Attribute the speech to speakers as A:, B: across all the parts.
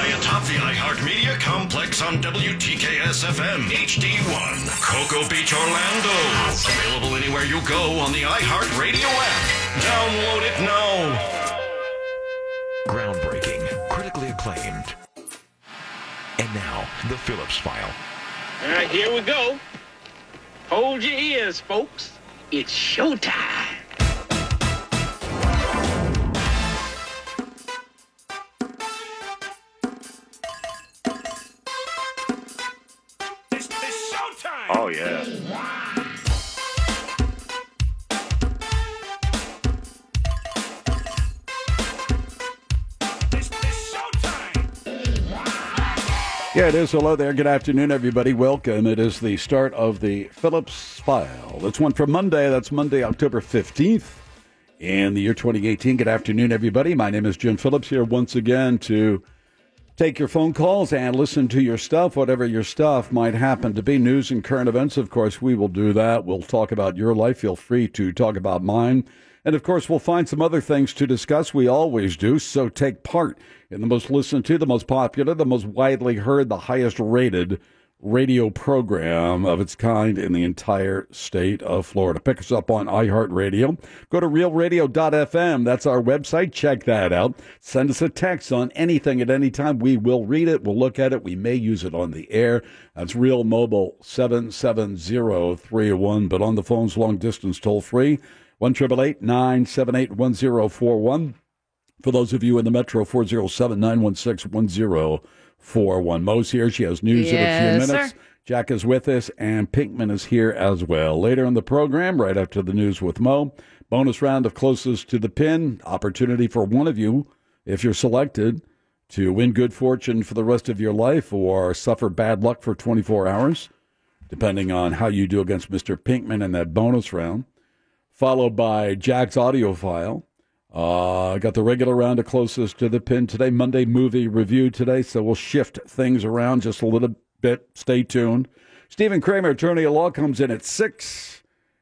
A: atop the iHeartMedia complex on WTKS FM HD1, Cocoa Beach, Orlando. Available anywhere you go on the iHeartRadio app. Download it now.
B: Groundbreaking, critically acclaimed. And now, the Phillips File.
C: All right, here we go. Hold your ears, folks. It's showtime.
D: It's, it's showtime.
E: Oh, yeah.
D: It's, it's showtime.
F: Yeah, it is. Hello there. Good afternoon, everybody. Welcome. It is the start of the Phillips File. That's one for Monday. That's Monday, October 15th in the year 2018. Good afternoon, everybody. My name is Jim Phillips here once again to take your phone calls and listen to your stuff, whatever your stuff might happen to be. News and current events, of course, we will do that. We'll talk about your life. Feel free to talk about mine. And of course, we'll find some other things to discuss. We always do. So take part in the most listened to, the most popular, the most widely heard, the highest rated radio program of its kind in the entire state of Florida. Pick us up on iHeartRadio. Go to realradio.fm. That's our website. Check that out. Send us a text on anything at any time. We will read it. We'll look at it. We may use it on the air. That's Real Mobile 77031. But on the phones, long distance toll free, 1 978 1041. For those of you in the metro, 407 916 1041. Mo's here. She has news in a
G: Yes,
F: few
G: sir.
F: minutes. Jack is with us, and Pinkman is here as well. Later in the program, right after the news with Mo, bonus round of closest to the pin, opportunity for one of you, if you're selected, to win good fortune for the rest of your life or suffer bad luck for 24 hours, depending on how you do against Mr. Pinkman in that bonus round followed by Jack's audio file. Uh, got the regular round of closest to the pin today, Monday movie review today, so we'll shift things around just a little bit. Stay tuned. Stephen Kramer, attorney at law, comes in at six,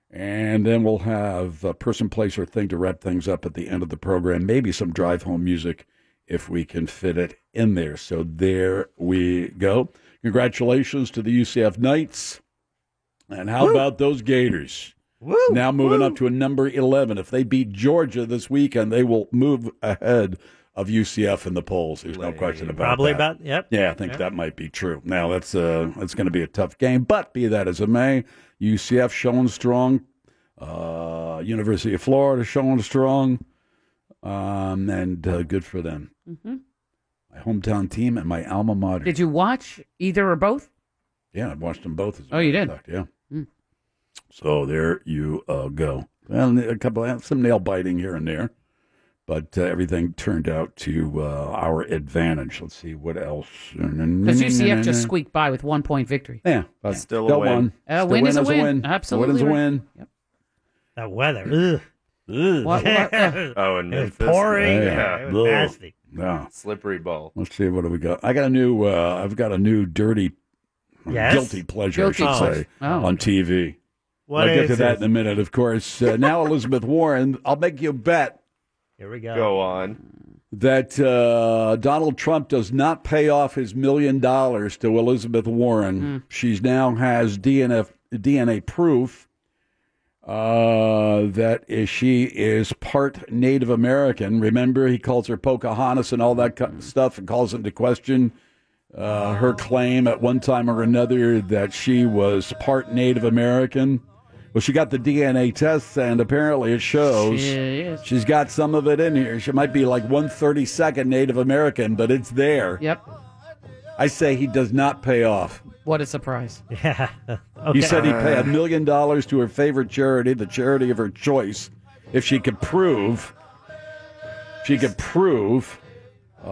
F: and then we'll have a person, place, or thing to wrap things up at the end of the program. Maybe some drive home music if we can fit it in there. So there we go. Congratulations to the UCF Knights. And how about those Gators? now moving up to a number 11. If they beat Georgia this weekend, they will move ahead of UCF in the polls. There's no question about
H: Probably
F: that.
H: about- yep.
F: Yeah, I think
H: Yep.
F: that might be true. Now, that's, uh, that's going to be a tough game, but be that as it may, UCF showing strong, uh, University of Florida showing strong, um, and uh, good for them.
G: Mm-hmm.
F: My hometown team and my alma mater.
G: Did you watch either or both?
F: Yeah, I've watched them both. As a
G: Oh, you
F: matter of
G: did?
F: fact, Yeah.
G: Mm.
F: So there you uh, go. Well, a couple uh, some nail biting here and there, but uh, everything turned out to uh, our advantage. Let's see what else.
G: Because
F: Because
G: UCF just squeaked by with one point victory.
F: Yeah, but still, a win.
G: A
F: Still
G: win is a win.
F: A
G: Absolutely
F: win is a
G: right.
F: win.
H: That weather. Ugh. Ugh.
G: What- what- uh,
E: Oh, and uh,
H: It was
E: Memphis.
H: pouring.
F: Yeah.
H: It was
F: Ugh.
H: nasty.
F: Yeah.
E: Slippery ball.
F: Let's see what do we got. I got a new. Uh, I've got a new dirty,
H: Yes?
F: guilty pleasure.
G: Guilty
F: I should
H: pleasure.
F: say
G: Oh.
F: on TV.
H: What
F: I'll get to
H: is
F: that
H: this?
F: in a minute. Of course. Uh, now Elizabeth Warren. I'll make you a bet.
H: Here we go.
E: Go on.
F: that uh, Donald Trump does not pay off his million dollars to Elizabeth
H: Hmm.
F: Warren. She's now has DNA DNA proof uh, that is, she is part Native American. Remember, he calls her Pocahontas and all that kind of stuff, and calls into question uh, her claim at one time or another that she was part Native American. Well, she got the DNA tests, and apparently it shows.
G: She is.
F: She's got some of it in here. She might be like 132nd Native American, but it's there.
G: Yep.
F: I say he does not pay off.
G: What a surprise.
H: Yeah. okay.
F: You said he'd pay a million dollars to her favorite charity, the charity of her choice, if she could prove. She could prove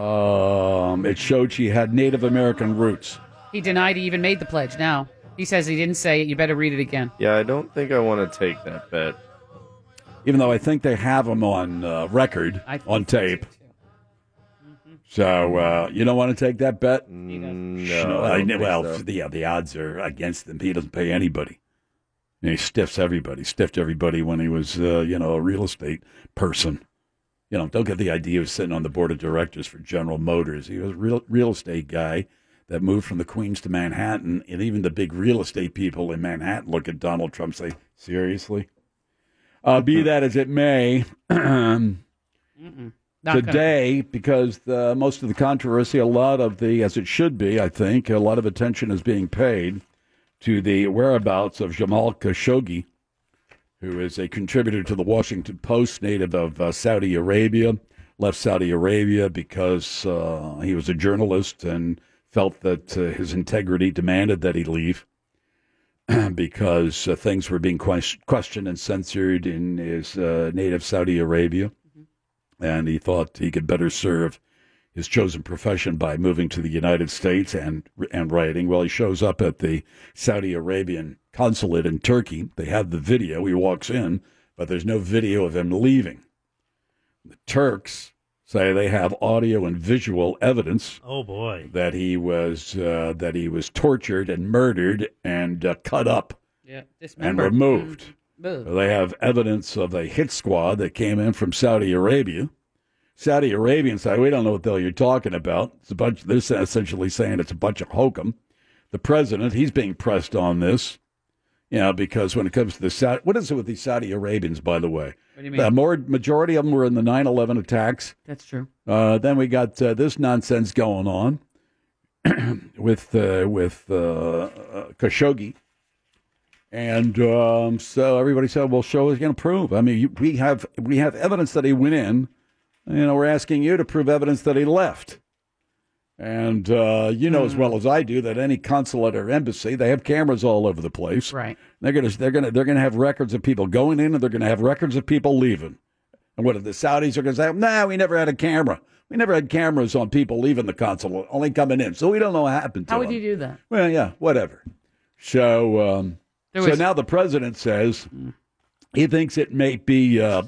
F: um, it showed she had Native American roots.
G: He denied he even made the pledge now. He says he didn't say it. You better read it again.
E: Yeah, I don't think I want to take that bet.
F: Even though I think they have them on uh, record,
G: I think
F: on
G: so,
F: tape.
G: too. Mm-hmm.
F: So uh, you don't want to take that bet?
E: No.
F: I
E: I
F: kn-
E: don't think
F: well,
E: so.
F: the, yeah, the odds are against him. He doesn't pay anybody. And he stiffs everybody. Stiffed everybody when he was, uh, you know, a real estate person. you know, don't get the idea he was sitting on the board of directors for General Motors. He was a real, real estate guy that moved from the Queens to Manhattan, and even the big real estate people in Manhattan look at Donald Trump and say, seriously? Uh, be that as it may, um,
G: Not gonna-
F: today because the, most of the controversy, a lot of the, as it should be, I think, a lot of attention is being paid to the whereabouts of Jamal Khashoggi, who is a contributor to the Washington Post, native of uh, Saudi Arabia, left Saudi Arabia because uh, he was a journalist and felt that uh, his integrity demanded that he leave. because uh, things were being ques- questioned and censored in his uh, native Saudi Arabia and he thought he could better serve his chosen profession by moving to the United States and and writing. Well, he shows up at the Saudi Arabian consulate in Turkey. They have the video. He walks in, but there's no video of him leaving. The Turks say they have audio and visual evidence
H: Oh boy.
F: that he was uh, that he was tortured and murdered and uh, cut up
G: Yeah,
F: and
G: dismembered.
F: removed.
G: Boo.
F: They have evidence of a hit squad that came in from Saudi Arabia. Saudi Arabians say, we don't know what the hell you're talking about. It's a bunch, they're sa- essentially saying it's a bunch of hokum. The president, he's being pressed on this, you know, because when it comes to the Saudi, what is it with these Saudi Arabians, by the way?
G: What do you mean?
F: The more, majority of them were in the 9 11 attacks.
G: That's true.
F: Uh, then we got uh, this nonsense going on with uh, with uh, uh, Khashoggi, and um, so everybody said, "Well, show us going to prove." I mean, you, we have we have evidence that he went in. You know, we're asking you to prove evidence that he left. And uh, you know as
G: Hmm.
F: well as I do that any consulate or embassy, they have cameras all over the place.
G: Right.
F: They're gonna they're gonna they're gonna have records of people going in, and they're gonna have records of people leaving. And what if the Saudis are gonna say, "No, we never had a camera. We never had cameras on people leaving the consulate, only coming in, so we don't know what happened to
G: How would
F: them."
G: you do that?
F: well, yeah, whatever. So, um,
G: There
F: so
G: was- Hmm.
F: now the president says he thinks it may be uh,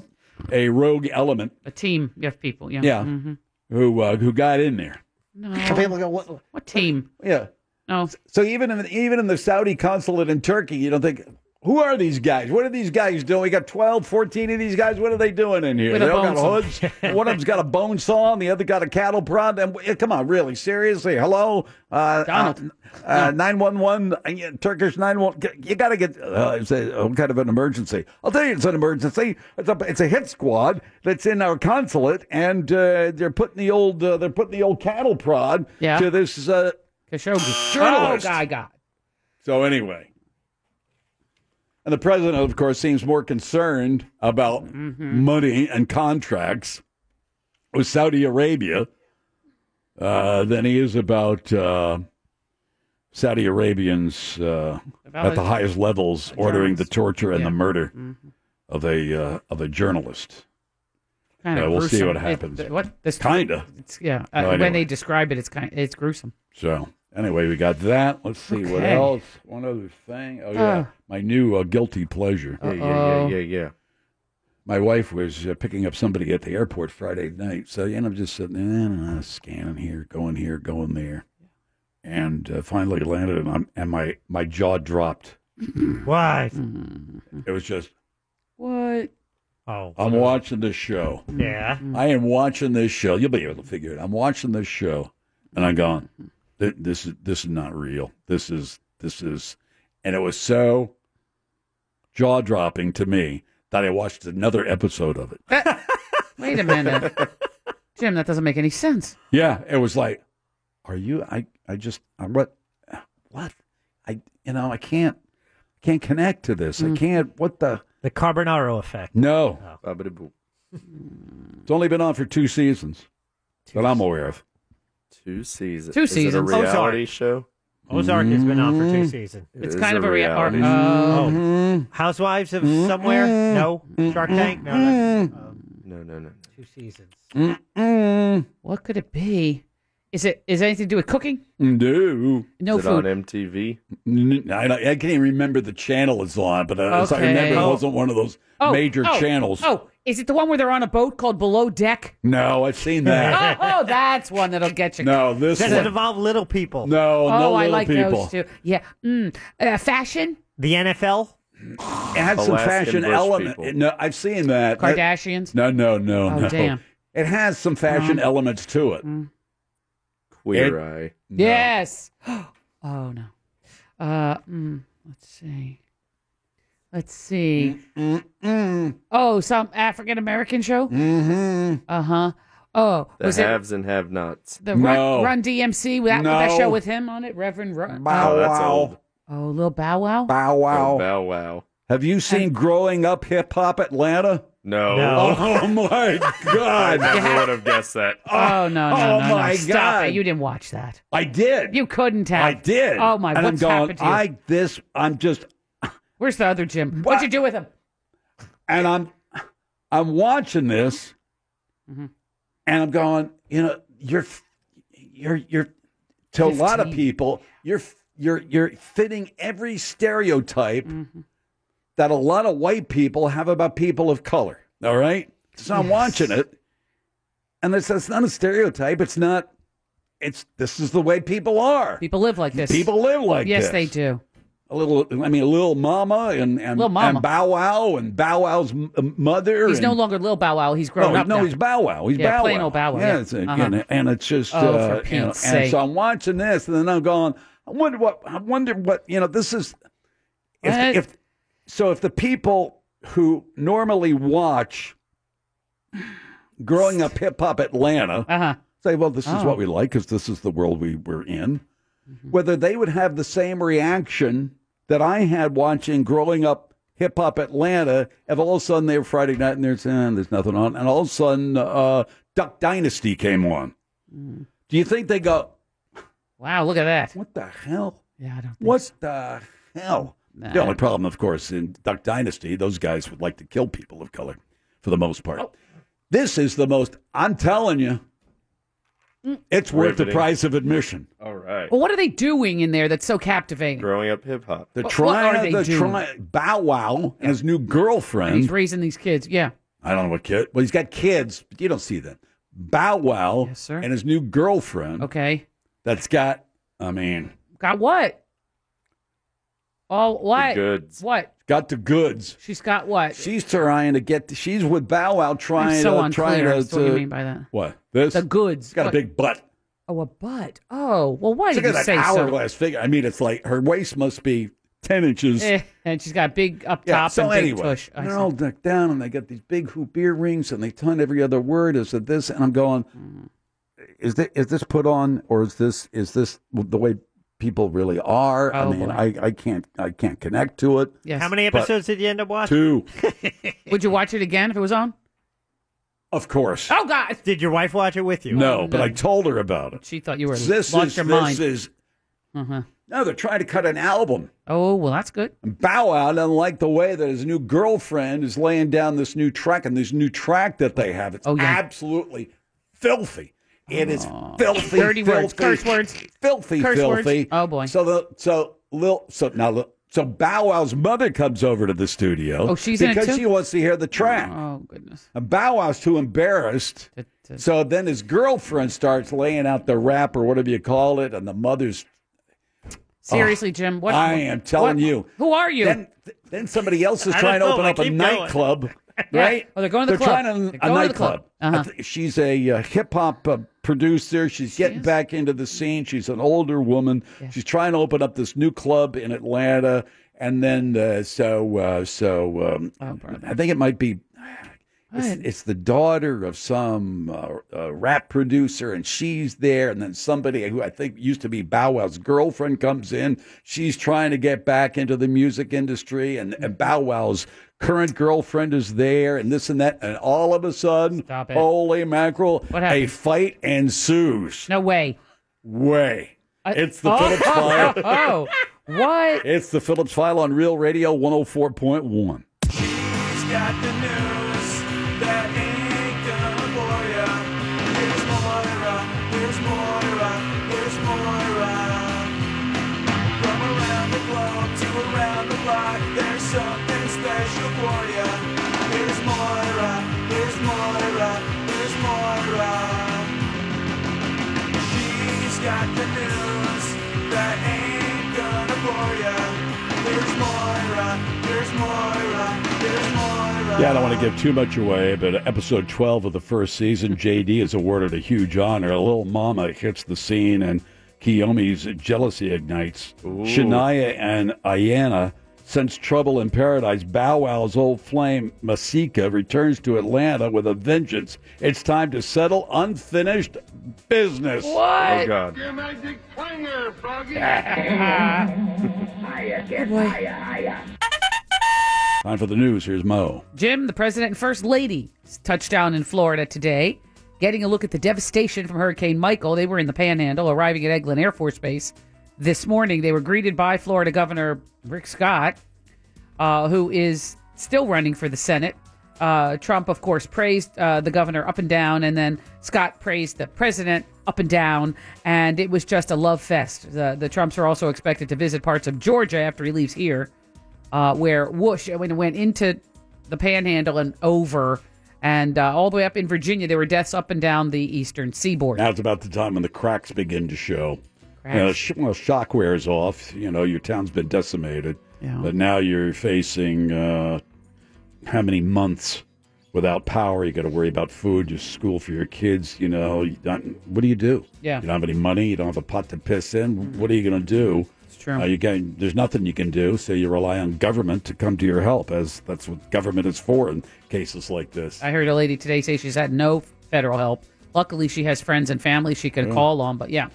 F: a rogue element,
G: A team. You have people. Yeah.
F: yeah,
G: Mhm.
F: who uh, who got in there.
G: No.
F: go, what?
G: What team?
F: Yeah.
G: No.
F: So even in even in the Saudi consulate in Turkey, you don't think who are these guys? What are these guys doing? We got 12, 14 of these guys. What are they doing in here?
G: With a
F: they all
G: bone
F: got
G: saw.
F: hoods. One of them's got a bone saw, and the other got a cattle prod. And eh, come on, really, seriously? Hello, uh,
G: Donald.
F: nine one one Turkish nine one. You got to get uh, it's a, uh, kind of an emergency. I'll tell you, it's an emergency. It's a it's a hit squad that's in our consulate, and uh, they're putting the old uh, they're putting the old cattle prod
G: Yeah.
F: to this. Uh,
G: Khashoggi.
F: Journalist.
G: Oh, God, God.
F: so anyway, and the president, of course, seems more concerned about
G: Mm-hmm.
F: money and contracts with Saudi Arabia uh, than he is about uh, Saudi Arabians uh,
G: About
F: at the
G: a-
F: highest levels ordering the
G: journalist.
F: torture and the
G: Yeah. Mm-hmm.
F: murder of a uh, of a journalist.
G: Kind
F: Yeah,
G: of
F: we'll see
G: gruesome.
F: what
G: It-
F: happens.
G: what this?
F: Kinda.
G: It's, yeah. Uh,
F: No idea
G: when
F: what-
G: they describe it, it's kind. It's gruesome.
F: So anyway, we got that. Let's see what
G: Okay.
F: else. One other thing. Oh yeah, my new uh, guilty pleasure.
E: Yeah, yeah, yeah, yeah, yeah.
F: my wife was uh, picking up somebody at the airport Friday night. So, you know, I'm just sitting there, and I'm scanning here, going here, going there. And uh, finally landed, and, I'm, and my, my jaw dropped.
H: Why?
F: It was just,
G: What?
H: Oh.
F: I'm watching this show.
H: Yeah.
F: I am watching this show. You'll be able to figure it. I'm watching this show, and I'm going, "Th- this is this is not real. This is this is, and it was so jaw dropping to me that I watched another episode of it.
G: Wait a minute, Jim. That doesn't make any sense.
F: Yeah, it was like, are you? I I just I'm what? What? I you know I can't can't connect to this. I can't. What the?
H: The Carbonaro effect.
F: No,
G: Oh.
E: Ba-ba-da-boo.
F: it's only been on for two seasons that I'm aware of.
E: Two seasons.
G: Two
E: Is it
G: seasons.
E: a
H: Oh, sorry.
E: reality show?
H: Ozark has been on
F: Mm-hmm.
H: for two seasons.
E: It
G: It's
E: is
G: kind of a reality.
E: reality
G: Uh,
H: Oh. Housewives of
F: Mm-hmm.
H: somewhere? No. Shark Tank? No. That's, um,
E: show. No, no, no.
H: two seasons.
F: Mm,
G: What could it be? Is it? Is it anything to do with cooking?
F: no,
G: No
E: is it
G: food.
E: on MTV?
F: Mm, N- I, don't- I can't even remember the channel it's on, but uh, as I
G: Okay.
F: remember, it
G: Oh.
F: wasn't one of those
G: Oh,
F: major
G: oh,
F: channels.
G: Oh, is it the one where they're on a boat called Below Deck?
F: No, I've seen that.
G: Oh, oh, that's one that'll get you.
F: no, this
H: Does it
F: one.
H: involve little people?
F: No,
G: Oh,
F: no
G: I
F: little
G: like
F: people.
G: those too. Yeah. Mm. Uh, fashion.
H: The NFL?
F: It had some
E: Alaskan
F: fashion
E: bush
F: element.
E: people.
F: No, I've seen that. That-
G: Kardashians.
F: No, no, no,
G: Oh,
F: no.
G: damn. Mm-hmm. Mm.
F: It has some fashion elements to it.
E: Queer Eye.
F: No.
G: Yes. Oh no. Uh, mm, let's see. Let's see. Oh, some African American show.
F: Mm-hmm.
G: Uh huh. Oh,
E: The
G: was it
E: haves and have nots.
G: the Run,
F: No.
G: Run DMC? That, that show
F: No.
G: with him on it, Reverend Run.
F: Bow
E: Oh, that's
F: wow.
E: old.
G: Oh, little Bow Wow.
F: Bow wow.
E: Oh, bow wow.
F: Have you seen Growing Up Hip Hop Atlanta?
E: No.
H: No.
F: Oh my
E: I
F: God.
E: never would have guessed that.
G: Oh no no
F: Oh,
G: no no!
F: my
G: Stop
F: God.
G: it! You didn't watch that.
F: I did.
G: You couldn't have.
F: I did.
G: Oh my!
F: And
G: what's
F: I'm going,
G: happened to you?
F: I this I'm just
G: Where's the other Jim? What'd you do with him?
F: and I'm I'm watching this,
G: Mm-hmm.
F: and I'm going, you know, you're f- you're you're to a lot of
G: 15.
F: people, you're f- you're you're fitting every stereotype
G: Mm-hmm.
F: that a lot of white people have about people of color. All right, so I'm
G: Yes.
F: watching it, and it's it's not a stereotype. It's not. It's this is the way people are.
G: People live like this.
F: People live like
G: Yes,
F: this
G: they do.
F: a little i mean a little mama and and,
G: Lil Mama.
F: and bow wow and bow wow's m- mother
G: He's
F: and,
G: no longer Lil Bow Wow. He's grown
F: no,
G: up
F: no
G: now.
F: he's bow wow he's
G: Yeah,
F: bow
G: plain
F: wow
G: old Bow Wow, yeah.
F: it's, uh,
G: Uh-huh.
F: and, and it's just
G: Oh, for
F: uh, you know, and
G: Pete's sake.
F: so i'm watching this and then i'm going i wonder what i wonder what you know this is if,
G: What?
F: if so if the people who normally watch growing up hip-hop atlanta
G: Uh huh.
F: say, well, this is
G: Oh. Mm-hmm.
F: what we like because this is the world we were in, whether they would have the same reaction that I had watching growing up hip hop Atlanta, if all of a sudden they were Friday night and there's, eh, there's nothing on, and all of a sudden uh, Duck Dynasty came on.
G: Mm.
F: Do you think they go,
G: Wow, look at that.
F: what the hell?
G: Yeah, I don't. Think Oh.
F: What the hell? The only problem, of course, in Duck Dynasty, those guys would like to kill people of color for the most part.
E: Oh.
F: This is the most, I'm telling you, it's worth the
E: Mm. Riveting.
F: price of admission.
E: All right.
G: Well, what are they doing in there that's so captivating?
E: Growing up hip hop.
F: They're
G: What- what
F: trying,
G: are they
F: they're
G: doing?
F: trying, Bow Wow and his new
G: He's
F: girlfriend.
G: raising these kids. Yeah.
F: I don't know what kid, well, he's got kids, but you don't see them. Bow Wow
G: Yes, sir.
F: and his new girlfriend
G: Okay.
F: that's got, I mean,
G: Got what? Oh, what?
E: The goods.
G: What?
F: got the goods.
G: She's got what?
F: She's trying to get, she's with Bow Wow
G: I'm
F: trying
G: so
F: to, trying
G: unclear
F: to,
G: as to what you
F: to-
G: mean by that.
F: what? This?
G: The goods.
F: She's got
G: What-
F: a big butt.
G: Oh, a butt. Oh, well, why
F: Look
G: did
F: at
G: you
F: that
G: say so?
F: hourglass figure. I mean, it's like her waist must be ten inches.
G: Eh, and she's got big up top
F: yeah. So
G: and big
F: anyway,
G: tush. I
F: they're all
G: see.
F: decked down, and they got these big hoop earrings, and they ton every other word is it this, and I'm going,
G: Hmm.
F: is this is this put on, or is this is this the way people really are? I
G: Oh,
F: mean,
G: boy.
F: I, I can't I can't connect to it.
G: Yes.
H: How many
F: But-
H: episodes did you end up watching?
F: Two,
G: Would you watch it again if it was on?
F: of course.
G: Oh God!
H: Did your wife watch it with you?
F: no, but
G: no.
F: I told her about it.
G: She thought you were
F: This
G: lost
F: is
G: your
F: this
G: mind.
F: is
G: uh-huh.
F: no. They're trying to cut an album.
G: Oh well, that's good.
F: Bow Wow doesn't like the way that his new girlfriend is laying down this new track and this new track that they have. It's
G: Oh, yeah.
F: absolutely filthy. It is filthy,
G: Dirty words,
F: filthy,
G: curse words.
F: filthy,
G: Curse words.
F: filthy.
G: Oh, boy.
F: So the so Lil so now look, so Bow Wow's mother comes over to the studio.
G: Oh, she's in it
F: because
G: too?
F: she wants to hear the track.
G: Oh goodness.
F: And Bow Wow's too embarrassed.
G: That- that-
F: So then his girlfriend starts laying out the rap or whatever you call it, and the mother's Oh,
G: Seriously, Jim. What
F: I am telling
G: what-
F: you.
G: Who are you?
F: Then, then somebody else is
H: I
F: trying to
H: don't
F: open
H: know,
F: up
H: I
F: a
H: keep going.
F: nightclub,
G: Yeah.
F: right?
G: Oh, they're going to the
F: They're
G: club.
F: trying to,
G: They're going to
F: a
G: the
F: nightclub.
G: club.
F: I
G: Uh-huh.
F: th- she's a uh, hip hop uh, producer. She's getting
G: is?
F: back into the scene. She's an older woman. She's trying to open up this new club in Atlanta, and then uh, so uh, so um,
G: Oh,
F: I think it might be. It's,
G: What?
F: it's the daughter of some uh, uh, rap producer, and she's there. And then somebody who I think used to be Bow Wow's girlfriend comes in. She's trying to get back into the music industry, and,
G: Hmm.
F: and Bow Wow's current girlfriend is there, and this and that. And all of a sudden,
G: Stop it.
F: holy mackerel,
G: What
F: a
G: happened?
F: fight ensues.
G: No way.
F: Way.
G: I-
F: it's the
G: oh,
F: Phillips File.
G: Oh, what?
F: It's the Phillips File on Real Radio 104.1.
D: He's got the news that ain't gonna bore ya. Here's Moira, here's Moira, here's Moira. From around the globe to around the block, there's something special for ya. Here's Moira, here's Moira, here's Moira. She's got the news that ain't gonna bore ya. Here's Moira, here's Moira, here's Moira.
F: Yeah, I don't want to give too much away, but episode 12 of the first season, JD is awarded a huge honor. Little Mama hits the scene, and Kiyomi's jealousy ignites. Shania and Ayana sense trouble in paradise. Bow Wow's old flame, Masika, returns to Atlanta with a vengeance. It's time to settle unfinished business.
E: Oh
I: What?
E: god.
F: Time for the news. Here's Mo.
G: Jim, the president and first lady, touched down in Florida today, getting a look at the devastation from Hurricane Michael. They were in the panhandle, arriving at Eglin Air Force Base this morning. They were greeted by Florida Governor Rick Scott, uh, who is still running for the Senate. Uh, Trump, of course, praised uh, the governor up and down, and then Scott praised the president up and down, and it was just a love fest. The, the Trumps are also expected to visit parts of Georgia after he leaves here uh, where whoosh it went- went into the panhandle and over and uh, all the way up in virginia there were deaths up and down the eastern seaboard
F: Now it's about the time when the cracks begin to show. You know,
G: Cracks.
F: sh- well, shock wears off. You know, your town's been decimated.
G: Yeah.
F: But now you're facing uh, how many months without power? You got to worry about food, your school for your kids. You know, you don't- what do you do?
G: Yeah.
F: You don't have any money. You don't have a pot to piss in. What are you going to do? It's
G: true.
F: Uh, you can, there's nothing you can do, so you rely on government to come to your help, as that's what government is for in cases like this.
G: i heard a lady today say she's had no federal help luckily she has friends and family she can call on but yeah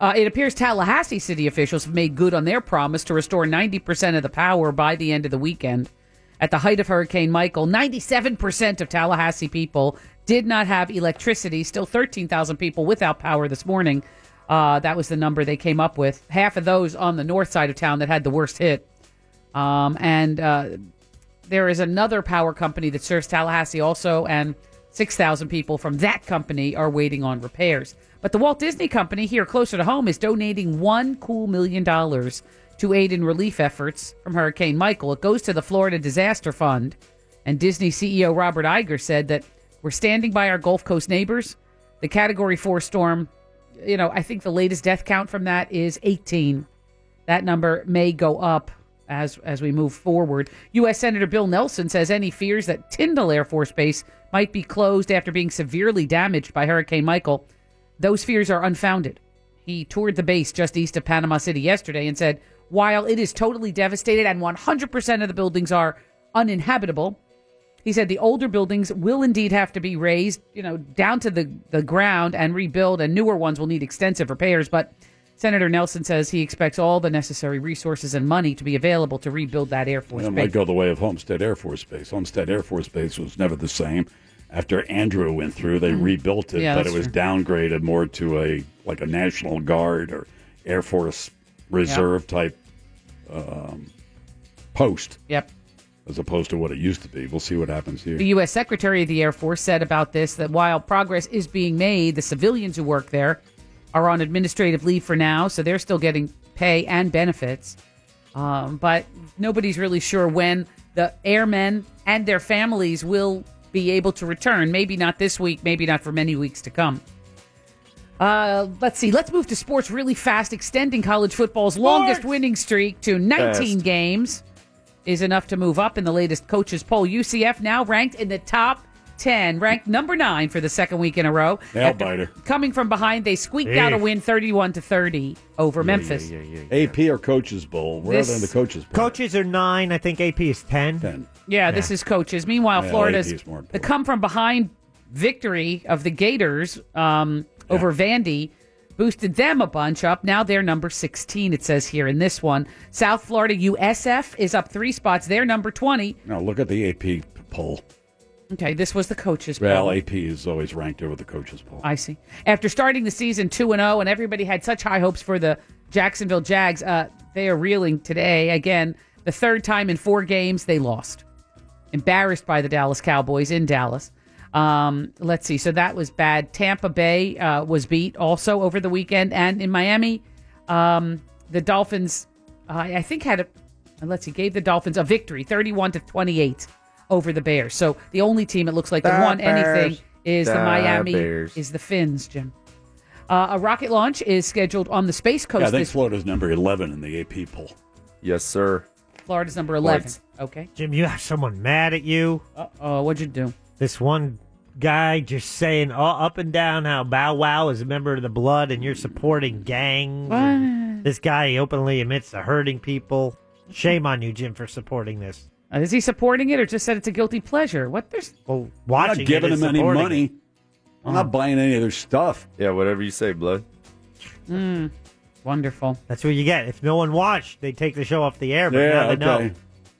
G: uh, it appears tallahassee city officials have made good on their promise to restore 90% of the power by the end of the weekend at the height of hurricane michael 97% of tallahassee people did not have electricity still 13000 people without power this morning Uh, that was the number they came up with. Half of those on the north side of town that had the worst hit. Um, and uh, there is another power company that serves Tallahassee also, and 6,000 people from that company are waiting on repairs. But the Walt Disney Company here closer to home is donating one cool million dollars to aid in relief efforts from Hurricane Michael. It goes to the Florida Disaster Fund. And Disney CEO Robert Iger said that we're standing by our Gulf Coast neighbors. The Category 4 storm you know, I think the latest death count from that is 18. That number may go up as as we move forward. U.S. Senator Bill Nelson says any fears that Tyndall Air Force Base might be closed after being severely damaged by Hurricane Michael, those fears are unfounded. He toured the base just east of Panama City yesterday and said, while it is totally devastated and 100% of the buildings are uninhabitable, he said the older buildings will indeed have to be raised, you know, down to the, the ground and rebuild, and newer ones will need extensive repairs. But Senator Nelson says he expects all the necessary resources and money to be available to rebuild that Air Force
F: It
G: Base.
F: might go the way of Homestead Air Force Base. Homestead Air Force Base was never the same. After Andrew went through, they rebuilt it,
G: Mm-hmm. Yeah,
F: but it
G: that's
F: was
G: true.
F: downgraded more to a like a National Guard or Air Force Reserve type um, post,
G: Yep.
F: as opposed to what it used to be. We'll see what happens here.
G: The U.S. Secretary of the Air Force said about this that while progress is being made, the civilians who work there are on administrative leave for now, so they're still getting pay and benefits. Um, but nobody's really sure when the airmen and their families will be able to return. Maybe not this week, maybe not for many weeks to come. Uh, let's see. Let's move to sports really fast. Extending college football's longest winning streak to 19
E: Fast.
G: games is enough to move up in the latest coaches poll. UCF now ranked in the top 10, ranked number 9 for the second week in a row.
F: Nail
G: After
F: biter.
G: Coming from behind, they squeaked out a win 31 to 30 over Memphis.
H: Eh. Yeah, yeah, yeah.
F: AP or Coaches Bowl? Where are they in the
G: This-
F: Coaches Bowl?
H: Coaches are nine. I think AP is ten.
F: Then.
G: Yeah, this is coaches. Meanwhile,
F: Yeah, AP
G: Florida's
F: is more important.
G: the come from behind victory of the Gators um, over Vandy boosted them a bunch up. Now they're number 16, it says here in this one. South Florida USF is up three spots. They're number 20.
F: Now look at the AP poll.
G: Okay, this was the coaches.
F: Well,
G: poll.
F: AP is always ranked over the Coaches Bowl.
G: I see. After starting the season 2 and 0 and everybody had such high hopes for the Jacksonville Jags, uh, they are reeling today again. The third time in four games they lost. Embarrassed by the Dallas Cowboys in Dallas. Um, let's see. So that was bad. Tampa Bay uh, was beat also over the weekend and in Miami, um, the Dolphins uh, I think had a let's see, gave the Dolphins a victory 31 to 28 over the Bears. So the only team it looks like that won anything is the
E: The
G: Miami
E: Bears.
G: is the Finns, Jim. Uh, a rocket launch is scheduled on the Space Coast
F: yeah, I think
G: this
F: Florida's number 11 in the AP poll.
E: Yes, sir.
G: Florida's number 11.
E: Florida's-
G: Okay.
H: Jim, you have someone mad at you.
G: Uh oh, what'd you do?
H: This one guy just saying all up and down how Bow Wow is a member of the blood and you're supporting gangs. and This guy openly admits to hurting people. Shame on you, Jim, for supporting this.
G: Uh, is he supporting it or just said it's a guilty pleasure? What there's
H: Well,
F: I'm
H: watching
F: not giving
H: it is
F: him any
H: supporting
F: money.
H: it.
F: I'm not buying any of their stuff.
E: Yeah, whatever you say, blood.
G: Hmm. wonderful.
H: That's what you get. If no one watched, they take the show off the air, but now
F: Yeah,
H: they know.
F: okay.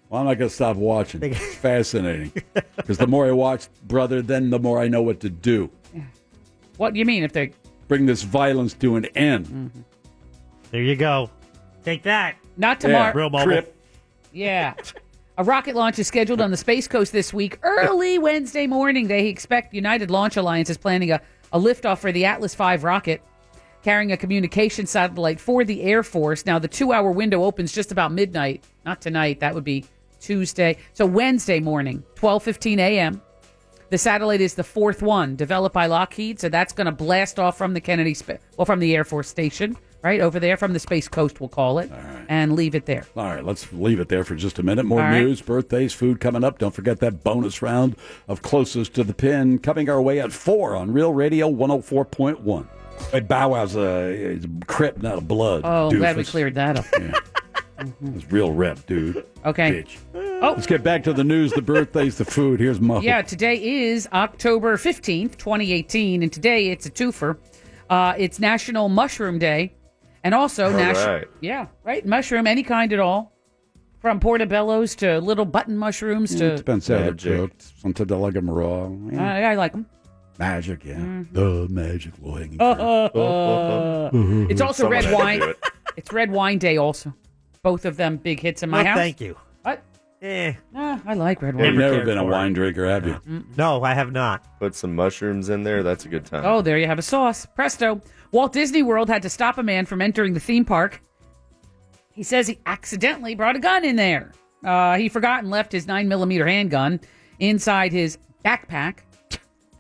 F: Well, I'm not going to stop watching. It's fascinating. Because the more I watch, brother, then the more I know what to do.
G: What do you mean if they Mm-hmm.
F: Bring this violence to an end.
H: There you go. Take that.
G: not
F: Yeah,
G: tomorrow?
H: Real mobile.
F: Crip.
G: Yeah. A rocket launch is scheduled on the Space Coast this week. Early Wednesday morning, they expect United Launch Alliance is planning a, a liftoff for the Atlas V rocket, carrying a communication satellite for the Air Force. Now, the two hour window opens just about midnight. Not tonight. That would be Tuesday. So, Wednesday morning, 12.15 a.m. The satellite is the fourth one developed by Lockheed, so that's going to blast off from the Kennedy, spa- well, from the Air Force Station, right over there, from the Space Coast, we'll call it, and leave it there.
F: All right, let's leave it there for just a minute. More
G: All right.
F: news, birthdays, food coming up. Don't forget that bonus round of Closest to the Pin coming our way at 4 on Real Radio 104.1. Hey, Bow Wow's a, is a crip, not a blood.
G: Oh, I'm glad we
F: doofus.
G: cleared that up. Mm-hmm.
F: It's real rep, dude.
G: Okay. Oh.
F: Bitch. Let's get back to the news, the birthdays, the food. Here's Mo.
G: Yeah, today is October 15th, 2018, and today it's a twofer. Uh, it's National Mushroom Day, and also National.
E: right.
G: Yeah, right? Mushroom, any kind at all, from portobellos to little button mushrooms
F: It
G: to.
F: depends how they're
E: Magic.
F: cooked. Sometimes I like them raw.
G: I,
F: Yeah,
G: I like them.
F: Magic, yeah.
G: mm-hmm.
F: The magic low hanging
G: It's also
E: Someone
G: red
E: had to
G: wine.
E: do it.
G: It's red wine day, also. Both of them big hits in my
H: no,
G: house.
H: thank you.
G: What?
H: Eh,
G: Ah, I like red
F: You've
G: wine.
H: Never
F: never
H: cared
F: been a
H: for it.
F: wine drinker, have you?
H: no, I have not.
E: Put some mushrooms in there. That's a good time.
G: Oh, there you have a sauce. Presto. Walt Disney World had to stop a man from entering the theme park. He says he accidentally brought a gun in there. Uh, he forgot and left his 9mm handgun inside his backpack,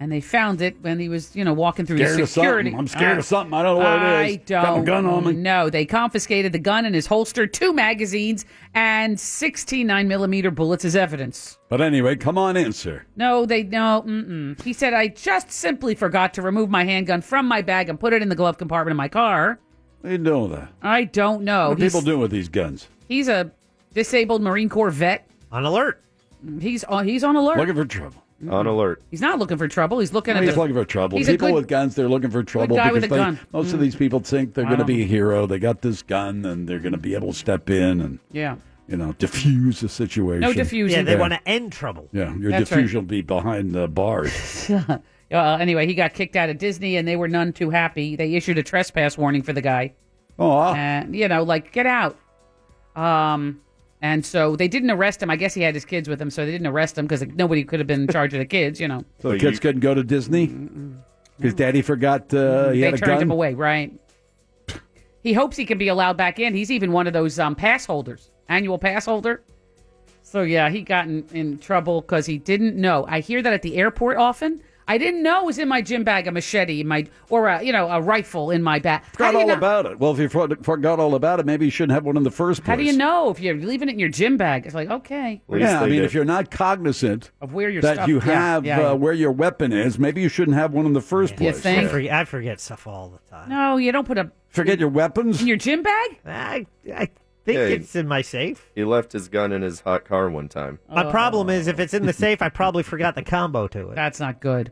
G: and they found it when he was, you know, walking through
F: Scared
G: the
F: of
G: security.
F: something. I'm scared
G: Uh,
F: of something. I don't know what
G: I
F: it is.
G: don't
F: Got my gun on me.
G: know. They confiscated the gun and his holster, two magazines, and 16 9mm bullets as evidence.
F: But anyway, come on in, sir.
G: No, they no. Mm-mm. He said, "I just simply forgot to remove my handgun from my bag and put it in the glove compartment of my car."
F: What are you doing with that?
G: I don't know.
F: What are
G: Oh, he's,
F: people doing with these guns?
G: he's a disabled Marine Corps vet.
H: On alert.
G: He's on. He's on alert. Mm-hmm.
F: Looking for trouble.
E: On alert.
G: he's not looking for trouble. He's looking at
F: He's
G: the,
F: looking for trouble.
G: He's a
F: people
G: good-
F: with guns, they're looking for trouble
G: guy
F: because
G: with a
F: they,
G: gun. Mm.
F: most of these people think they're going to be a hero. They got this gun, and they're going to be able to step in and
G: yeah.
F: you know defuse the situation.
G: No diffusion.
H: Yeah, they
F: Yeah.
H: want to end trouble.
F: Yeah, your
G: That's
F: diffusion
G: right.
F: will be behind the bars.
G: Uh, anyway, he got kicked out of Disney, and they were none too happy. They issued a trespass warning for the guy.
F: Oh,
G: and you know, like get out. Um, and so they didn't arrest him. I guess he had his kids with him, so they didn't arrest him because nobody could have been in charge of the kids. You know,
F: so the kids couldn't go to Disney because Daddy forgot uh, he
G: they
F: had a
G: turned
F: gun.
G: him away. Right. he hopes he can be allowed back in. He's even one of those um, pass holders, annual pass holder. So yeah, he got in, in trouble because he didn't know. I hear that at the airport often. I didn't know it was in my gym bag a machete, in my or a you know a rifle in my bag. How
F: Forgot
G: do you
F: all
G: not-
F: about it. Well, if you for- forgot all about it, maybe you shouldn't have one in the first place.
G: How do you know if you're leaving it in your gym bag? It's like okay,
E: At least
F: Yeah, I
E: they
F: mean,
E: did.
F: if you're not cognizant
G: Of where your
F: that
G: stuff-
F: you
G: yeah,
F: have
G: yeah, yeah.
F: Uh, where your weapon is, maybe you shouldn't have one in the first
G: you
F: place.
H: I,
G: think?
H: forget, I forget stuff all the time.
G: No, you don't put a
F: Forget your weapons.
G: in your gym bag.
H: I, I think
E: Yeah, you-
H: it's in my safe.
E: He left his gun in his hot car one time.
G: Oh.
H: My problem is if it's in the safe, I probably forgot the combo to it.
G: That's not good.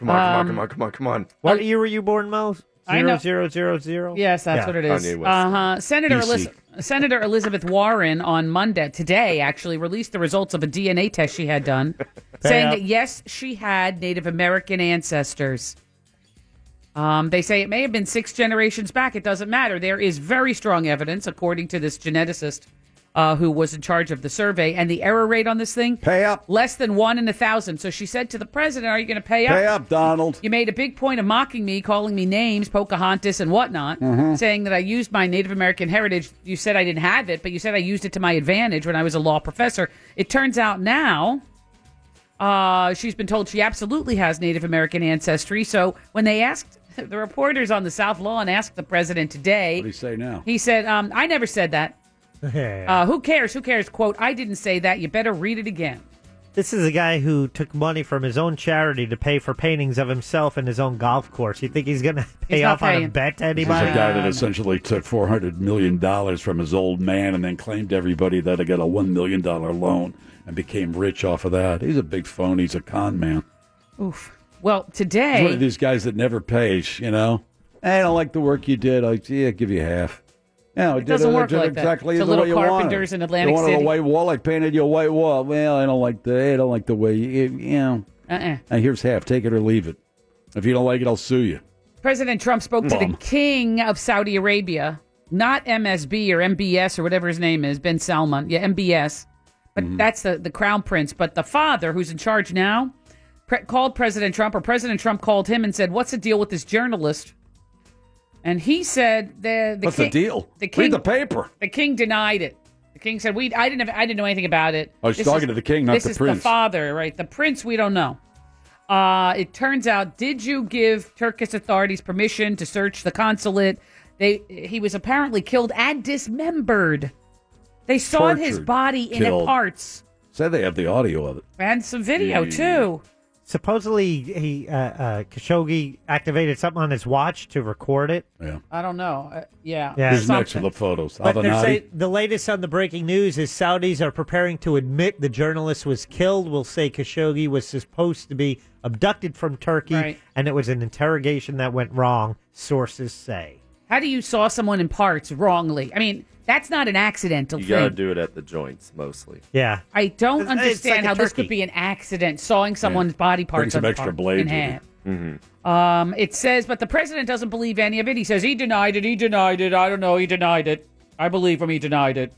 G: Um,
E: Come on, come on, come on, come on, come
H: What year were you born, Mo? Zero
G: I know-
H: zero zero zero?
G: Yes, that's
H: Yeah.
G: what it is.
E: Kanye West.
G: Uh huh. Senator
F: You
G: Elis- Senator Elizabeth Warren on Monday today actually released the results of a DNA test she had done, saying that yes, she had Native American ancestors. Um, they say it may have been six generations back. It doesn't matter. There is very strong evidence, according to this geneticist uh, who was in charge of the survey, and the error rate on this thing
F: Pay up.
G: less than one in a thousand. So she said to the president, "Are you going to
F: Pay up, Donald.
G: You made a big point of mocking me, calling me names, Pocahontas and whatnot,
F: Mm-hmm.
G: saying that I used my Native American heritage. You said I didn't have it, but you said I used it to my advantage when I was a law professor. It turns out now uh, she's been told she absolutely has Native American ancestry. So when they asked the reporters on the South Lawn asked the president today,
F: What do you say now?
G: he said, um, I never said that. Uh, who cares? Who cares? Quote, I didn't say that. You better read it again.
H: This is a guy who took money from his own charity to pay for paintings of himself in his own golf course. You think he's going to pay
G: not
H: off on a
G: paying.
H: bet to
F: He's a
H: anybody?
F: guy that essentially took four hundred million dollars from his old man and then claimed to everybody that he got a one million dollar loan and became rich off of that. He's a big phone. He's a con man.
G: Oof. Well,
F: He's one
G: today,
F: of these guys that never pays. You know, "Hey, I don't like the work you did. I yeah, give you half. No, I did
G: doesn't
F: I
G: work
F: did
G: like that.
F: exactly
G: It's a
F: the
G: little
F: way you wanted.
G: carpenters in Atlantic
F: you wanted
G: City.
F: a white wall. I painted you a white wall. Well, I don't like the. I don't like the way you. You know.
G: Uh-uh.
F: Now, here's half. Take it or leave it. If you don't like it, I'll sue you.
G: President Trump spoke to the
F: Bum.
G: king of Saudi Arabia, not MSB or MBS or whatever his name is, Ben Salman. Yeah, MBS. But
F: Mm-hmm.
G: that's the, the crown prince. But the father, who's in charge now, pre- called President Trump, or President Trump called him and said, What's the deal with this journalist? And he said, the, the
F: What's
G: king,
F: the deal?
G: The king,
F: Read the paper.
G: the king denied it. The king said, "We, I didn't, have, I didn't know anything about it."
F: Oh, he's
G: This
F: talking to the king, not
G: this
F: the
G: is the
F: prince.
G: father, right? The prince, we don't know. Uh, it turns out, did you give Turkish authorities permission to search the consulate? They, he was apparently killed and dismembered. They sawed his
F: Tortured,
G: body into
F: killed.
G: parts
F: Say they have the audio of it.
G: and some video too.
H: Supposedly, he uh, uh, Khashoggi activated something on his watch to record it.
F: Yeah.
G: I don't know. Uh, yeah,
H: Yeah.
F: Here's
G: something.
F: next to the photos.
H: But they're
F: Avenatti.
H: saying the latest on the breaking news is Saudis are preparing to admit the journalist was killed. We'll say Khashoggi was supposed to be abducted from Turkey,
G: Right.
H: and it was an interrogation that went wrong, sources say.
G: How do you saw someone in parts wrongly? I mean, that's not an accidental
E: You
G: thing.
E: gotta do it at the joints mostly.
H: Yeah.
G: I don't
H: It's- it's
G: understand
H: like a
G: how this
H: turkey.
G: could be an accident, sawing someone's body parts
F: some
G: apart
F: extra blades
G: in
F: with it.
G: half.
J: Mm-hmm.
G: Um, it says, but the president doesn't believe any of it. He says he denied it. He denied it. I don't know. He denied it. I believe him. He denied it.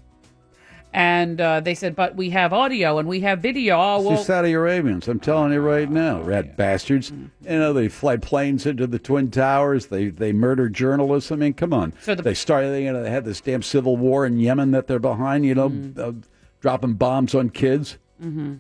G: And uh, they said, but we have audio and we have video. Oh,
F: It's the
G: well,
F: Saudi Arabians. I'm telling you right now, rat bastards. You
G: Mm-hmm.
F: know they fly planes into the twin towers. They they murder journalists. I mean, come on.
G: So the-
F: they started. They, you know, they had this damn civil war in Yemen that they're behind. You know,
G: Mm.
F: uh, dropping bombs on kids.
G: mm-hmm.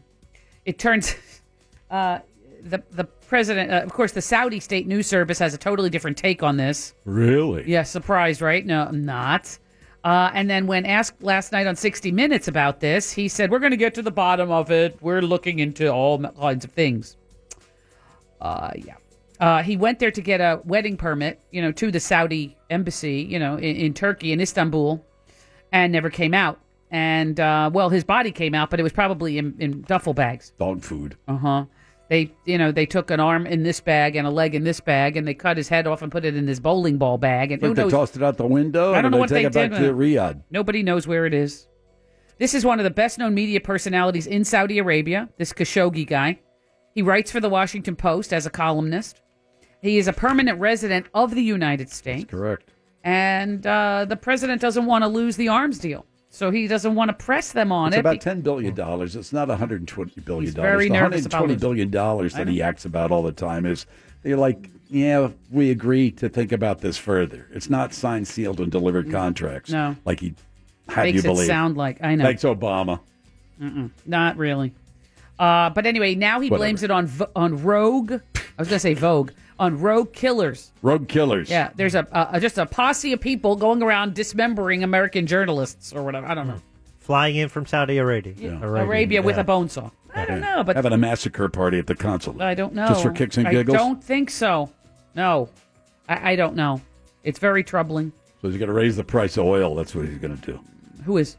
G: it turns uh, the the president. Uh, of course, the Saudi state news service has a totally different take on this.
F: Really?
G: Yeah, surprised, right? No, I'm not. Uh, and then when asked last night on 60 Minutes about this, he said, We're going to get to the bottom of it. We're looking into all m- kinds of things. Uh, yeah. Uh, he went there to get a wedding permit, you know, to the Saudi embassy, you know, in, in Turkey, in Istanbul, and never came out. And, uh, well, his body came out, but it was probably in, in duffel bags.
F: Dog food.
G: Uh huh. They, you know, they took an arm in this bag and a leg in this bag, and they cut his head off and put it in this bowling ball bag. And who
F: Think they
G: knows?
F: tossed it out the window.
G: I don't
F: and
G: know
F: they
G: what
F: take
G: they
F: it back
G: did
F: to
G: with
F: Riyadh.
G: Nobody knows where it is. This is one of the best known media personalities in Saudi Arabia, this Khashoggi guy. He writes for the Washington Post as a columnist. He is a permanent resident of the United States.
F: Correct.
G: And uh, the president doesn't want to lose the arms deal. So he doesn't want to press them on
F: It's
G: it.
F: about
G: be-
F: ten billion dollars. It's not one hundred and twenty billion
G: He's
F: dollars.
G: very
F: the
G: nervous about
F: 120
G: this.
F: billion dollars that he acts about all the time is they're like, yeah, we agree to think about this further. It's not signed, sealed, and delivered contracts.
G: Mm-hmm. No.
F: like he had
G: makes
F: you
G: it
F: believe.
G: sound like I know.
F: Thanks, Obama.
G: Not really. Uh, but anyway, now he
F: Whatever.
G: blames it on vo- on rogue. I was going to say Vogue on rogue killers.
F: Rogue killers.
G: Yeah, there's a, a just a posse of people going around dismembering American journalists or whatever. I don't know.
H: Flying in from Saudi Arabia.
G: Arabia, with
H: yeah.
G: a bone saw. I don't know, but
F: having a massacre party at the consulate.
G: I don't know.
F: Just for kicks and giggles.
G: I don't think so. No, I, I don't know. It's very troubling.
F: So he's going to raise the price of oil. That's what he's going to do.
G: Who is?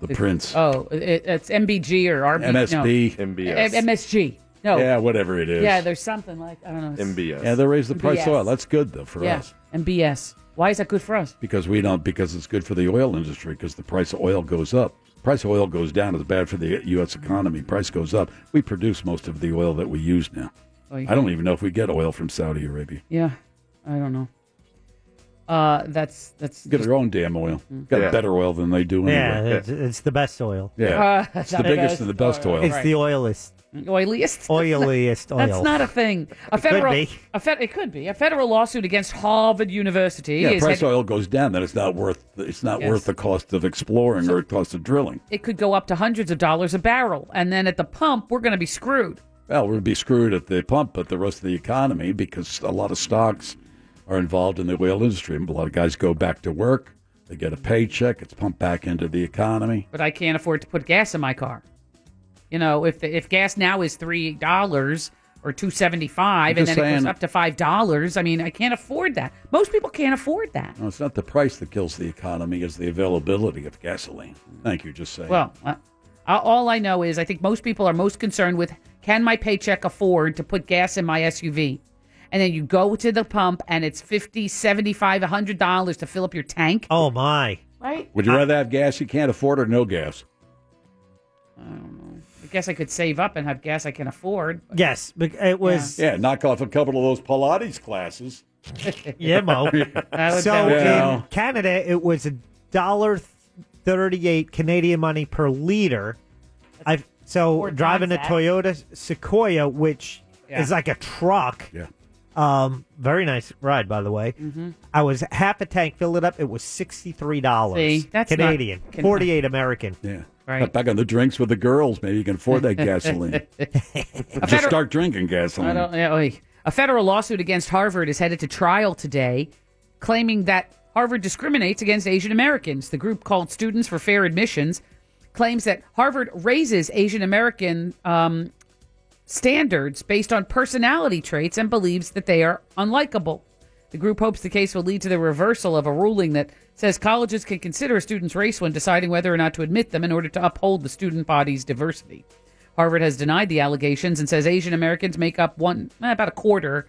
F: The prince,
G: Oh, it, it's MBG or RB.
F: MSB.
G: No,
E: MBS.
G: M- MSG. No.
F: Yeah, whatever it is.
G: Oh. Yeah, there's something like I don't know. It's-
E: MBS.
F: yeah, they raise the price of
G: BS.
F: oil. That's good though for
G: Yeah,
F: us.
G: MBS. Why is that good for us?
F: because we don't because it's good for the oil industry because the price of oil goes up price of oil goes down is bad for the u.s economy price goes up we produce most of the oil that we use now
G: Oh, yeah.
F: i don't even know if we get oil from saudi arabia
G: Yeah, I don't know. Uh, that's that's
F: get our own damn oil
G: Mm.
F: got
E: Yeah.
F: better oil than they do
H: Yeah,
F: anyway
H: it's, it's the best oil.
F: yeah
G: Uh,
F: it's the
G: not
F: biggest
G: best
F: and the best
G: oil.
F: oil
H: It's
G: Right.
H: the oiliest,
G: Mm-hmm. oiliest.
H: oiliest oil.
G: That's not a thing. A federal,
H: be.
G: a fed, it could be a federal lawsuit against Harvard University.
F: yeah
G: is
F: price
G: head-
F: of oil goes down then it's not worth it's not
G: Yes.
F: worth the cost of exploring or the cost of drilling
G: it could go up to hundreds of dollars a barrel, and then at the pump, we're going to be screwed.
F: well we'd be screwed at the pump but the rest of the economy because a lot of stocks are involved in the oil industry and a lot of guys go back to work They get a paycheck. It's pumped back into the economy.
G: but I can't afford to put gas in my car. You know, if the, if gas now is three dollars or two seventy five,
F: I'm
G: and
F: just
G: then it goes
F: saying-
G: up to five dollars, I mean, I can't afford that. Most people can't afford that.
F: No, it's not the price that kills the economy; it's the availability of gasoline. Thank you. Just saying.
G: Well, uh, I- all I know is I think most people are most concerned with can my paycheck afford to put gas in my SUV? And then you go to the pump and it's 50, 75, 100 dollars to fill up your tank.
F: Oh
H: my!
G: Right?
F: Would you rather have gas you can't afford or no gas?
G: I guess I could save up and have gas I can afford.
H: Yes, but it was.
F: Yeah, knock off a couple of those Pilates classes.
H: Yeah, Mo. so in Canada, it was a dollar thirty-eight Canadian money per liter. I've so
I: Four
H: driving a
I: times that.
H: Toyota Sequoia, which
I: Yeah.
H: is like a truck.
F: Yeah.
H: Um, very nice ride, by the way. I was half a tank filled it up. It was sixty-three dollars
G: See, that's not-
H: Canadian,
G: can-
H: forty-eight American.
F: Yeah,
G: Right.
F: Cut Back on the drinks with the girls. Maybe you can afford that gasoline. Just start drinking gasoline.
G: I don't, yeah, oy. a federal lawsuit against Harvard is headed to trial today, claiming that Harvard discriminates against Asian Americans. The group called Students for Fair Admissions claims that Harvard raises Asian American um, standards based on personality traits and believes that they are unlikable. The group hopes the case will lead to the reversal of a ruling that says colleges can consider a student's race when deciding whether or not to admit them in order to uphold the student body's diversity. Harvard has denied the allegations and says Asian Americans make up one eh, about a quarter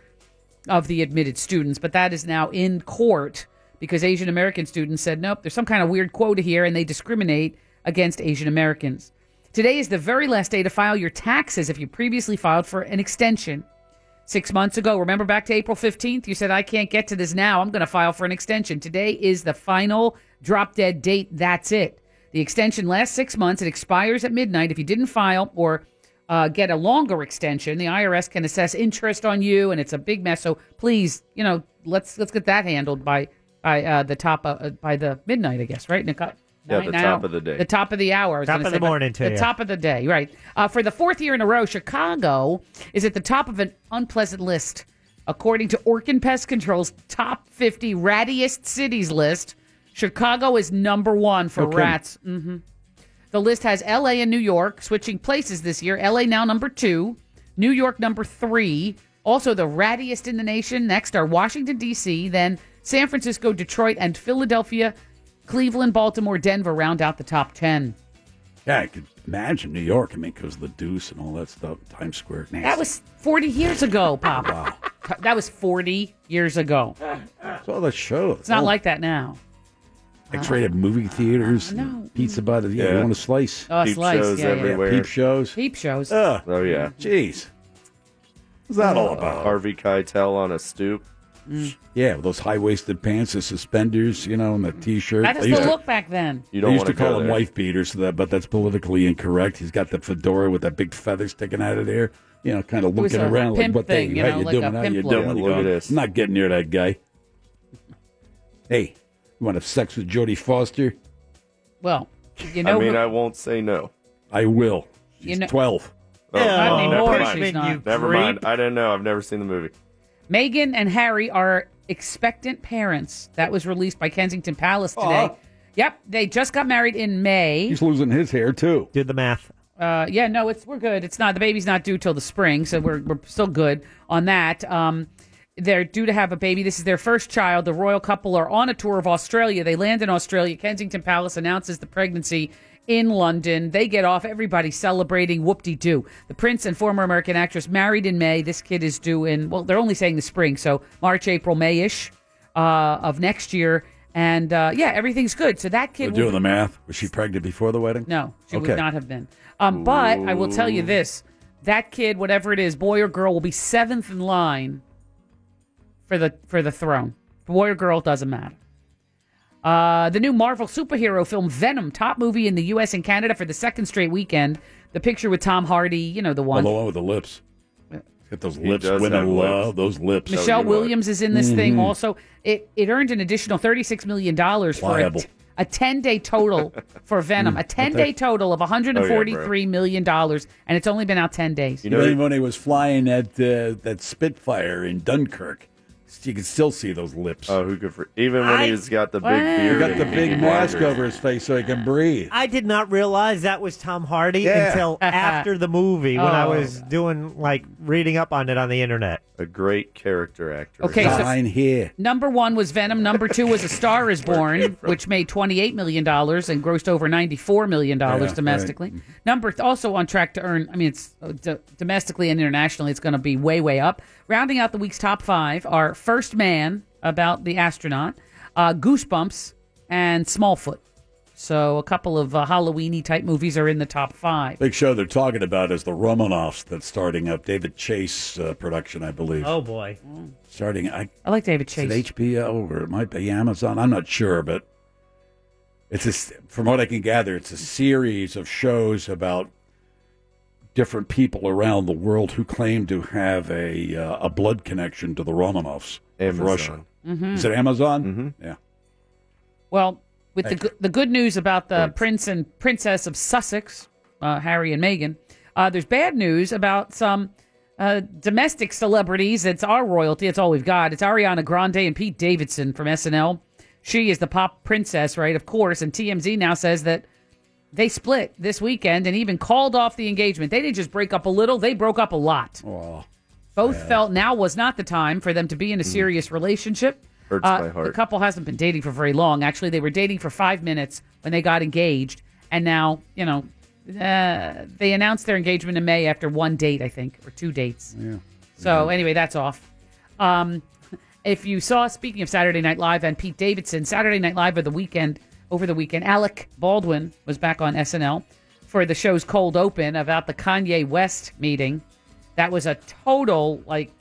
G: of the admitted students, but that is now in court because Asian American students said, nope, there's some kind of weird quota here and they discriminate against Asian Americans. Today is the very last day to file your taxes if you previously filed for an extension. Six months ago, remember back to April 15th, you said, I can't get to this now. I'm going to file for an extension. Today is the final drop dead date. That's it. The extension lasts six months. It expires at midnight. If you didn't file or uh, get a longer extension, the IRS can assess interest on you, and it's a big mess. So please, you know, let's let's get that handled by by uh, the top of, uh, by the midnight, I guess, right, Nicole?
E: Yeah, the
G: Nine
E: top
G: hour-
E: of the day.
G: The top of the hour. I was
H: Top
G: gonna
H: of the
G: but
H: morning to
G: The
H: you.
G: top of the day, right. Uh, for the fourth year in a row, Chicago is at the top of an unpleasant list. According to Orkin Pest Control's top 50 rattiest cities list, Chicago is number one for
K: No kidding.
G: rats. hmm The list has LA and New York switching places this year. LA now number two, New York number three. Also, the rattiest in the nation. Next are Washington, D.C., then San Francisco, Detroit, and Philadelphia. Cleveland, Baltimore, Denver round out the top 10.
F: Yeah, I could imagine New York. I mean, because the Deuce and all that stuff, Times Square. Nasty.
G: That was 40 years ago, Pop. That was 40 years ago.
F: That's all that show.
G: It's not like that now.
F: X-rated movie theaters, and pizza by the yeah. You
E: Yeah.
F: want a slice?
G: Oh, a Peep slice, shows yeah, yeah. everywhere.
F: Peep shows.
G: Peep shows.
F: Ugh.
E: Oh yeah.
F: Jeez. What's that all about?
E: Harvey Keitel on a stoop.
G: Mm.
F: Yeah, with those high-waisted pants, the suspenders, you know, and the t-shirt.
G: That is
F: They
G: the
F: used to-
G: look back then.
E: You don't
F: they used to
E: wanna go
F: call him
E: there.
F: wife beaters, so that, but that's politically incorrect. He's got the fedora with that big feather sticking out of there, you know, kind of
G: was
F: looking
G: a
F: around like
G: pimp
F: what
G: thing,
F: they,
G: you
F: how
G: know,
F: you
G: like
F: doing,
G: a
F: how
G: pimp
F: you
G: look.
F: doing.
G: Yeah,
F: You
G: look
F: go,
G: at this.
F: I'm not getting near that guy. Hey, you want to have sex with Jodie Foster?
G: Well, you know,
E: I mean,
G: who-
E: I won't say no.
F: I will.
G: You know-
F: 12.
E: Oh,
G: Ew, Not
E: never
G: anymore,
E: mind.
G: she's not. you
E: Never
G: creep.
E: mind. I don't know. I've never seen the movie.
G: Megan and Harry are expectant parents. That was released by Kensington Palace today.
F: Aw.
G: Yep, they just got married in May.
F: He's losing his hair too.
H: Do the math.
G: Uh, yeah, no, it's we're good. It's not the baby's not due till the spring, so we're we're still good on that. Um, they're due to have a baby. This is their first child. The royal couple are on a tour of Australia. They land in Australia. Kensington Palace announces the pregnancy in London. They get off. Everybody's celebrating. Whoop de doo. The prince and former American actress married in May. This kid is due in well, they're only saying the spring, so March, April, May ish uh, of next year. And uh, yeah, everything's good. So that kid
F: We're
G: will
F: doing
G: be-
F: the math. Was she pregnant before the wedding?
G: no, she
F: Okay.
G: would not have been. Um, but I will tell you
F: Ooh.
G: this: that kid, whatever it is, boy or girl, will be seventh in line for the for the throne. Boy or girl doesn't matter. Uh, the new Marvel superhero film Venom, top movie in the U.S. and Canada for the second straight weekend. The picture with Tom Hardy, you know the one.
F: Well, the one with the lips. Get those
E: He
F: lips.
E: does have
F: Women
E: lips.
F: love those lips.
G: Michelle Williams is in this thing
F: Mhm.
G: also. It it earned an additional thirty six million dollars for a,
F: Pliable.
G: a ten day total for Venom.
F: Mm,
G: a
F: I
G: ten day
F: think-
G: total of one hundred and forty
F: Oh,
G: three million dollars, and it's only been out ten days.
F: You know, even when he was flying that uh, that Spitfire in Dunkirk, You can still see those lips.
E: Oh, who could? For, even when
H: I-
E: he's got the big
G: Wow.
F: He
E: beard,
F: got
E: and
F: the
E: he
F: big
E: can
F: mask
E: wonder.
F: over his face so he can breathe.
H: I did not realize that was Tom Hardy
F: Yeah.
H: until after the movie when I
G: Oh.
H: was doing like reading up on it on the internet.
E: A great character actor.
G: Okay, so-
F: Dine here.
G: Number one was Venom. Number two was A Star Is Born, which made $28 million and grossed over $94 million
F: right.
G: domestically. Number th- also on track to earn, I mean, it's uh, d- domestically and internationally, it's going to be way, way up. Rounding out the week's top five are First Man, about the astronaut, uh, Goosebumps, and Smallfoot. So a couple of uh, Halloweeny type movies are in the top five.
F: Big show they're talking about is the Romanoffs that's starting up. David Chase uh, production, I believe.
H: Oh boy.
F: Starting, I,
G: I like David
F: is
G: Chase.
F: it HBO or it might be Amazon. I'm not sure, but it's a, s- from what I can gather, it's a series of shows about different people around the world who claim to have a uh, a blood connection to the Romanovs of
E: Amazon.
F: Russia. Is it Amazon? Mm-hmm. Yeah.
G: Well, with the,
F: Thank
G: go- the good news about the prince and princess of Sussex, uh, Harry and Meghan, uh, there's bad news about some uh, domestic celebrities. It's our royalty. It's all we've got. It's Ariana Grande and Pete Davidson from SNL. She is the pop princess, right? Of course. And TMZ now says that they split this weekend and even called off the engagement. They didn't just break up a little; they broke up a lot.
F: Well,
G: Both felt now was not the time for them to be in a serious relationship.
E: Mm.
G: Uh,
E: Hurts my
G: The
E: heart.
G: couple hasn't been dating for very long. Actually, they were dating for five minutes when they got engaged, and now you know uh, they announced their engagement in May after one date, I think, or two dates. Yeah. So anyway, that's off. Um, if you saw, speaking of Saturday Night Live and Pete Davidson, Saturday Night Live of the weekend over the weekend, Alec Baldwin was back on SNL for the show's cold open about the Kanye West meeting. That was a total like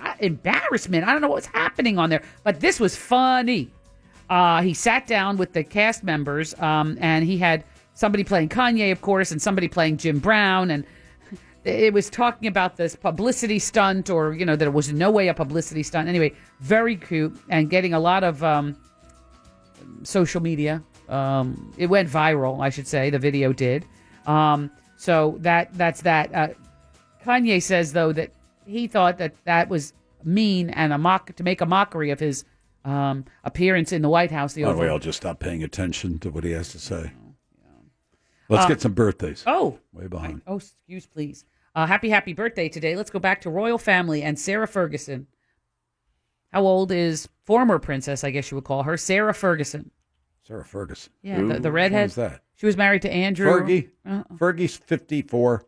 G: uh, embarrassment. I don't know what was happening on there, but this was funny. Uh, he sat down with the cast members, um, and he had somebody playing Kanye, of course, and somebody playing Jim Brown, and it was talking about this publicity stunt, or you know, that it was in no way a publicity stunt. Anyway, very cute and getting a lot of um, social media. Um, it went viral, I should say. The video did. Um, so that that's that. Uh, Kanye says though that he thought that that was mean and a mock to make a mockery of his um, appearance in the White House. The
F: why don't we
G: Oval
F: all just stop paying attention to what he has to say? Let's get some birthdays.
G: Uh, Oh,
F: Way behind.
G: oh, excuse please. Uh, happy, happy birthday today. Let's go back to royal family and Sarah Ferguson. How old is former princess? I guess you would call her Sarah Ferguson.
F: Sarah Ferguson.
G: Yeah, the, the
F: Who's
G: redhead.
F: that?
G: She was married to Andrew.
F: Fergie.
G: Uh-uh.
F: Fergie's 54.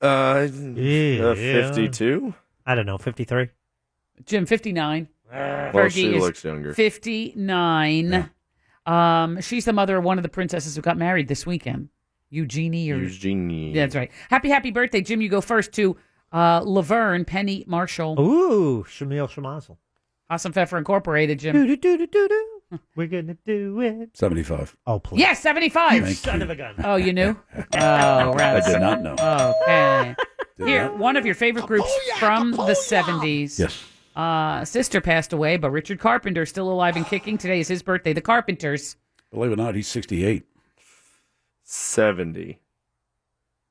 E: Uh, uh,
H: Yeah.
E: fifty-two.
H: I don't know, 53.
G: Jim, fifty nine.
E: Well,
H: Ah.
G: Fergie
E: she
G: is
E: looks younger.
G: Fifty nine. Um, she's the mother of one of the princesses who got married this weekend, Eugenie or
E: Eugenie.
G: Yeah, that's right. Happy, happy birthday, Jim. You go first to uh, Laverne Penny Marshall,
H: Ooh, Shamil Shamazel.
G: Awesome Pfeffer Incorporated, Jim.
H: Doo doo doo doo doo. We're gonna do it.
F: 75.
H: Oh please.
G: Yes, seventy five.
H: Son of a gun.
G: Oh, you knew? oh,
F: I
G: right.
F: did not know.
G: Okay.
F: Did
G: Here,
F: not-
G: one of your favorite groups from the 70s.
F: Yes.
G: Uh, sister passed away, but Richard Carpenter still alive and kicking. Today is his birthday. The Carpenters.
F: Believe it or not, he's 68.
E: Seventy.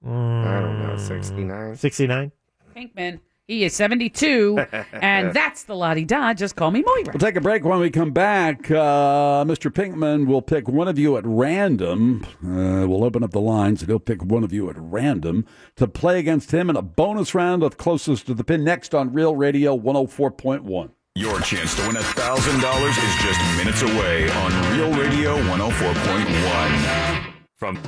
E: I don't know. Sixty-nine.
H: 69.
G: Pinkman. He is 72. and that's the Lottie Dod. Just call me Moira.
F: We'll take a break when we come back. Uh, Mr. Pinkman will pick one of you at random. Uh, we'll open up the lines and he'll pick one of you at random to play against him in a bonus round of closest to the pin next on Real Radio 104.1.
B: Your chance to win $1,000 is just minutes away on Real Radio 104.1.
A: From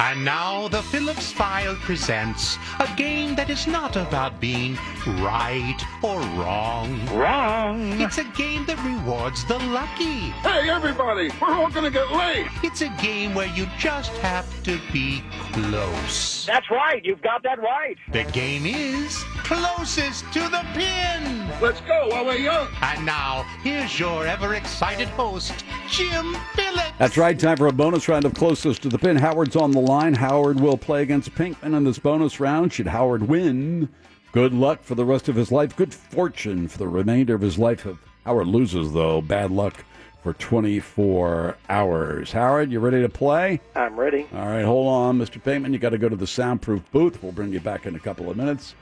I: And now the Phillips File presents a game that is not about being right or wrong. Wrong. It's a game that rewards the lucky.
K: Hey, everybody, we're all gonna get laid.
I: It's a game where you just have to be close.
C: That's right. You've got that right.
I: The game is closest to the pin.
K: Let's go while we're young.
I: And now here's your ever-excited host, Jim Phillips.
F: That's right. Time for a bonus round of closest to the pin. Howard's on the line. Howard will play against Pinkman in this bonus round. Should Howard win, good luck for the rest of his life. Good fortune for the remainder of his life. If Howard loses, though, bad luck for 24 hours. Howard, you ready to play?
L: Uh,
J: I'm ready.
F: All right, hold on, Mr. Pinkman. You got to go to the soundproof booth. We'll bring you back in a couple of minutes.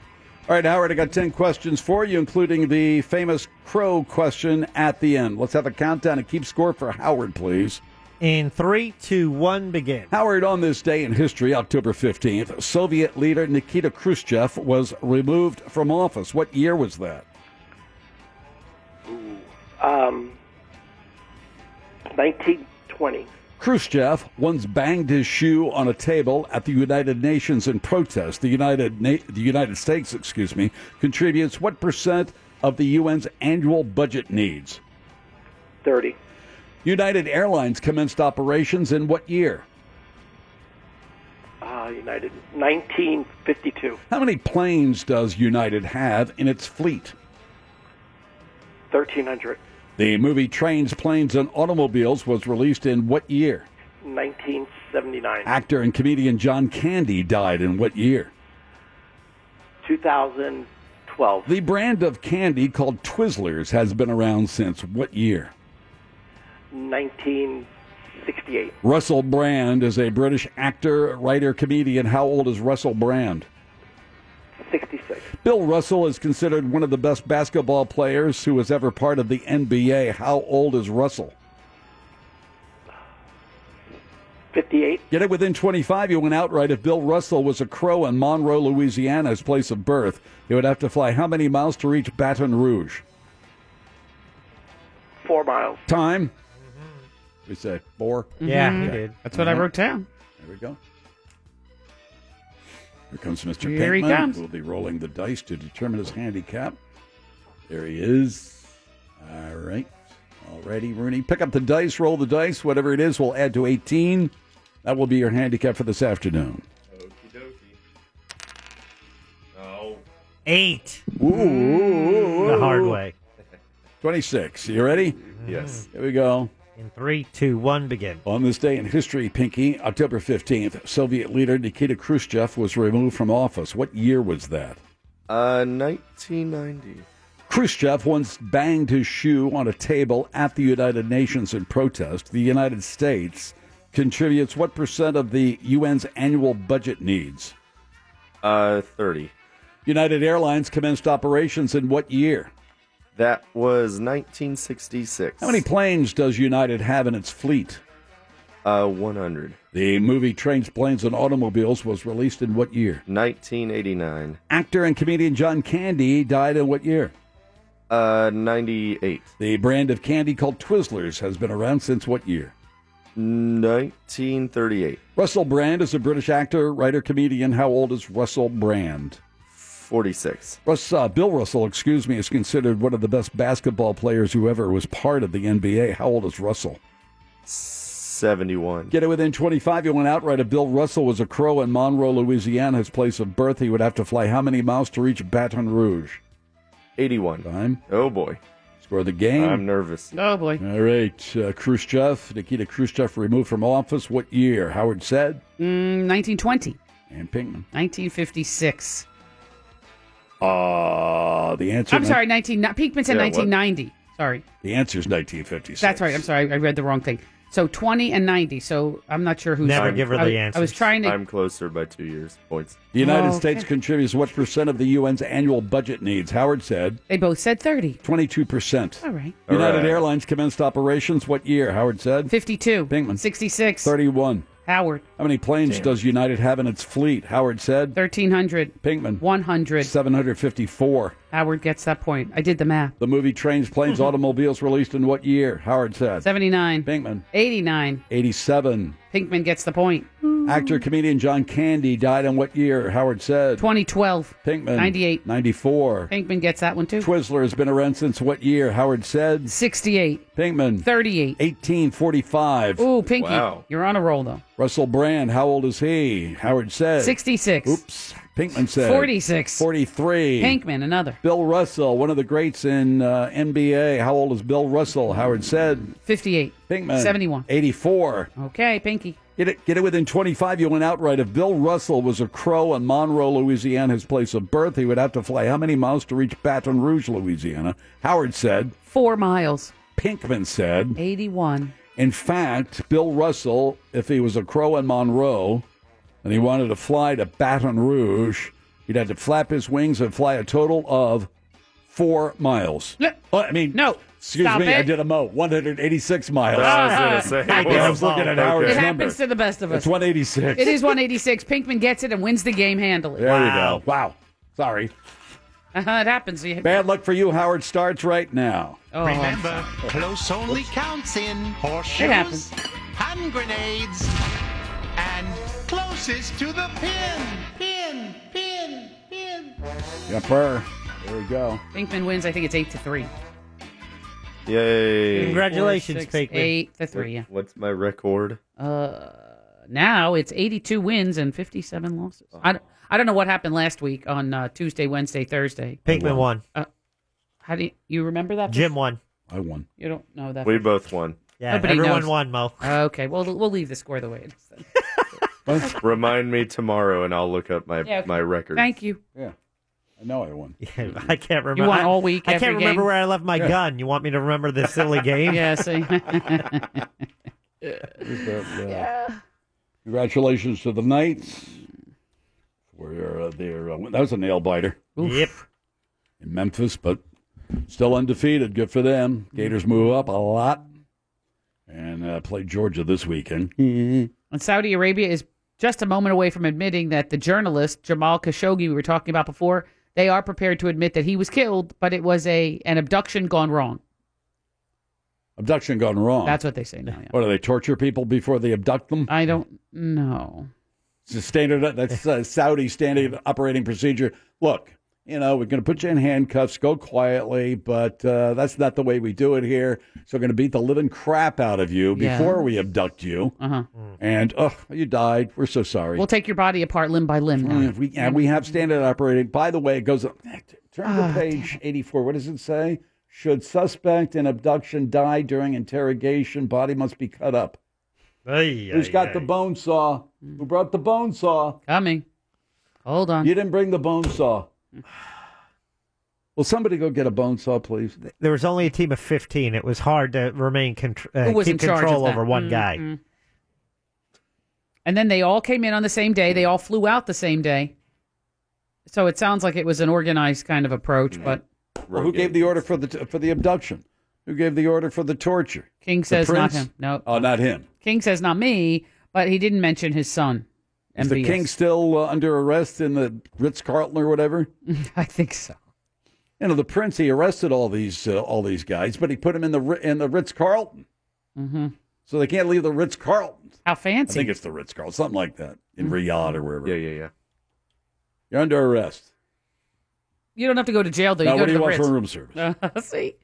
F: All right, Howard, I got 10 questions for you, including the famous crow question at the end. Let's have a countdown and keep score for Howard, please.
H: In three, two, one, begin.
F: Howard, on this day in history, October 15th, Soviet leader Nikita Khrushchev was removed from office. What year was that?
J: Um, 1920.
F: Khrushchev once banged his shoe on a table at the United Nations in protest. The United Na- the United States, excuse me, contributes what percent of the UN's annual budget needs?
J: 30.
F: United Airlines commenced operations in what year?
J: Uh, United. 1952.
F: How many planes does United have in its fleet?
J: 1300.
F: The movie Trains, Planes, and Automobiles was released in what year?
J: 1979.
F: Actor and comedian John Candy died in what year?
J: 2012.
F: The brand of candy called Twizzlers has been around since what year?
J: 1968.
F: Russell Brand is a British actor, writer, comedian. How old is Russell Brand?
J: 66.
F: Bill Russell is considered one of the best basketball players who was ever part of the NBA. How old is Russell?
J: 58.
F: Get it within 25, you went outright. If Bill Russell was a crow in Monroe, Louisiana, his place of birth, he would have to fly how many miles to reach Baton Rouge?
J: Four miles.
F: Time? We say four.
H: Mm-hmm.
F: Mm-hmm.
H: Yeah,
G: Mhm.
H: you did.
G: That's what I
E: Mm-hmm.
G: wrote down.
F: There we go. Here comes Mr.
G: Here he
F: Pinkman.
G: comes.
F: We'll be rolling the dice to determine his handicap. There he is. All right. Alrighty, Rooney. Pick up the dice, roll the dice, whatever it is, we'll add to 18. That will be your handicap for this afternoon.
M: No.
H: Eight.
F: Ooh.
H: The hard way.
F: 26. You ready?
H: Yes.
F: Here we go.
H: In three, two, one, begin.
F: On this day in history, Pinky, October 15th, Soviet leader Nikita Khrushchev was removed from office. What year was that?
E: Uh, 1990.
F: Khrushchev once banged his shoe on a table at the United Nations in protest. The United States contributes what percent of the UN's annual budget needs?
E: Uh, 30.
F: United Airlines commenced operations in what year?
E: That was 1966.
F: How many planes does United have in its fleet?
E: Uh, 100.
F: The movie Trains, Planes, and Automobiles was released in what year?
E: 1989.
F: Actor and comedian John Candy died in what year?
E: Uh, 98.
F: The brand of candy called Twizzlers has been around since what year?
E: 1938.
F: Russell Brand is a British actor, writer, comedian. How old is Russell Brand?
E: 46.
F: Russ, uh, Bill Russell, excuse me, is considered one of the best basketball players who ever was part of the NBA. How old is Russell?
E: 71.
F: Get it within 25. You went outright. If Bill Russell was a crow in Monroe, Louisiana, his place of birth, he would have to fly how many miles to reach Baton Rouge?
E: 81.
F: Time.
E: Oh boy.
F: Score the game.
E: I'm nervous.
G: Oh boy.
F: All right. Uh, Khrushchev, Nikita Khrushchev removed from office. What year? Howard said.
G: Mm, 1920,
F: And Pinkman.
G: 1956.
F: Uh, the answer.
G: I'm sorry, 19. no- Pinkman said
F: Yeah, what?
G: 1990. Sorry,
F: The answer is 1956.
G: that's right. I'm sorry, I read the wrong thing. So 20 and 90. So I'm not sure who's I, I was trying to.
E: I'm closer by two years points.
F: The United
G: Oh,
F: States
G: okay.
F: contributes what percent of the UN's annual budget needs? Howard said
G: They both said 30.
F: 22%.
G: All right.
F: United
G: All right.
F: Airlines commenced operations what year? Howard said
G: 52.
F: Pinkman
G: 66.
F: 31.
G: Howard
F: How many planes
G: Damn.
F: does United have in its fleet? Howard said
G: 1300.
F: Pinkman
G: 100.
F: 754.
G: Howard gets that point. I did the math.
F: The movie Trains, Planes, Automobiles released in what year? Howard said
G: 79.
F: Pinkman
G: 89.
F: 87.
G: Pinkman gets the point.
F: Actor comedian John Candy died in what year? Howard said
G: 2012.
F: Pinkman
G: 98.
F: 94.
G: Pinkman gets that one too.
F: Twizzler has been around since what year? Howard said
G: 68.
F: Pinkman
G: 38.
F: 1845.
G: Ooh, Pinky. You're on a roll though.
F: Russell Brand, how old is he? Howard said
G: 66.
F: Oops. Pinkman said
G: 46.
F: 43.
G: Pinkman, another.
F: Bill Russell, one of the greats in uh, NBA. How old is Bill Russell? Howard said
G: 58.
F: Pinkman
G: 71.
F: 84.
G: Okay, Pinky.
F: Get it, get it within 25. You went outright. If Bill Russell was a crow in Monroe, Louisiana, his place of birth, he would have to fly how many miles to reach Baton Rouge, Louisiana? Howard said.
G: Four miles.
F: Pinkman said.
G: 81.
F: In fact, Bill Russell, if he was a crow in Monroe and he wanted to fly to Baton Rouge, He'd had to flap his wings and fly a total of four miles. Oh, I mean, no. Excuse
G: stop
F: me, I
G: it.
F: did a mo 186 miles.
G: Ah. I
E: was gonna say,
F: I,
E: wow.
F: was looking at Howard's
G: it
F: number.
G: happens to the best of us.
F: It's 186.
G: It is 186. Pinkman gets it and wins the game handily.
F: There you go. Wow. Sorry.
G: Uh-huh, it happens. You- Oh.
F: Bad luck for you. Howard starts right now.
I: Remember, close only counts in
F: It
I: horseshoes,
F: happens.
I: hand grenades, and closest to the pin. Pin, pin, pin.
F: Yep, her. There we go.
G: Pinkman wins. I think it's eight to three.
E: Yay.
G: Congratulations, Four, six, Pinkman. eight to three, yeah.
E: What's my record?
G: Uh, now it's 82 wins and 57 losses.
F: Oh.
G: I, don't- I don't know what happened last week on uh, Tuesday, Wednesday, Thursday.
H: Pinkman won.
G: Uh, how do you, you remember that?
H: Jim won.
F: I won.
G: You don't know that.
E: We both won.
H: Yeah, everyone won, Mo.
G: Okay, well, we'll leave the score the way it is. Then.
E: Remind me tomorrow, and I'll look up my
G: Yeah, okay.
E: my record.
G: Thank you.
F: Yeah. I know I won.
H: I can't remember.
G: won
H: I-
G: all week,
H: I,
G: every
H: can't remember
G: game?
H: where I left my
G: Yeah.
H: gun. You want me to remember this silly game?
G: Yeah, see.
F: uh, Congratulations to the Knights. For uh, their, uh, that was a nail biter.
H: Yep.
F: In Memphis, but still undefeated. Good for them. Gators move up a lot and uh, play Georgia this weekend.
G: And Saudi Arabia is just a moment away from admitting that the journalist Jamal Khashoggi we were talking about before, they are prepared to admit that he was killed, but it was a an abduction gone wrong.
F: Abduction gone wrong.
G: That's what they say now. Yeah.
F: What do they torture people before they abduct them?
G: I don't know.
F: It's a standard. That's a Saudi standard operating procedure. Look, you know, we're going to put you in handcuffs. Go quietly, but uh, that's not the way we do it here. So we're going to beat the living crap out of you
G: Yeah.
F: before we abduct you.
G: Uh-huh.
F: And oh, you died. We're so sorry.
G: We'll take your body apart limb by limb. now.
F: Mm, we, and we have standard operating. By the way, it goes. Turn to
G: Ah,
F: page eighty-four. What does it say? Should suspect in abduction die during interrogation, body must be cut up. Who's got the bone saw? Who brought the bone saw?
G: Coming. Hold on.
F: You didn't bring the bone saw. Will somebody go get a bone saw, please?
H: There was only a team of 15. It was hard to remain contr-
G: Who
H: uh,
G: was
H: keep
G: in charge of
H: control
G: that? Mm,
H: over one guy.
G: Mm-mm. And then they all came in on the same day. They all flew out the same day. So it sounds like it was an organized kind of approach, but
F: Well, who gave the order for the for the abduction? Who gave the order for the torture?
G: King
F: The
G: says not
F: prince?
G: him. No.
F: Oh, not him.
G: King says not me, but he didn't mention his son.
F: Is the
G: MBS.
F: king still uh, under arrest in the Ritz Carlton or whatever?
G: I think so.
F: You know, the prince he arrested all these uh, all these guys, but he put them in the Ri- in the Ritz Carlton,
G: Mm-hmm.
F: so they can't leave the Ritz Carlton.
G: How
F: I
G: fancy. Mm-hmm.
F: think it's the Ritz Carlton, something like that, in Riyadh or wherever. Yeah,
E: yeah, yeah.
F: You're under arrest.
G: You don't have to go to jail, though.
F: now,
G: you go to
F: what do you
G: the
F: want
G: Ritz.
F: for room service?
G: Uh, see,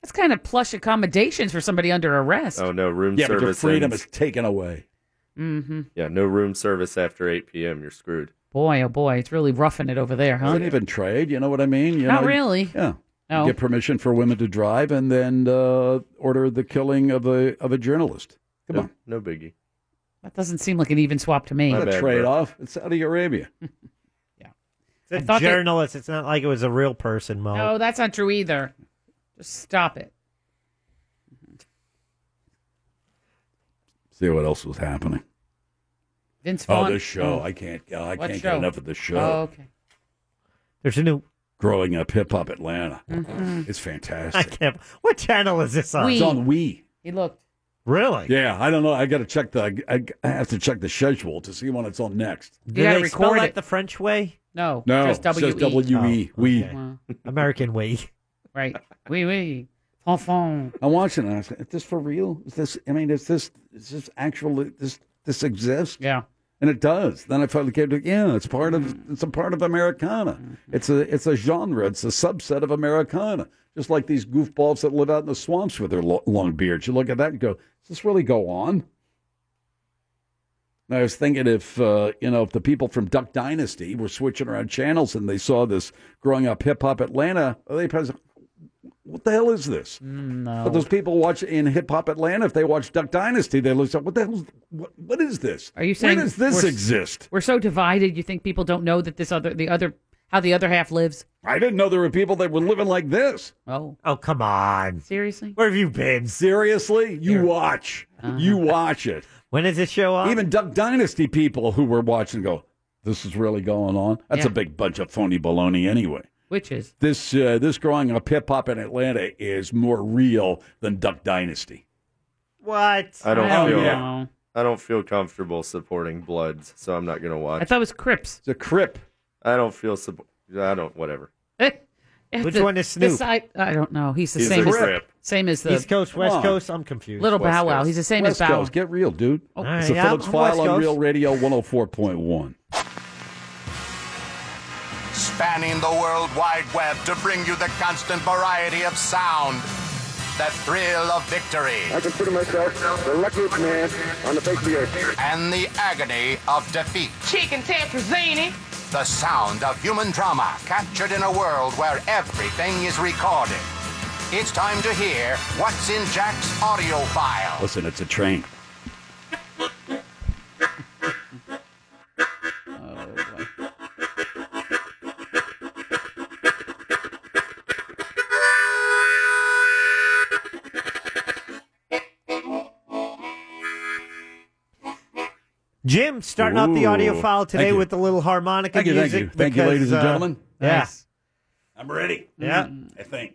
G: that's kind of plush accommodations for somebody under arrest.
E: Oh no, room
F: yeah, but
E: service.
F: your freedom
E: ends-
F: is taken away.
G: Mm-hmm.
E: Yeah, no room service after 8 p.m. You're screwed.
G: Boy, oh boy, it's really roughing it over there,
F: I
G: huh?
F: wouldn't even trade. You know what I mean? You
G: Not
F: know,
G: really.
F: Yeah.
G: No.
F: Get permission for women to drive, and then uh, order the killing of a of a journalist. Come
E: no,
F: on,
E: no biggie.
G: That doesn't seem like an even swap to me.
F: Not a trade off. It's Saudi Arabia.
G: I
H: It's a
G: thought they-
H: journalist. It's not like it was a real person, Mo.
G: No, that's not true either. Just stop it.
F: See what else was happening.
G: Vince
F: Oh,
G: Vaughn. Mm.
F: this show. I can't. oh, I
G: What
F: can't
G: show?
F: get enough of this show.
G: Oh, okay.
H: There's a new. Mm-hmm.
F: Growing up, hip hop Atlanta. It's
H: I
F: fantastic.
H: can't. What channel is this on?
F: It's on We.
G: He looked.
H: Really?
F: Yeah, I don't know. I got to check the. I, I have to check the schedule to see when it's on next.
H: Do
G: gotta
H: they spell
G: record
H: it
G: it.
H: the French way? Oh,
G: No.
F: No,
G: Just
F: it
G: W E.
F: says W-E, we.
G: Wow.
H: E. American way.
G: Right. E, Oui, oui. Fanfan.
F: I'm watching it. I said, "Is this for real? Is this? I mean, is this? Is this actually? This this exists?
G: Yeah. Mm.
F: And it does. Then I finally came to yeah, it's part of it's a part of Americana.
G: Mm-hmm.
F: It's a it's a genre. It's a subset of Americana. Just like these goofballs that live out in the swamps with their lo- long beards. You look at that and go, does this really go on? And I was thinking if uh, you know if the people from Duck Dynasty were switching around channels and they saw this growing up hip hop Atlanta, they probably said, what the hell is this? But
G: Mm, No.
F: those people watch in hip hop Atlanta, if they watch Duck Dynasty, they look up. What the hell? What, what is this?
G: Are you saying
F: where does this
G: we're-
F: exist?
G: We're so divided. You think people don't know that this other, the other, how the other half lives?
F: I didn't know there were people that were living like this.
G: Oh,
H: Oh, come on.
G: seriously? Uh-huh.
H: Where have you been?
F: Seriously, you watch, you watch it.
H: When is this show on?
F: Even Duck Dynasty people who were watching go, this is really going on. That's a
G: Yeah.
F: big bunch of phony baloney anyway.
G: Which is
F: This uh, this growing up hip hop in Atlanta is more real than Duck Dynasty.
H: What?
E: I don't
F: Oh,
E: feel.
F: yeah.
E: I don't feel comfortable supporting Bloods, so I'm not gonna watch.
G: I thought it was Crips.
F: It's a Crip.
E: I don't feel. Sub- I don't. Whatever.
G: Eh,
H: Which
G: The-
H: one is
G: the
H: Snoop?
G: side- I don't know. He's the
E: He's
G: same
E: a
G: as,
E: Crip.
G: same as the
H: East Coast, West
G: Come on.
H: Coast. I'm confused.
G: Little
H: West
G: Bow Wow.
H: Coast.
G: He's the same
F: West
G: as Bow.
F: Coast, get real, dude.
G: Oh.
H: All right,
F: It's the
H: yeah,
F: Phillips
H: I'm
F: File
H: West
F: on
H: Coast.
F: Real Radio 104.1.
M: spanning the World Wide Web to bring you the constant variety of sound, the thrill of victory,
K: I consider myself the luckiest man on the face of the earth.
M: and the agony of defeat. Chicken tetrazzini. The sound of human drama captured in a world where everything is recorded. It's time to hear what's in Jack's audio file.
F: Listen, it's a train.
H: Jim starting off the audio
F: Ooh.
H: file today
F: Thank you.
H: with a little harmonica
F: Thank you, thank
H: music.
F: you. Thank you,
H: because,
F: ladies and
H: uh,
F: gentlemen.
H: Yeah.
F: I'm ready.
H: Yeah.
F: I think.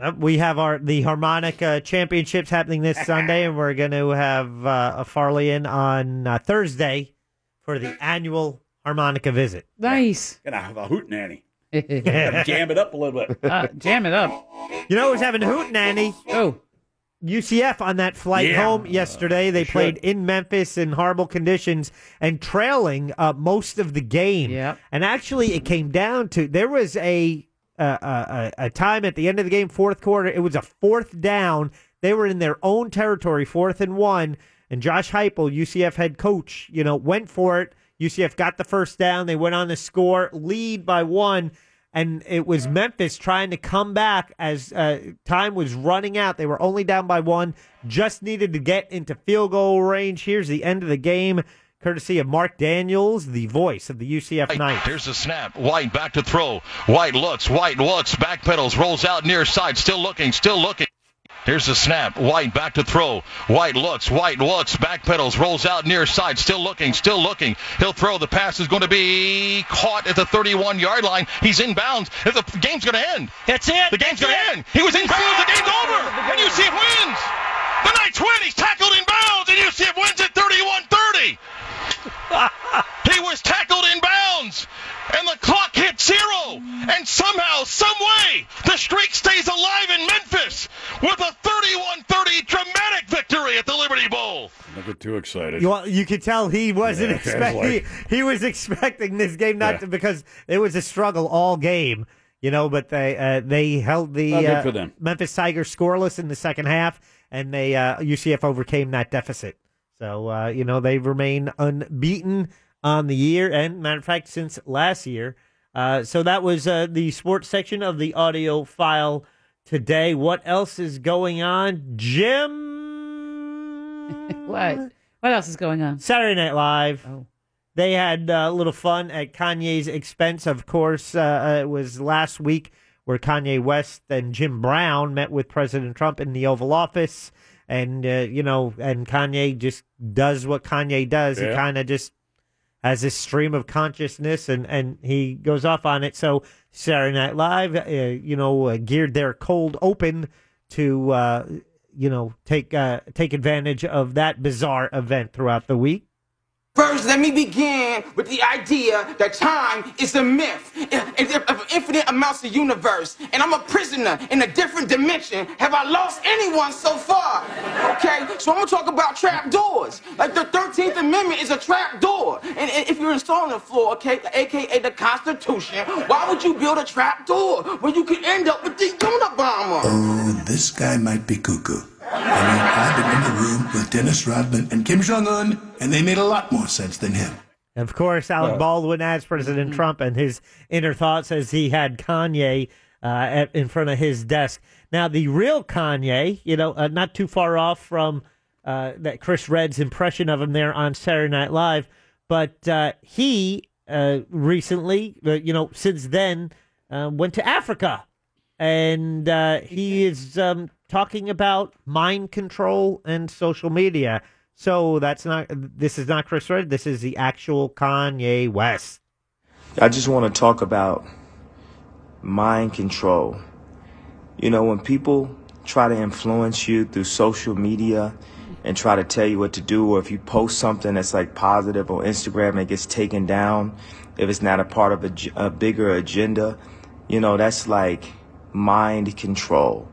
H: Uh, We have our the harmonica championships happening this Sunday, and we're going to have uh, a Farley in on uh, Thursday for the annual harmonica visit.
G: Nice.
F: Gonna have a hoot nanny.
H: you
F: jam it up a little bit.
G: Uh, jam it up.
H: know, who was having a hoot nanny.
G: Oh,
H: UCF on that flight
G: Yeah.
H: home yesterday. They played in Memphis in horrible conditions and trailing uh, most of the game. Yeah. And actually, it came down to there was a uh, uh, a a time at the end of the game, fourth quarter. It was a fourth down. They were in their own territory, fourth and one. And Josh Heupel, UCF head coach, you know, went for it. UCF got the first down. They went on to score, lead by one and it was Memphis trying to come back as uh, time was running out. They were only down by one, just needed to get into field goal range. Here's the end of the game, courtesy of Mark Daniels, the voice of the UCF Knights.
N: Here's the snap. White back to throw. White looks. White looks. Back pedals. Rolls out near side. Still looking. Still looking. Here's the snap. White back to throw. White looks. White looks. Back pedals. Rolls out near side. Still looking. Still looking. He'll throw. The pass is going to be caught at the 31 yard line. He's inbounds. The game's going to end. That's it. The game's going to end. He was inbounds. The game's over. And UCF wins. The Knights win. He's tackled inbounds. And UCF wins at 31 30. he was tackled in bounds, and the clock hit zero. And somehow, some way, the streak stays alive in Memphis with a 31-30 dramatic victory at the Liberty Bowl.
F: Don't get too excited.
H: You, you could tell he wasn't
F: Yeah, it's
H: expecting.
F: like-
H: he, he was expecting this game not
F: Yeah.
H: to because it was a struggle all game, you know. But they uh, they held the
F: Well, good
H: uh,
F: for them.
H: Memphis Tigers scoreless in the second half, and they uh, UCF overcame that deficit. So uh, you know they remain unbeaten on the year, and matter of fact, since last year. Uh, so that was uh, the sports section of the audio file today. What else is going on, Jim?
G: what? What else is going on? Oh.
H: Saturday Night Live. They had uh, a little fun at Kanye's expense. Of course, uh, uh, it was last week where Kanye West and Jim Brown met with President Trump in the Oval Office. And, uh, you know, and Kanye just does what Kanye does. He
O: Yeah.
H: kind of just has this stream of consciousness and, and he goes off on it. So Saturday Night Live, uh, you know, uh, geared their cold open to, uh, you know, take uh, take advantage of that bizarre event throughout the week.
P: First, let me begin with the idea that time is a myth eh, and of infinite amounts of universe, and I'm a prisoner in a different dimension. Have I lost anyone so far? Okay, so I'm gonna talk about trap doors. Like the 13th Amendment is a trap door, and and if you're installing a floor, okay, aka the Constitution, why would you build a trap door when you could end up with the Unabomber?
L: Oh, this guy might be cuckoo. I mean, I've been in the room with Dennis Rodman and Kim Jong Un, and they made a lot more sense than him.
H: Of course, Alec
L: Well-
H: Baldwin as President Trump and his inner thoughts as he had Kanye uh, at, in front of his desk. Now, the real Kanye, you know, uh, not too far off from uh, that Chris Red's impression of him there on Saturday Night Live, but uh, he uh, recently, uh, you know, since then, uh, went to Africa and uh, he is um, talking about mind control and social media. So that's not. This is not Chris Red. This is the actual Kanye West.
O: I just want to talk about mind control. You know, when people try to influence you through social media and try to tell you what to do, or if you post something that's like positive on Instagram and it gets taken down, if it's not a part of a, g- a bigger agenda, you know, that's like mind control.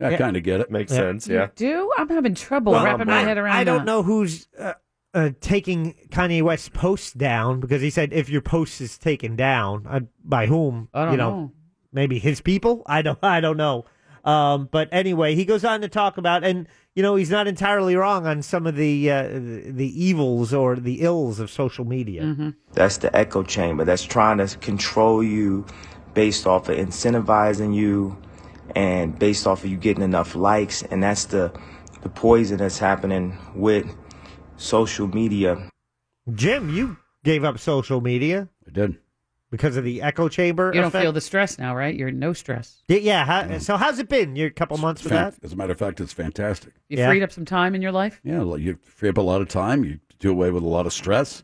F: I kind of get it.
E: Makes
O: Yeah.
E: sense.
O: yeah.
G: Do I'm having trouble wrapping my head around.
H: I don't
G: that.
H: know who's uh, uh, taking Kanye West's post down because he said if your post is taken down uh, by whom,
G: I don't
H: you know,
G: know.
H: maybe his people. I don't. I don't know. Um, but anyway, he goes on to talk about, and you know, he's not entirely wrong on some of the uh, the the evils or the ills of social media.
G: Mm-hmm.
O: That's the echo chamber. That's trying to control you based off of incentivizing you and based off of you getting enough likes. And that's the, the poison that's happening with social media.
H: Jim, you gave up social media.
F: I did
H: because of the echo chamber.
G: You don't
H: effect?
G: feel the stress now, right? You're no stress.
H: Y- Yeah. How, So how's it been? Your couple months with
F: Fan-
H: that?
F: As a matter of fact, it's fantastic.
G: You freed up some time in your life.
F: Yeah, like, you free up a lot of time. You do away with a lot of stress.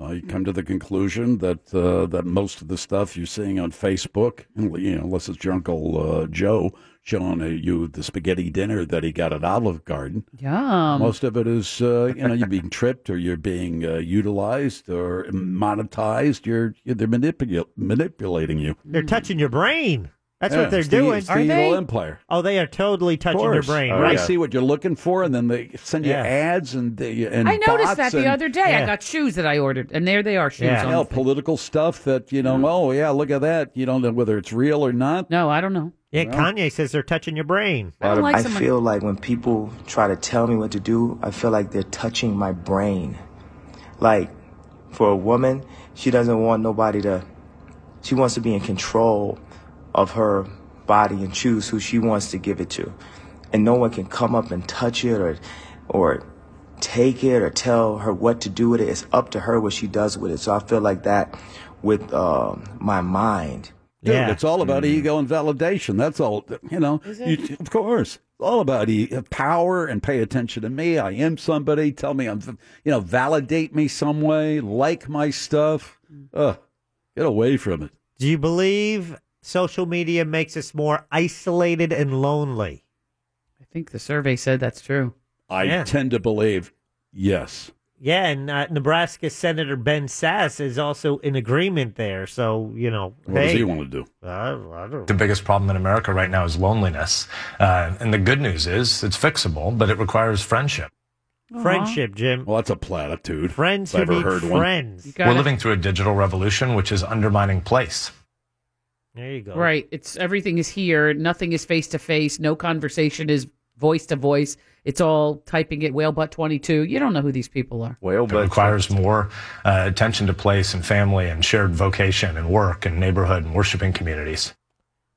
F: Uh, you come to the conclusion that uh, that most of the stuff you're seeing on Facebook, and, you know, unless it's your uncle uh, Joe showing uh, you the spaghetti dinner that he got at Olive Garden,
G: Yum.
F: most of it is uh, you know you're being tripped or you're being uh, utilized or monetized. You're, they're manipu- manipulating you.
G: Hmm.
H: They're touching your brain. That's
F: Yeah,
H: what they're
F: it's the-
H: doing.
F: it's the Are evil they? empire.
H: Oh, they are totally touching your
F: course.
H: brain.
F: Oh,
H: right.
F: They see what you're looking for, and then they send you
H: Yeah.
F: ads and they, and
G: I noticed
F: bots
G: that the
F: and-
G: other day. I got shoes that I ordered, and there they are shoes.
F: Yeah,
G: On the
F: Hell,
G: thing.
F: political stuff that you know. Oh yeah, look at that. You don't know whether it's real or not.
G: No, I don't know.
H: Yeah, Kanye says they're touching your brain.
O: I feel like when people try to tell me what to do, I feel like they're touching my brain. Like, for a woman, she doesn't want nobody to, she wants to be in control of her body and choose who she wants to give it to. And no one can come up and touch it or, or take it or tell her what to do with it. It's up to her what she does with it. So I feel like that with um my mind.
F: Dude, it's all
H: Mm.
F: about ego and validation. That's all. You know, you, of course, all about e- power and pay attention to me. I am somebody. Tell me I'm, you know, validate me some way. Like my stuff.
G: Mm.
F: Ugh, get away from it.
H: Do you believe social media makes us more isolated and lonely?
G: I think the survey said that's true.
F: I
H: Yeah.
F: tend to believe yes.
H: Yeah, and uh, Nebraska Senator Ben Sass is also in agreement there. So you know, hey, Uh,
F: to do?
H: I don't
Q: The biggest problem in America right now is loneliness. Uh, and the good news is it's fixable, but it requires friendship.
H: Friendship, Jim.
F: Well, that's a platitude.
H: Friends who need friends.
Q: We're living through a digital revolution, which is undermining place.
H: There you go.
G: Right. It's everything is here. Nothing is face to face. No conversation is voice to voice. It's all typing it whale butt twenty two. You don't know who these people are.
Q: Well, but it requires more uh, attention to place and family and shared vocation and work and neighborhood and worshiping communities.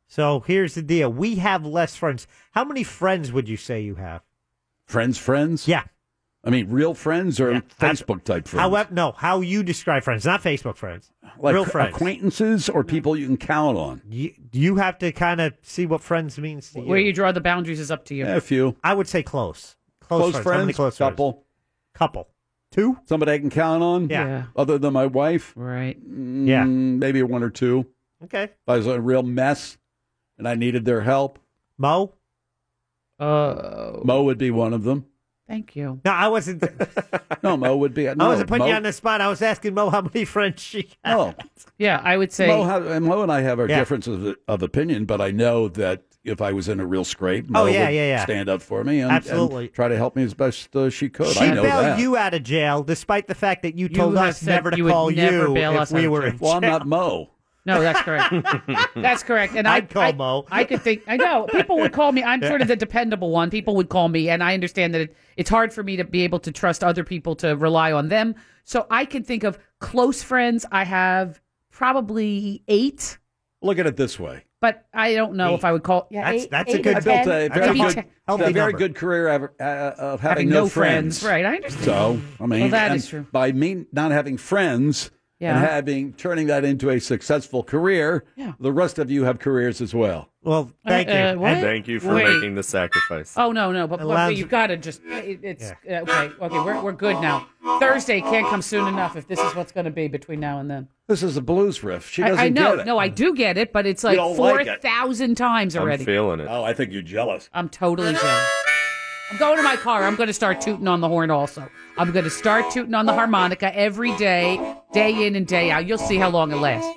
H: So here's the deal: we have less friends. How many friends would you say you have?
F: Friends, friends.
H: Yeah.
F: I mean, real friends or Facebook type friends.
H: However, no, how you describe friends, not Facebook friends,
F: like
H: real friends.
F: acquaintances or people you can count on.
H: You, you have to kind of see what friends means to you.
G: Where you draw the boundaries is up to you.
F: Yeah, a few.
H: I would say close. Close, friends. How many close
F: couple,
H: friends? couple, two.
F: Somebody I can count on.
H: Yeah. Yeah.
F: Other than my wife.
G: Right.
F: yeah. Maybe one or two.
H: Okay.
F: If I was a real mess, and I needed their help.
H: Mo.
G: Uh.
F: Mo would be one of them.
G: Thank you.
H: No, I wasn't.
F: No, Mo would be.
H: I
F: no,
H: wasn't putting
F: Mo,
H: you on the spot. I was asking Mo how many friends she had.
F: No.
G: Yeah, I would say.
F: Mo, ha- and Mo and I have our
H: Yeah.
F: differences of, of opinion, but I know that if I was in a real scrape, Mo
H: Oh, yeah,
F: would
H: yeah, yeah.
F: stand up for me and, and
H: Absolutely.
F: try to help me as best uh, she could.
H: She
F: I know
H: bailed
F: that.
H: you out of jail, despite the fact that you told
G: have
H: us
G: said
H: never to
G: you would
H: call
G: never
H: you
G: bail
H: if
G: us out
H: we
G: of
H: were
G: jail.
H: in jail.
F: well, I'm not Mo.
G: No, that's correct. That's correct. And I,
H: I'd call
G: I,
H: Mo.
G: I could think. I know people would call me. I'm sort of the dependable one. People would call me, and I understand that it, it's hard for me to be able to trust other people to rely on them. So I can think of close friends. I have probably eight,
F: Look at it this way.
G: but I don't know if I would call. Yeah, eight- eight
F: I
G: or
F: built
G: 10,
F: a very
G: maybe
F: good,
G: 10.
F: a very good career of, uh, of having,
G: Having no friends. Right, I understand.
F: So I mean,
G: Well, that
F: and
G: is true.
F: By me not having friends,
G: Yeah.
F: and having turning that into a successful career,
G: Yeah.
F: the rest of you have careers as well.
H: Well,
G: thank Uh, you. uh, what?
E: And thank you for
G: Wait.
E: making the sacrifice.
G: Oh no, no, but,
E: Allows-
G: but you've got to just it, it's uh, okay. Okay, we're we're good now. Thursday can't come soon enough if this is what's going to be between now and then.
F: This is a blues riff. She
G: I,
F: doesn't
G: I know,
F: get it.
G: no, I do get it, but it's
F: You
G: like
F: don't
G: four
F: like it.
G: thousand times already. I'm,
F: feeling it. Oh, I think you're jealous.
G: totally jealous. I'm going to my car. I'm going to start tooting on the horn. Also, I'm going to start tooting on the harmonica every day, day in and day out. You'll see how long it lasts.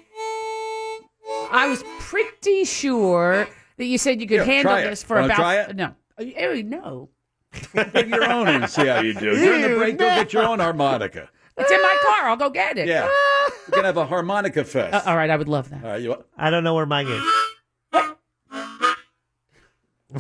G: I was pretty sure that you said you could
F: Here,
G: handle
F: try it.
G: this for
F: Wanna
G: about
F: try it?
G: no, Eh, no.
F: Bring your own in and see how you do. During the
G: Ew,
F: break, go
G: no.
F: get your own harmonica.
G: It's in my car. I'll go get it.
F: Yeah. We're going to have a harmonica fest.
G: Uh, all right, I would love that.
F: All right, you,
H: I don't know where mine is.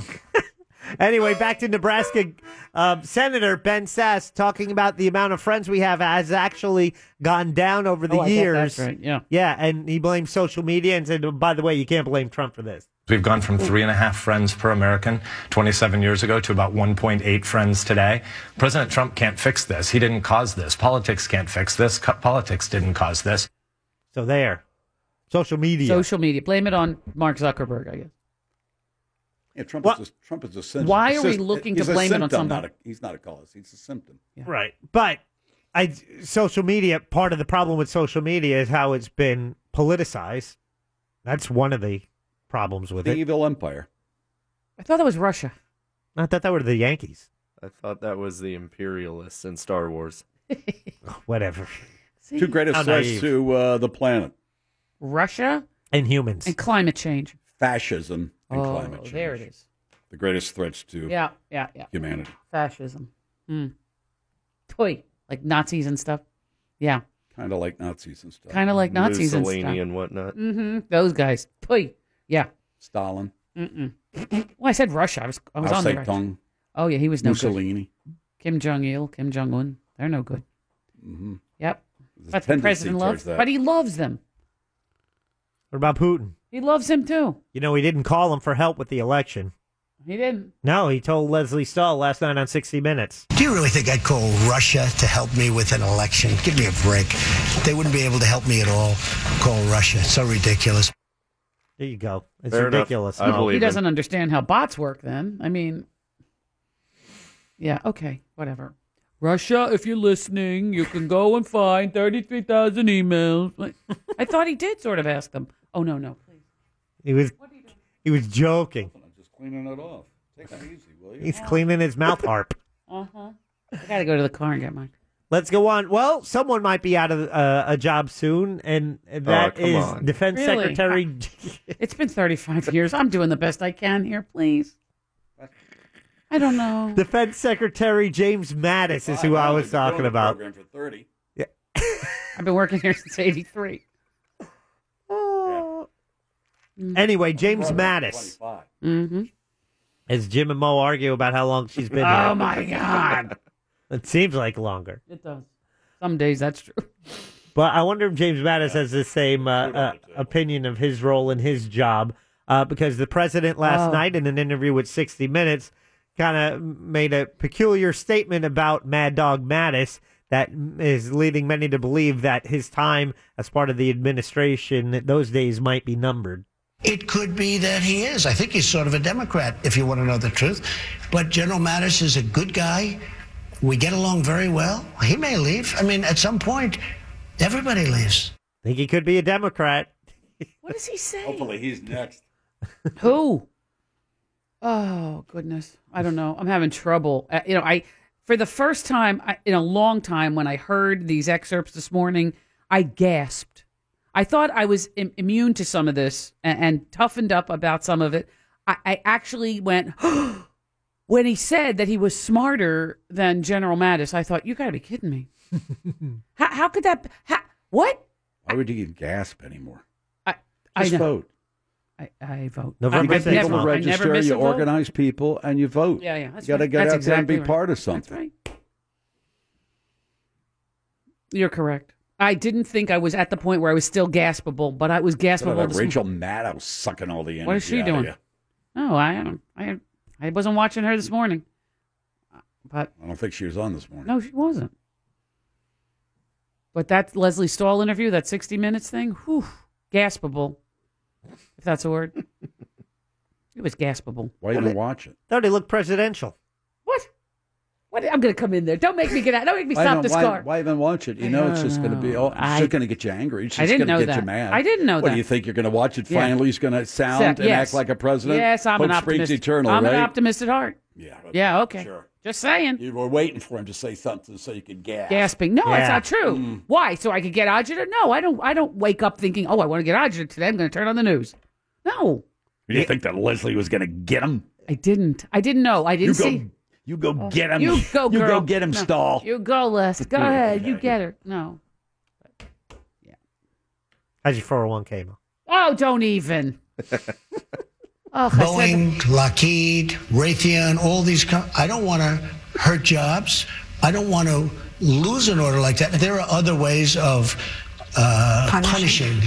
H: anyway, back to Nebraska. Um, Senator Ben Sass talking about the amount of friends we have has actually gone down over the
G: Oh, I bet
H: years.
G: that's right, yeah.
H: Yeah, and he blames social media and said, by the way, you can't blame Trump for this.
Q: We've gone from three and a half friends per American 27 years ago to about 1.8 friends today. President Trump can't fix this. He didn't cause this. Politics can't fix this. Co- Politics didn't cause this.
H: So there. Social media.
G: Social media. Blame it on Mark Zuckerberg, I guess.
F: Yeah, Trump,
G: What-
F: is a, Trump is a symptom.
G: Why are we
F: He's a-
G: looking to
F: he's a
G: blame it on
F: symptom, not
G: something?
F: a- he's not a cause. He's a symptom.
H: Right. But I social media part of the problem with social media is how it's been politicized. That's one of the problems with
F: The
H: it.
F: evil empire.
G: I thought that was Russia.
H: I thought that were the Yankees.
E: I thought that was the Imperialists in Star Wars.
H: Whatever.
G: See?
F: Two greatest
H: How
F: threats
H: naive.
F: to uh, the planet
G: Russia
H: and humans
G: and climate change.
F: fascism and
G: oh,
F: climate change.
G: there it is.
F: The greatest threats to
G: Yeah, yeah, yeah.
F: humanity.
G: Fascism. Mm. Toy. Like Nazis and stuff. Yeah.
F: Kind of like Nazis and stuff.
G: Kinda like Nazis and Mussolini stuff.
E: and whatnot.
G: Mm-hmm. Those guys. Toy. Yeah.
F: Stalin.
G: Mm-mm. Well, I said Russia. I was I was
F: Mao
G: on the right.
F: Zedong.
G: Oh yeah, he was no
F: Mussolini.
G: good. Kim Jong Il, Kim Jong Un. They're no good.
F: Mm-hmm.
G: Yep.
F: There's a
G: That's what the
F: tendency
G: president
F: towards
G: loves.
F: that.
G: But he loves them.
H: What about Putin?
G: He loves him too.
H: You know, he didn't call him for help with the election.
G: He didn't.
H: No, he told Leslie Stahl last night on 60 Minutes.
R: Do you really think I'd call Russia to help me with an election? Give me a break. They wouldn't be able to help me at all. Call Russia. It's so ridiculous.
H: There you go. It's
R: Fair enough.
H: ridiculous.
R: I
G: he doesn't understand how bots work then. I mean Yeah, okay, whatever. Russia, if you're listening, you can go and find 33,000 emails. Like, I thought he did sort of ask them. Oh no, no.
H: He was he was joking.
F: Just cleaning it off. Take that easy, will you?
H: He's cleaning his mouth harp.
G: Uh-huh. I got to go to the car and get mine.
H: Let's go on. Well, someone might be out of uh, a job soon, and that
G: Oh, come
H: is
G: on.
H: Defense
G: Really?
H: Secretary.
G: It's been 35 years. I'm doing the best I can here, please. I don't know.
H: Defense Secretary James Mattis is who I was talking about.
F: Program for 30.
G: I've been working here since 83.
H: Oh. Anyway, James Mattis,
G: Mm-hmm.
H: as Jim and Mo argue about how long she's been.
G: Oh,
H: here.
G: my God.
H: It seems like longer,
G: It does. Some days that's true.
H: but I wonder if James Mattis has the same uh, uh, opinion of his role in his job, uh, because the president last
G: Oh.
H: night in an interview with 60 Minutes kind of made a peculiar statement about Mad Dog Mattis that is leading many to believe that his time as part of the administration those days might be numbered.
R: It could be that he is. I think he's sort of a Democrat, if you want to know the truth. But General Mattis is a good guy. We get along very well. He may leave. I mean, at some point, everybody leaves.
H: Think he could be a Democrat.
G: What does he say?
F: Hopefully he's next.
G: Who? Oh goodness, I don't know. I'm having trouble. Uh, you know, I for the first time I, in a long time when I heard these excerpts this morning, I gasped. I thought I was Im- immune to some of this and, and toughened up about some of it. I, I actually went when he said that he was smarter than General Mattis. I thought you got to be kidding me. how, how could that? How, what?
F: Why would you even gasp anymore?
G: I
F: Just
G: I know.
F: vote.
G: I, I vote.
F: you
G: I,
F: get
G: I've
F: people
G: never,
F: to
G: I never
F: register,
G: miss
F: you
G: a vote.
F: organize people, and you vote.
G: Yeah, yeah, that's
F: you got to
G: right.
F: get
G: That's
F: out there and
G: exactly
F: be
G: right.
F: part of
G: That's
F: something.
G: right. You're correct. I didn't think I was at the point where I was still gaspable, but I was
F: Look at that
G: gaspable. this
F: Rachel Maddow sucking all the energy.
G: What is she
F: out of
G: doing?
F: you.
G: No, I don't. I I wasn't watching her this morning. But
F: I don't think she was on this morning.
G: no, she wasn't. But that Leslie Stahl interview, that 60 Minutes thing, whew, gaspable, if that's a word. it was gaspable.
F: Why even watch it?
H: Thought he looked presidential.
G: What, I'm going to come in there. Don't make me get out. Don't make me
F: Why
G: stop
F: even-
G: this
F: why,
G: car.
F: why even watch it? You
G: I
F: know, it's
G: don't
F: just going to be.
G: know.
F: Oh, it's
G: I-
F: just going to get you angry. It's
G: I
F: just
G: didn't
F: going to
G: know
F: get you
G: that.
F: mad.
G: I didn't know
F: what,
G: that.
F: do you think you're going to watch it?
G: Yeah.
F: Finally, he's going to sound
G: Seth,
F: and
G: yes.
F: act like a president.
G: Yes, I'm an
F: Hope
G: optimist.
F: Springs eternal,
G: I'm
F: right?
G: an optimist at heart.
F: Yeah.
G: Yeah. Okay. Just saying.
F: You were waiting for him to say something so you could gasp.
G: Gasping. No,
F: it's
G: it's not true.
F: Mm.
G: Why? So I could get agita? No, I don't. I don't wake up thinking, oh, I want to get agita today. I'm going to turn on the news. No,
F: You think that Leslie was going to get him?
G: I didn't. I didn't know. I didn't
F: You go-
G: see.
F: You go get him.
G: You go, girl.
F: You go get him,
G: No.
F: Stahl.
G: You go, Les. Go ahead. You get her. No.
H: How's your 401k, Mo?
G: Oh, don't even. Oh,
R: Boeing, Lockheed, Raytheon, all these. Com- I don't want to hurt jobs. I don't want to lose an order like that. There are other ways of uh, punishing.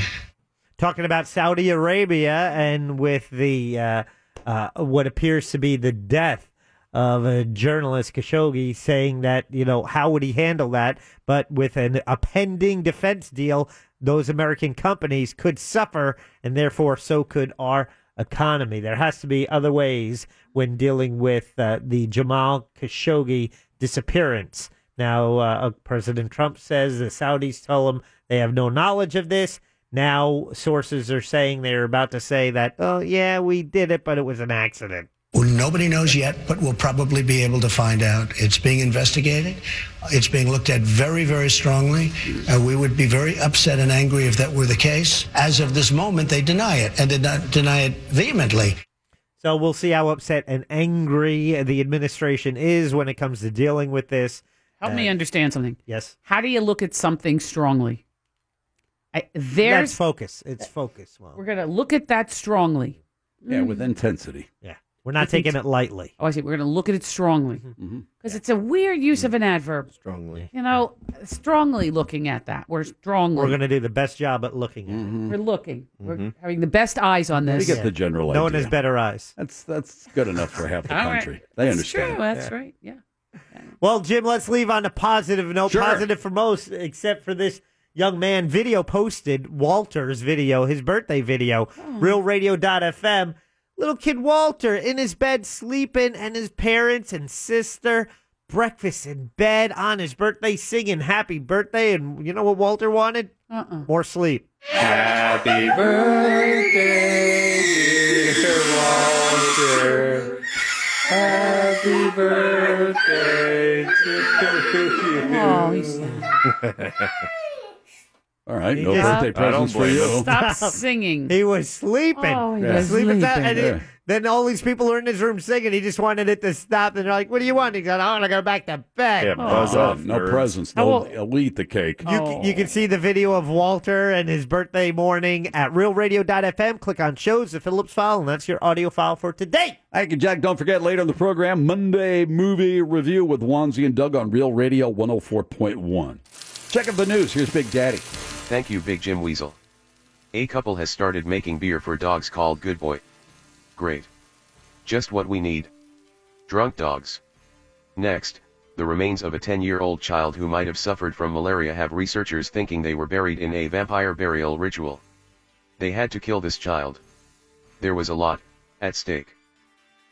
H: talking about Saudi Arabia and with the uh, uh, what appears to be the death of a journalist Khashoggi, saying that you know how would he handle that? But with an a pending defense deal, those American companies could suffer, and therefore so could our economy. There has to be other ways when dealing with uh, the Jamal Khashoggi disappearance. Now, uh, President Trump says the Saudis tell him they have no knowledge of this. Now, sources are saying they're about to say that, oh, yeah, we did it, but it was an accident.
R: Well, nobody knows yet, but we'll probably be able to find out. It's being investigated. It's being looked at very, very strongly. Uh, we would be very upset and angry if that were the case. As of this moment, they deny it and did not deny it vehemently.
H: So we'll see how upset and angry the administration is when it comes to dealing with this. Uh,
G: Help me understand something.
H: Yes.
G: How do you look at something strongly? I, there's Uh,
H: That's focus. It's focus. Well,
G: We're gonna look at that strongly. Mm.
F: Yeah, with intensity.
H: Yeah. We're not taking it lightly.
G: Oh, I see. We're gonna look at it strongly because
F: Mm-hmm.
G: it's a weird use of an adverb.
H: Strongly.
G: You know, strongly looking at that. We're strongly.
H: We're going to do the best job at looking at it.
G: We're looking. We're
H: Mhm.
G: having the best eyes on
F: We
G: this.
F: Mm-hmm. get the general
H: No one
F: idea.
H: has better eyes.
F: That's that's good enough for half the
G: All right.
F: country. They
G: That's
F: understand.
G: True. That's right. Yeah.
H: Well, Jim, let's leave on a positive note. Positive for most, except for this young man. Video posted Walter's video, his birthday video, realradio.fm. Little kid Walter in his bed sleeping, and his parents and sister breakfast in bed on his birthday, singing happy birthday. And you know what Walter wanted?
G: Uh-uh.
H: More sleep.
D: Happy birthday, dear Walter. Happy birthday to you.
G: Oh, he's-
F: All right,
H: He
F: no
H: just-
F: birthday
H: I don't
F: presents for
H: blame
F: you.
H: him.
G: Stop singing.
H: He was sleeping.
G: Oh, he Yeah. was
H: Sleeping fast,
G: sleeping.
H: and he-
G: Yeah.
H: then all these people were in his room singing. He just wanted it to stop. And they're like, what do you want? He's like, I want to go back to bed.
F: Oh, no presents.
H: How
F: They'll,
H: old-
F: they'll eat the cake.
G: Oh.
H: You, c you can see the video of Walter and his birthday morning at realradio.fm. Click on shows, the Phillips file, and that's your audio file for today.
F: Thank you, Jack. Don't forget later in the program, Monday movie review with Wanzi and Doug on Real Radio 104.1. Check out the news. Here's Big Daddy.
S: Thank you, Big Jim Weasel. A couple has started making beer for dogs called Good Boy. Great. Just what we need. Drunk dogs. Next, the remains of a 10 year old child who might have suffered from malaria have researchers thinking they were buried in a vampire burial ritual. They had to kill this child. There was a lot at stake.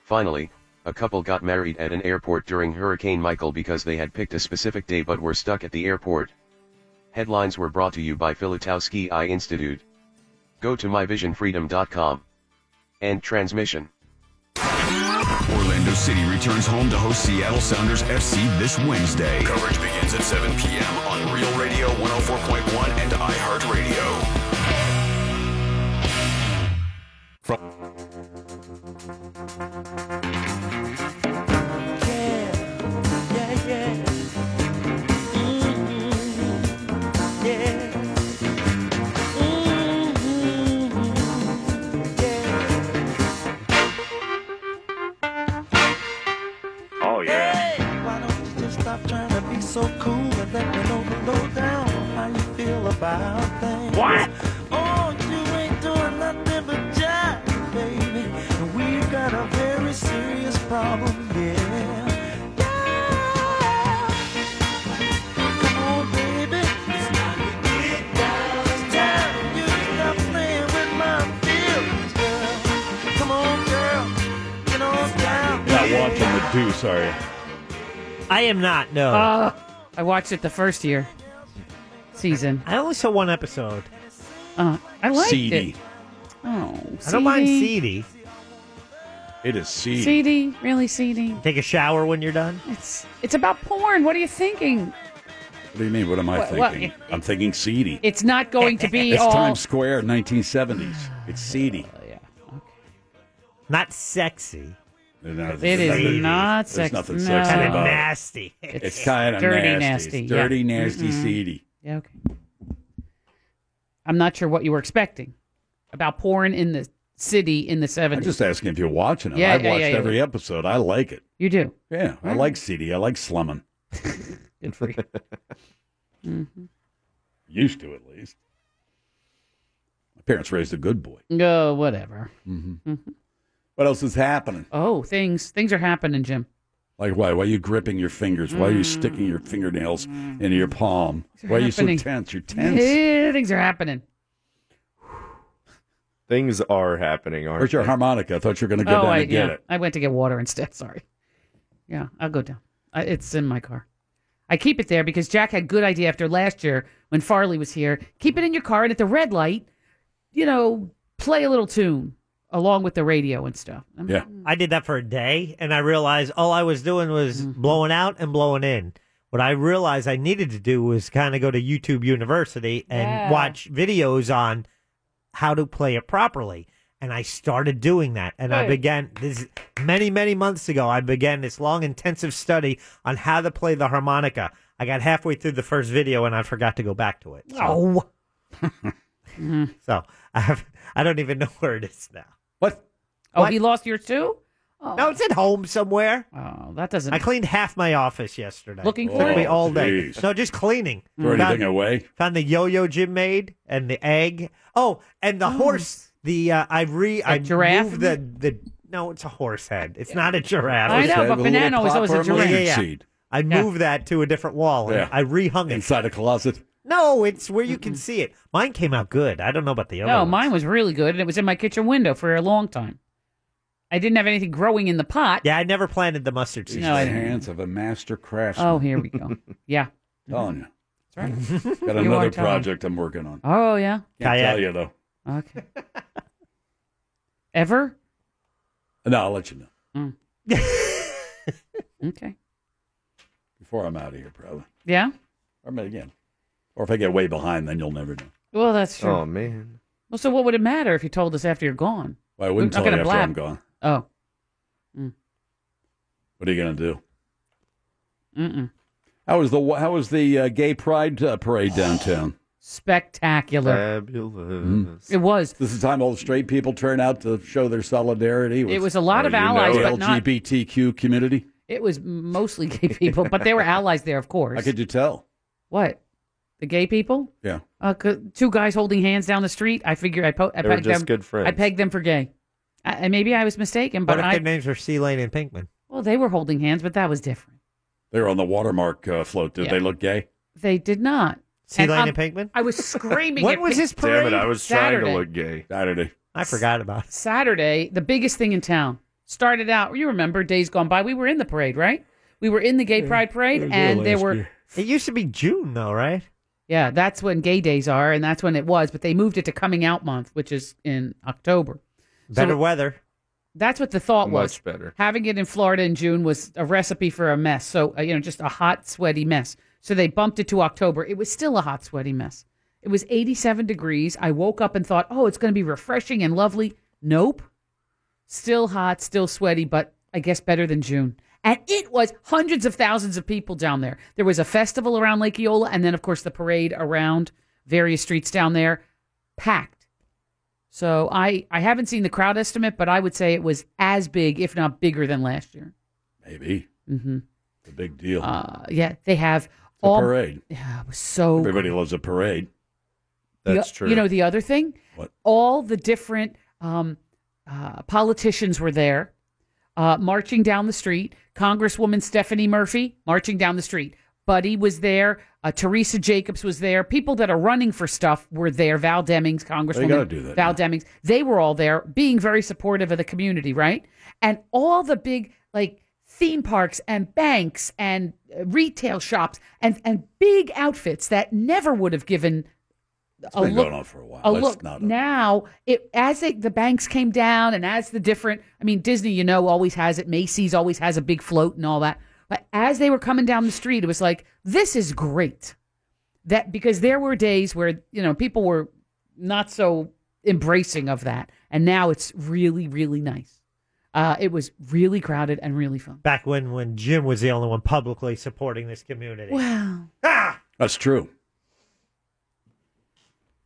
S: Finally, a couple got married at an airport during Hurricane Michael because they had picked a specific day but were stuck at the airport. Headlines were brought to you by Filutowski Eye Institute. Go to myvisionfreedom.com. End transmission.
B: Orlando City returns home to host Seattle Sounders FC this Wednesday.
A: Coverage begins at 7 p.m. on Real Radio 104.1 and iHeartRadio.
G: Mm-hmm.
D: Oh yeah. Why don't you just stop trying to be so cool and let me know below down how you feel about things? What? Oh, you ain't doing nothing but jive, baby. And we've got a very serious problem, yeah. Yeah. Come on, baby. It's not
F: watching the Deuce, are you?
H: I am not. No.
G: Uh, I watched it the first year season.
H: I only saw one episode.
G: Uh, I liked
F: Seedy.
G: it. Oh,
H: I don't mind
G: CD.
H: seedy.
F: It is seedy.
G: CD, really CD.
H: Take a shower when you're done.
G: It's it's about porn. What are you thinking?
F: What do you mean? What am I
G: What- what-
F: thinking? I'm thinking seedy.
G: It's not going to be
F: It's
G: all.
F: Times Square, 1970s. It's seedy.
G: yeah.
H: Not sexy.
F: It
G: It is not
F: There's
G: sexy.
F: nothing
G: No.
F: sexy
G: Kinda
F: about it.
H: nasty.
F: It's, kind of
G: dirty,
F: nasty.
G: nasty.
F: It's
G: yeah.
F: dirty, nasty,
G: Mhm.
F: seedy.
G: Yeah, okay. I'm not sure what you were expecting about porn in the city in the 70s.
F: I'm just asking if you're watching it.
G: Yeah,
F: I've
G: yeah,
F: watched
G: yeah, yeah.
F: every episode. I like it.
G: You do?
F: Yeah, I
G: All
F: like seedy. I like slumming.
G: Good for you.
F: Used to, at least. My parents raised a good boy.
G: No, whatever.
F: Mm-hmm.
G: Mm-hmm.
F: What else is happening?
G: Oh, things things are happening, Jim.
F: Like, why? Why are you gripping your fingers? Why are you sticking your fingernails into your palm? Why are you so
G: Mm. Happening.
F: tense? You're tense.
G: Yeah, things are happening.
E: Things are happening, aren't
F: Where's your
E: they?
F: harmonica? I thought you were going to go
G: oh,
F: down
G: I
F: and get
G: yeah,
F: it.
G: I went to get water instead. Sorry. Yeah, I'll go down. I, it's in my car. I keep it there because Jack had good idea after last year when Farley was here. Keep it in your car and at the red light, you know, play a little tune along with the radio and stuff. I'm-
F: Yeah.
T: Mm.
H: I did that for a day and I realized all I was doing was
T: Mm-hmm.
H: blowing out and blowing in. What I realized I needed to do was kind of go to YouTube University and
T: Yeah.
H: watch videos on how to play it properly. And I started doing that. And I
T: Good.
H: began this many, many months ago. I began this long, intensive study on how to play the harmonica. I got halfway through the first video and I forgot to go back to it. So,
T: Mm-hmm.
H: so I, have, I don't even know where it is now.
F: What?
G: Oh, he lost yours too? Oh.
H: No, it's at home somewhere.
G: Oh, that doesn't.
H: I cleaned half my office yesterday.
G: Looking
H: Took
G: for
H: me
G: it?
H: all day.
F: Jeez.
H: No, just cleaning.
F: Throw anything
H: Found-
F: away?
H: Found the yo-yo Jim made and the egg. Oh, and the horse. The uh, I re I
G: giraffe
H: moved the the no, it's a horse head. It's not a giraffe.
G: I know, but banana was always a giraffe.
H: Yeah, yeah.
F: seed.
H: I
G: Yeah.
H: moved that to a different wall.
F: Yeah.
H: And I rehung it
F: inside a closet.
H: No, it's where you can see it. Mine came out good. I don't know about the other.
G: No,
H: one.
G: mine was really good, and it was in my kitchen window for a long time. I didn't have anything growing in the pot.
H: Yeah, I never planted the mustard seed.
G: No, I
F: The
G: didn't.
F: hands of a master craftsman.
G: Oh, here we go. Yeah.
F: Telling you.
G: That's right.
F: Got
G: You are
F: another
G: telling.
F: project I'm working on.
G: Oh, yeah.
F: Can't
G: Kayak.
F: tell you though.
G: Okay. Ever?
F: No, I'll let you know
G: Mm. Okay.
F: before I'm out of here, probably.
G: Yeah.
F: Or maybe again. Or if I get way behind, then you'll never know.
G: Well, that's true.
F: man.
G: Well, so what would it matter if you told us after you're gone?
F: Well, I wouldn't
G: We're not
F: tell you after
G: gonna
F: I'm
G: blab.
F: gone.
G: Oh.
F: What are you gonna do?
G: Mm-mm.
F: How was the How was the uh, gay pride uh, parade downtown? Hmm.
G: Spectacular.
F: Uh,
G: It was.
F: This is the time all the straight people turn out to show their solidarity. With,
G: It was a lot of allies,
F: the
G: but not-
F: LGBTQ community.
G: It was mostly gay people, but there were allies there, of course.
F: How could you tell?
G: What? The gay people?
F: Yeah.
G: Uh, 'cause two guys holding hands down the street. I figure I, po- I
H: They were
G: pegged
H: just
G: them.
H: good friends.
G: I pegged them for gay. I, I- maybe I was mistaken,
H: What
G: but
H: if
G: I
H: their names were C Lane and Pinkman?
G: well, they were holding hands, but that was different.
F: They were on the watermark uh, float. Did
G: Yeah.
F: they look gay?
G: They did not.
H: See
G: And,
H: Lane
G: um,
H: and Pinkman?
G: I was screaming.
H: When
G: at
H: was
G: Pink-
H: his Damn it, parade? I was trying to
G: Saturday.
H: look
F: gay. Saturday.
H: I forgot about it.
G: Saturday, the biggest thing in town. Started out, you remember, days gone by. We were in the parade, right? We were in the gay pride parade, and there were
H: It used to be June though, right?
G: Yeah, that's when gay days are, and that's when it was. But they moved it to coming out month, which is in October.
H: Better
G: So
H: weather.
G: That's what the thought was.
H: Much better.
G: Having it in Florida in June was a recipe for a mess. So uh, you know, just a hot, sweaty mess. So they bumped it to October. It was still a hot, sweaty mess. It was 87 degrees. I woke up and thought, oh, it's going to be refreshing and lovely. Nope. Still hot, still sweaty, but I guess better than June. And it was hundreds of thousands of people down there. There was a festival around Lake Eola, and then, of course, the parade around various streets down there, packed. So I, I haven't seen the crowd estimate, but I would say it was as big, if not bigger, than last year.
F: Maybe.
G: Mm-hmm.
F: It's a big deal.
G: Uh, yeah, they have
F: It's a
G: all
F: parade.
G: Yeah, it was so
F: Everybody loves a parade.
G: the- You know the other thing?
F: What?
G: All the different um, uh, politicians were there, uh, marching down the street. Congresswoman Stephanie Murphy marching down the street. Buddy was there. Uh, Teresa Jacobs was there. People that are running for stuff were there. Val Demings, Congresswoman.
F: gotta do that
G: Val Demings. They were all there, being very supportive of the community, right? And all the big like theme parks and banks and uh, retail shops and, and big outfits that never would have given a
F: been
G: look.
F: going on for a while.
G: A
F: Let's
G: look
F: not-
G: now, it as it, the banks came down and as the different, I mean, Disney, you know, always has it. Macy's always has a big float and all that. But as they were coming down the street, it was like this is great that because there were days where you know people were not so embracing of that, and now it's really really nice. Uh, it was really crowded and really fun.
H: Back when when Jim was the only one publicly supporting this community.
G: Wow.
F: That's true.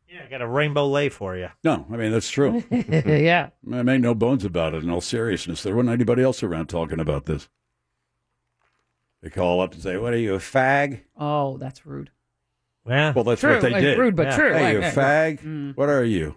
H: Yeah, I got a rainbow lay for you.
F: No, I mean that's true.
G: yeah.
F: I make no bones about it. In all seriousness, there wasn't anybody else around talking about this. They call up and say, "What are you, a fag?"
G: Oh, that's rude.
H: Yeah.
F: Well, that's
G: True,
F: what they
G: like,
F: did.
G: rude, but Yeah. true,
F: Hey,
G: like,
F: you
G: yeah. Mm.
F: fag. What are you?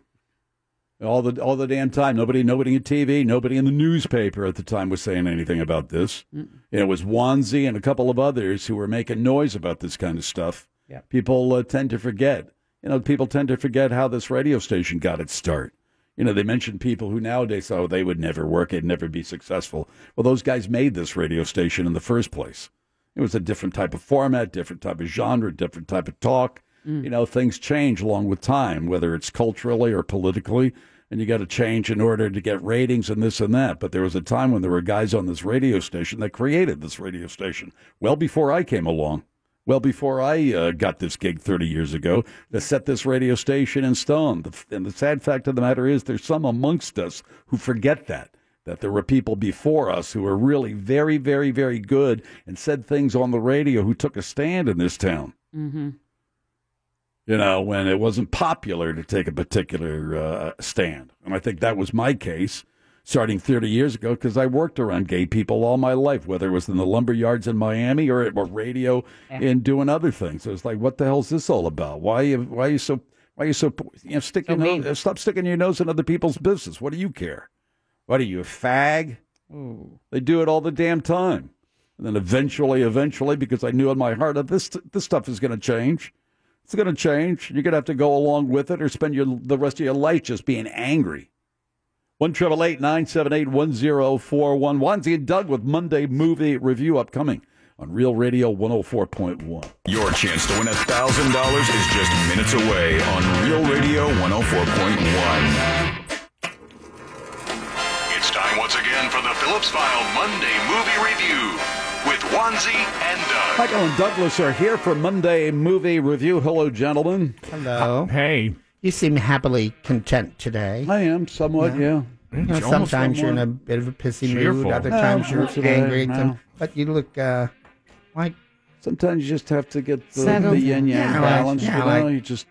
F: All the all the damn time. Nobody, nobody in TV, nobody in the newspaper at the time was saying anything about this.
G: Mm.
F: And it was Wanzi and a couple of others who were making noise about this kind of stuff.
G: Yep.
F: People uh, tend to forget. You know, people tend to forget how this radio station got its start. You know, they mentioned people who nowadays, oh, they would never work, it'd never be successful. Well, those guys made this radio station in the first place. It was a different type of format, different type of genre, different type of talk. You know, things change along with time, whether it's culturally or politically, and you got to change in order to get ratings and this and that. But there was a time when there were guys on this radio station that created this radio station well before I came along, well before I uh, got this gig 30 years ago, that set this radio station in stone. The, and the sad fact of the matter is, there's some amongst us who forget that that there were people before us who were really very, very, very good and said things on the radio who took a stand in this town.
G: Mm-hmm.
F: You know, when it wasn't popular to take a particular uh, stand, and I think that was my case starting 30 years ago because I worked around gay people all my life, whether it was in the lumber yards in Miami or at or radio
G: Yeah.
F: and doing other things. It was like, what the hell's this all about? Why you, why you so why you so you know, stick your nose, stop sticking your nose in other people's business? What do you care? What are you, a fag? They do it all the damn time. And then eventually, eventually, because I knew in my heart that this this stuff is going to change. It's going to change. You're going to have to go along with it, or spend your the rest of your life just being angry. One triple eight nine seven eight one zero four one. Wanzi and Doug with Monday movie review upcoming on Real Radio one hundred four point one.
B: Your chance to win $1,000 is just minutes away on Real Radio 104.1.
A: It's time once again for the Phillips File Monday Movie Review with Wanzi and Doug.
F: Michael and Douglas are here for Monday movie review. Hello, gentlemen.
T: Hello. hey. You seem happily content today.
F: I am somewhat, yeah.
T: You know,
F: It's almost
T: sometimes you're in a
F: somewhat
T: bit of a pissy mood.
F: cheerful.
T: Other
F: No,
T: times
F: most of
T: you're
F: the day,
T: angry.
F: no.
T: Some- But you look uh, like
F: sometimes you just have to get
U: the- Settled. the yin-yang
T: yeah,
U: balance,
T: Like, yeah,
U: you
T: like,
U: know,
F: you just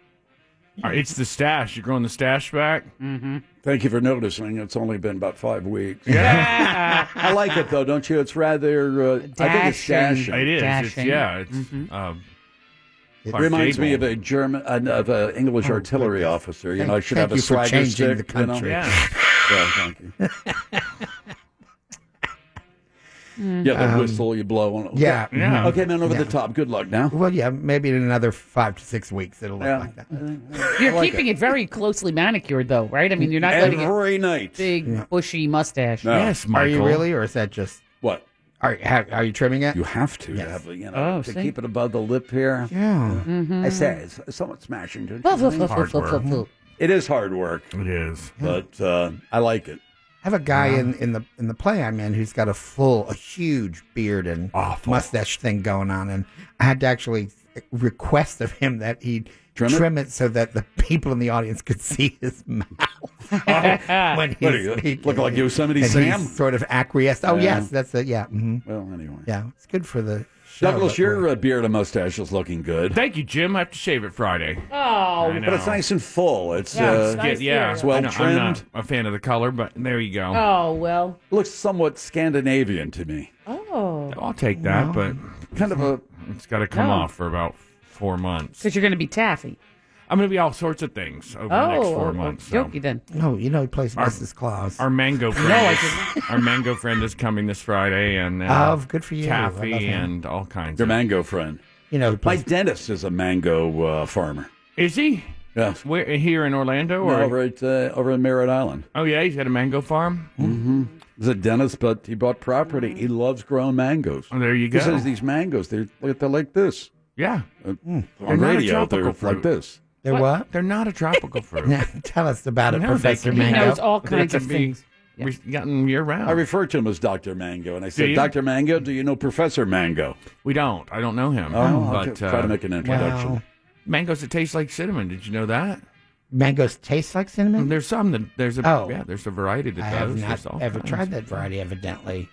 T: All right,
U: it's the stash. You're growing the stash back.
G: Mm-hmm.
F: Thank you for noticing. It's only been about five weeks. Yeah. I like it, though, don't you? It's rather, uh, I think it's dashing.
U: It is. It's, yeah. It's.
T: Mm-hmm.
U: Um,
F: It
U: Clark
F: reminds me
U: Gable.
F: of a German, uh, of an English artillery officer. You know, I
T: Oh, Thank-
F: should
T: thank
F: have a
T: you for
F: swagger
T: changing
F: stick,
T: the country.
F: You know?
T: Yeah.
F: Yeah, thank you.
G: Mm-hmm.
F: Yeah, the
T: Um,
F: whistle you blow on.
T: yeah, mhm.
F: Okay, man, over
T: Yeah.
F: the top. Good luck now.
T: Well, yeah, maybe in another five to six weeks it'll look like that.
G: Mm-hmm. You're keeping it. very closely manicured, though, right? I mean, you're not letting it
F: every night
G: big bushy mustache.
T: Are you really, or is that just
F: what?
T: Are have, are you trimming it?
F: You have to. to have, you know,
T: Oh,
F: to
T: see?
F: keep it above the lip here. Mm-hmm.
T: Yeah. Mhm.
F: I say it's somewhat smashing. don't
T: Fuh,
F: you
T: fuh,
F: think?
T: fuh, Hard fuh, fuh, work. fuh.
F: It is hard work.
U: It is,
F: but uh, I like it.
T: I have a guy in, in the in the play I'm in who's got a full, a huge beard and mustache thing going on, and I had to actually request of him that he
F: Trim it?
T: so that the people in the audience could see his mouth when
F: What
T: he's
F: are you,
T: speaking.
F: look like Yosemite
T: And he
F: Sam?
T: sort of acquiesced. Oh
F: Yeah.
T: yes, that's it. Yeah. hmm
F: Well, anyway.
T: Yeah, it's good for the show.
F: Douglas,
T: but-
F: your uh, beard and mustache is looking good.
U: Thank you, Jim. I have to shave it Friday.
G: Oh,
U: I
F: but it's
U: know.
F: nice and full. It's
U: Yeah,
F: uh,
U: it's good, yeah.
F: it's
U: I
F: well
U: know, I'm not
F: trimmed.
U: a fan of the color, but there you go.
G: Oh well.
F: Looks somewhat Scandinavian to me.
G: Oh.
U: I'll take that, but
F: kind of a
U: it's got to come
G: No.
U: off for about four months.
G: Because you're going to be taffy.
U: I'm going to be all sorts of things over the next
G: Oh,
U: four
G: oh,
U: months. so.
G: okey then.
T: No, you know he plays
U: Our-
T: Mrs. Claus.
U: Our mango friend,
T: I
U: is, our mango friend is coming this Friday, and uh,
T: Oh, good for you. I love
U: Taffy
T: him.
U: and all kinds.
F: Your
U: of
F: mango friend.
T: You know,
F: my dentist is a mango uh, farmer.
U: Is he?
F: Yeah.
U: Where here in Orlando or
F: No, over at uh, over in Merritt Island.
U: Oh yeah, he's at a mango farm.
F: Mm-hmm. He's a dentist, but he bought property. He loves grown mangoes.
U: Oh, there you
F: He
U: go.
F: says these mangoes, they're they're like this.
U: Yeah. Mm.
F: Uh,
U: They're
F: on
U: not a
F: radio,
U: tropical
F: they're
U: fruit.
F: like this.
T: They're what?
U: They're not a tropical fruit.
T: Tell us about it,
U: No, they
T: Professor
U: can be-
T: Mango.
U: He knows all They kinds can of be- things. We've gotten year round.
F: I refer to him as Doctor Mango, and I
U: you?
F: said, "Doctor Mango, do you know Professor Mango?"
U: We don't. I don't know him.
F: Oh,
U: but uh,
F: okay. try to make an introduction.
U: Mangoes that taste like cinnamon. Did you know that?
T: Mangoes taste like cinnamon?
U: There's some that there's a
T: Oh.
U: yeah. There's a variety that
T: I
U: does.
T: have
U: There's all
T: not ever
U: kinds.
T: tried that variety, evidently.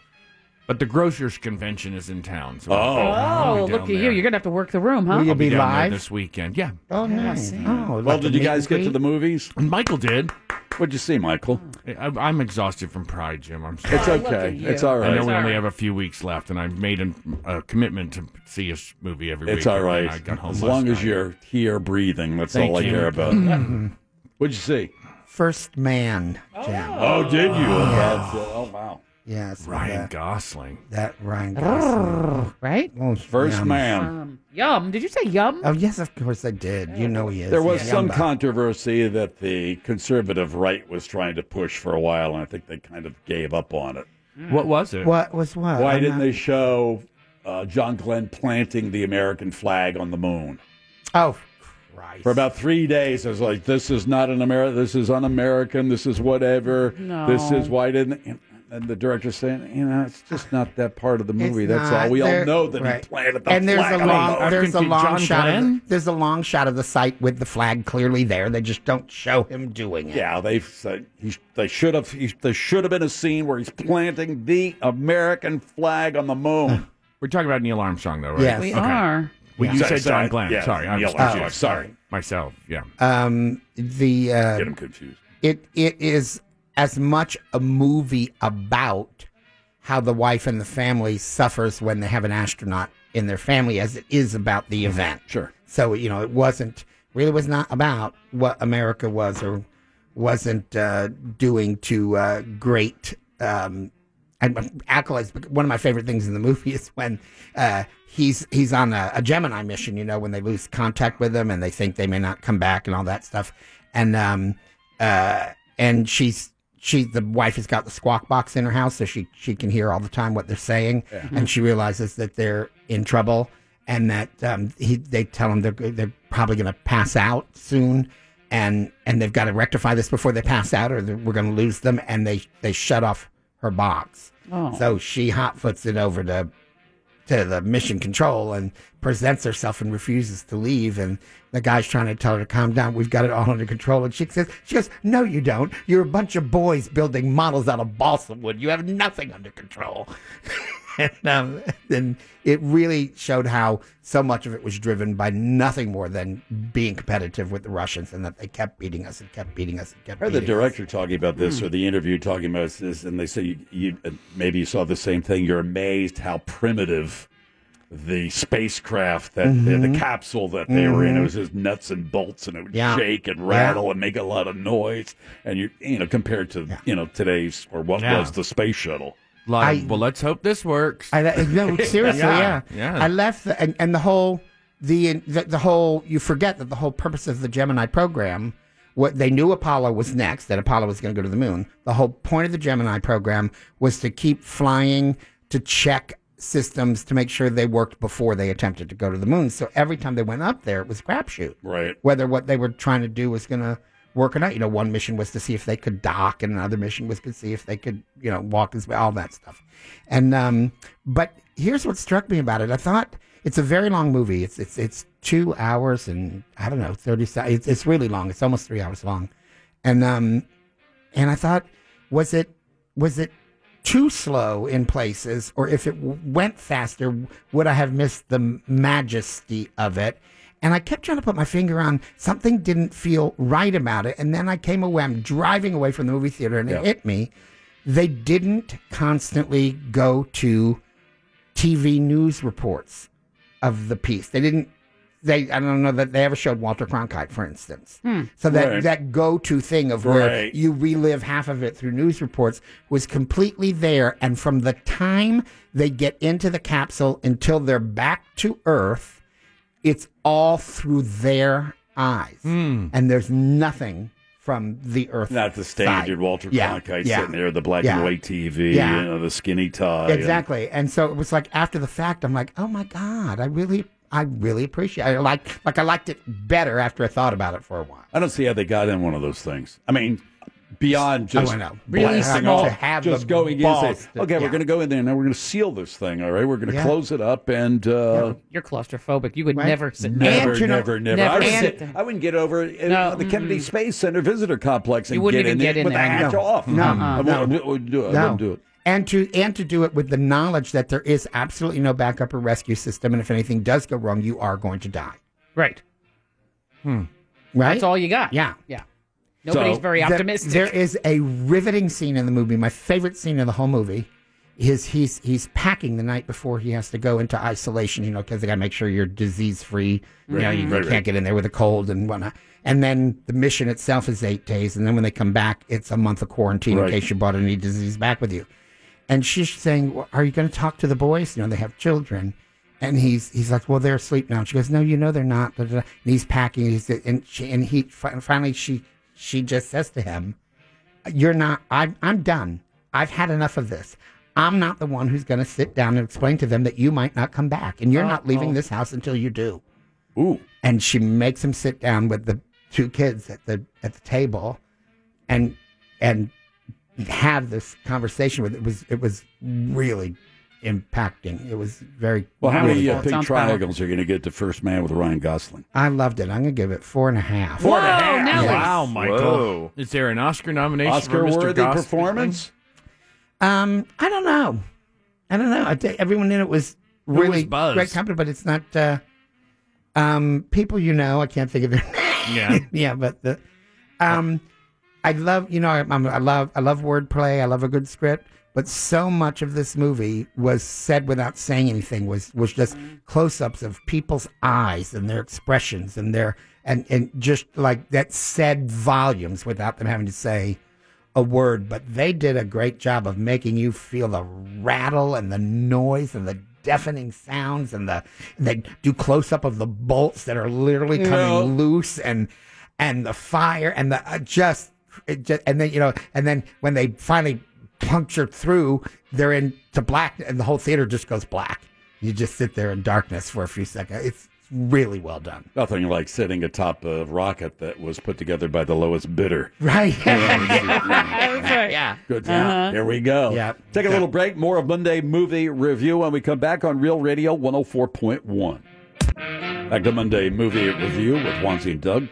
U: But the grocers convention is in town. So
F: Oh.
U: I'll be
G: Oh,
U: down
G: look at
U: there.
G: you. You're going to have to work the room, huh?
U: I'll down there this weekend? Yeah.
T: Oh,
G: Yeah, I
T: nice.
G: see.
T: Oh,
F: well, did you guys get to the movies?
U: Michael did.
F: What'd you see, Michael?
U: I, I'm exhausted from Pride, Jim. I'm sorry.
F: It's Oh, look okay. at you. It's all
U: I
F: right.
U: know
F: It's
U: we
F: all
U: only
F: right.
U: have a few weeks left, and I've made an, a commitment to see a s- movie every week.
F: It's all
U: and
F: right.
U: I got home
F: As
U: last
F: long as
U: night.
F: you're here breathing, that's
U: Thank
F: all I
U: you.
F: care about.
T: Mhm.
F: What'd you see?
T: First Man, Jim.
F: Oh, did you?
T: Yeah.
F: That's, uh, oh, wow.
T: Yes.
U: Ryan
T: that,
U: Gosling.
T: That Ryan
G: Brrr,
T: Gosling.
G: Right?
T: Oh,
F: First
T: yum.
F: man.
G: Yum. Did you say yum?
T: Oh, yes, of course I did. You know he is.
F: There was
T: Yeah.
F: some controversy that the conservative right was trying to push for a while, and I think they kind of gave up on it.
U: Hmm. What was it?
T: What was what?
F: Why
T: I'm
F: didn't
T: not-
F: they show uh, John Glenn planting the American flag on the moon?
T: Oh,
F: For about three days, I was like, "This is not an American. This is un-American. This is whatever.
T: No.
F: This is why didn't." And, and the director's saying, "You know, it's just not that part of the movie. That's
T: not-
F: all. We all
T: there-
F: know that
T: right.
F: he planted the
T: and there's
F: flag
T: a
F: on the
T: long
F: moon.
T: there's a long shot of
F: Glenn?
T: the, there's a long shot of the site with the flag clearly there. They just don't show him doing it.
F: Yeah, they said he, they should have. He, there should have been a scene where he's planting the American flag on the moon.
U: We're talking about Neil Armstrong, though, right?
T: Yes. We
G: are.
U: Well, you
F: Yeah.
U: said
F: Sorry,
U: John Glenn.
F: yeah,
U: Sorry, I'm
F: Neil
U: just confused.
F: Armstrong, sorry.
U: myself. Yeah.
T: Um, the uh,
F: Get 'em confused.
T: It it is as much a movie about how the wife and the family suffers when they have an astronaut in their family as it is about the event.
F: Sure.
T: So you know it wasn't really was not about what America was or wasn't uh, doing to uh, great um, and acolytes. But one of my favorite things in the movie is when uh, he's he's on a, a Gemini mission. You know, when they lose contact with him and they think they may not come back and all that stuff. And um, uh, and she's she the wife has got the squawk box in her house, so she she can hear all the time what they're saying,
C: Yeah.
T: and she realizes that they're in trouble and that um, he they tell him they're they're probably going to pass out soon and and they've got to rectify this before they pass out, or they're- we're going to lose them. And they they shut off her box,
G: Oh.
T: so she hot foots it over to to the mission control and presents herself and refuses to leave. And the guy's trying to tell her to calm down. We've got it all under control. And she says, she goes, no, you don't. You're a bunch of boys building models out of balsa wood. You have nothing under control. and um, then it really showed how so much of it was driven by nothing more than being competitive with the Russians and that they kept beating us and kept beating us and kept
F: I heard the
T: beating us.
F: director talking about this,
T: Hmm.
F: or the interview talking about this, and they say you, you uh, maybe you saw the same thing. You're amazed how primitive the spacecraft that the,
T: Mhm.
F: the capsule that they were in. It
T: Mhm.
F: was just nuts and bolts, and it would
T: Yeah.
F: shake and
T: Yeah.
F: rattle and make a lot of noise. And you you know compared to you know today's or what
U: Yeah.
F: was the space shuttle.
U: Like,
T: I-
U: well, let's hope this works.
T: I le- no seriously, yeah.
U: Yeah.
T: I left the, and, and the whole the, the the whole you forget that the whole purpose of the Gemini program what they knew Apollo was next that Apollo was going to go to the moon. The whole point of the Gemini program was to keep flying to check systems to make sure they worked before they attempted to go to the moon. So every time they went up there, it was a crapshoot.
F: Right.
T: Whether what they were trying to do was going to work or not. You know, one mission was to see if they could dock, and another mission was to see if they could, you know, walk as well, all that stuff. And um, but here's what struck me about it. I thought it's a very long movie. It's it's it's two hours and I don't know thirty. se- It's it's really long. It's almost three hours long, and um, and I thought, was it was it too slow in places, or if it w- went faster, would I have missed the m- majesty of it? And I kept trying to put my finger on something didn't feel right about it, and then I came away. I'm driving away from the movie theater, and
F: Yeah.
T: it hit me. They didn't constantly go to TV news reports of the piece. They didn't. They I don't know that they ever showed Walter Cronkite, for instance.
C: Hmm.
T: So that
C: Right.
T: that go to thing of where
C: Right.
T: you relive half of it through news reports was completely there. And from the time they get into the capsule until they're back to Earth, it's all through their eyes, and there's nothing from the earth.
F: Not the standard
T: side.
F: Walter
T: Yeah,
F: Cronkite
T: yeah,
F: sitting there, the black
T: yeah.
F: and white TV,
T: Yeah.
F: you know, the skinny tie. and-
T: exactly. And so it was like after the fact, I'm like, oh my god, I really, I really appreciate. I like, like I liked it better after I thought about it for a while.
F: I don't see how they got in one of those things. I mean, beyond
T: Oh, I
F: just
T: know. Really
F: blasting
T: small
F: off,
T: to have
F: just
T: the
F: going in and
T: balls
F: say,
T: to-
F: okay,
T: yeah.
F: we're going to go in there and now we're going to seal this thing. All right, we're going to
T: Yeah.
F: close it up and uh,
G: Oh, You're claustrophobic. You would never sit
F: never,
G: down.
F: never, never, I, would
G: and-
F: sit- I wouldn't get over it, uh, the Kennedy Space Center visitor complex and
T: You wouldn't
F: get
T: even
F: in
T: get
F: there
T: in
F: with
T: there.
F: the hatch
T: No.
F: off.
T: No.
F: I
T: Uh-uh.
F: wouldn't- I wouldn't do it. I wouldn't do it.
T: And to and to do it with the knowledge that there is absolutely no backup or rescue system, and if anything does go wrong, you are going to die.
G: Right.
T: Hmm. Right.
G: That's all you got.
T: Yeah.
G: Yeah. Nobody's very
T: there-
G: optimistic.
T: There is a riveting scene in the movie. My favorite scene in the whole movie is he's he's packing the night before he has to go into isolation. You know, because they got to make sure you're disease free. You know,
C: Right,
T: you, you
C: right,
T: can't
C: right.
T: get in there with a cold and whatnot. And then the mission itself is eight days, and then when they come back, it's a month of quarantine in
C: Right.
T: case you brought any disease back with you. And she's saying, well, "Are you going to talk to the boys? You know, they have children." And he's he's like, well, they're asleep now. And she goes, no, you know they're not. da, da, da. And he's packing. He's, and she, and he fi- finally she she just says to him, "You're not. I'm I'm done. I've had enough of this. I'm not the one who's going to sit down and explain to them that you might not come back, and you're not leaving
C: Uh-oh.
T: this house until you do."
F: Ooh.
T: And she makes him sit down with the two kids at the at the table, and and have this conversation with. It was it was really impacting. It was very
F: Well, how many
T: beautiful.
F: uh, big triangles are you going to get to First Man with Ryan Gosling?
T: I loved it. I'm going to give it four and a half.
F: Four and a half.
T: Nellie.
U: Wow, Michael.
F: Whoa.
U: Is there an Oscar nomination for Mr.
F: Oscar-worthy
U: Gosling?
F: performance?
T: Um, I don't know. I don't know. I think everyone in it was
U: Who
T: really
U: was buzzed?
T: great company, but it's not. Uh, um, people you know, I can't think of their name.
U: Yeah.
T: yeah, but the, um, I love you know I, I'm, I love I love wordplay. I love a good script, but so much of this movie was said without saying anything. Was was just close-ups of people's eyes and their expressions and their and and just like that said volumes without them having to say a word, but they did a great job of making you feel the rattle and the noise and the deafening sounds and the they do close up of the bolts that are literally coming
C: No.
T: loose and and the fire and the uh, just it just and then you know and then when they finally puncture through they're into black and the whole theater just goes black you just sit there in darkness for a few seconds it's really well done
F: Nothing like sitting atop a rocket that was put together by the lowest bidder.
T: right
G: Yeah.
F: Good.
T: Uh-huh.
F: Yeah. Here we go. Yeah. Take a little break. More of Monday movie review when we come back on Real Radio 104.1. Back to Monday movie review with Wansey and Doug.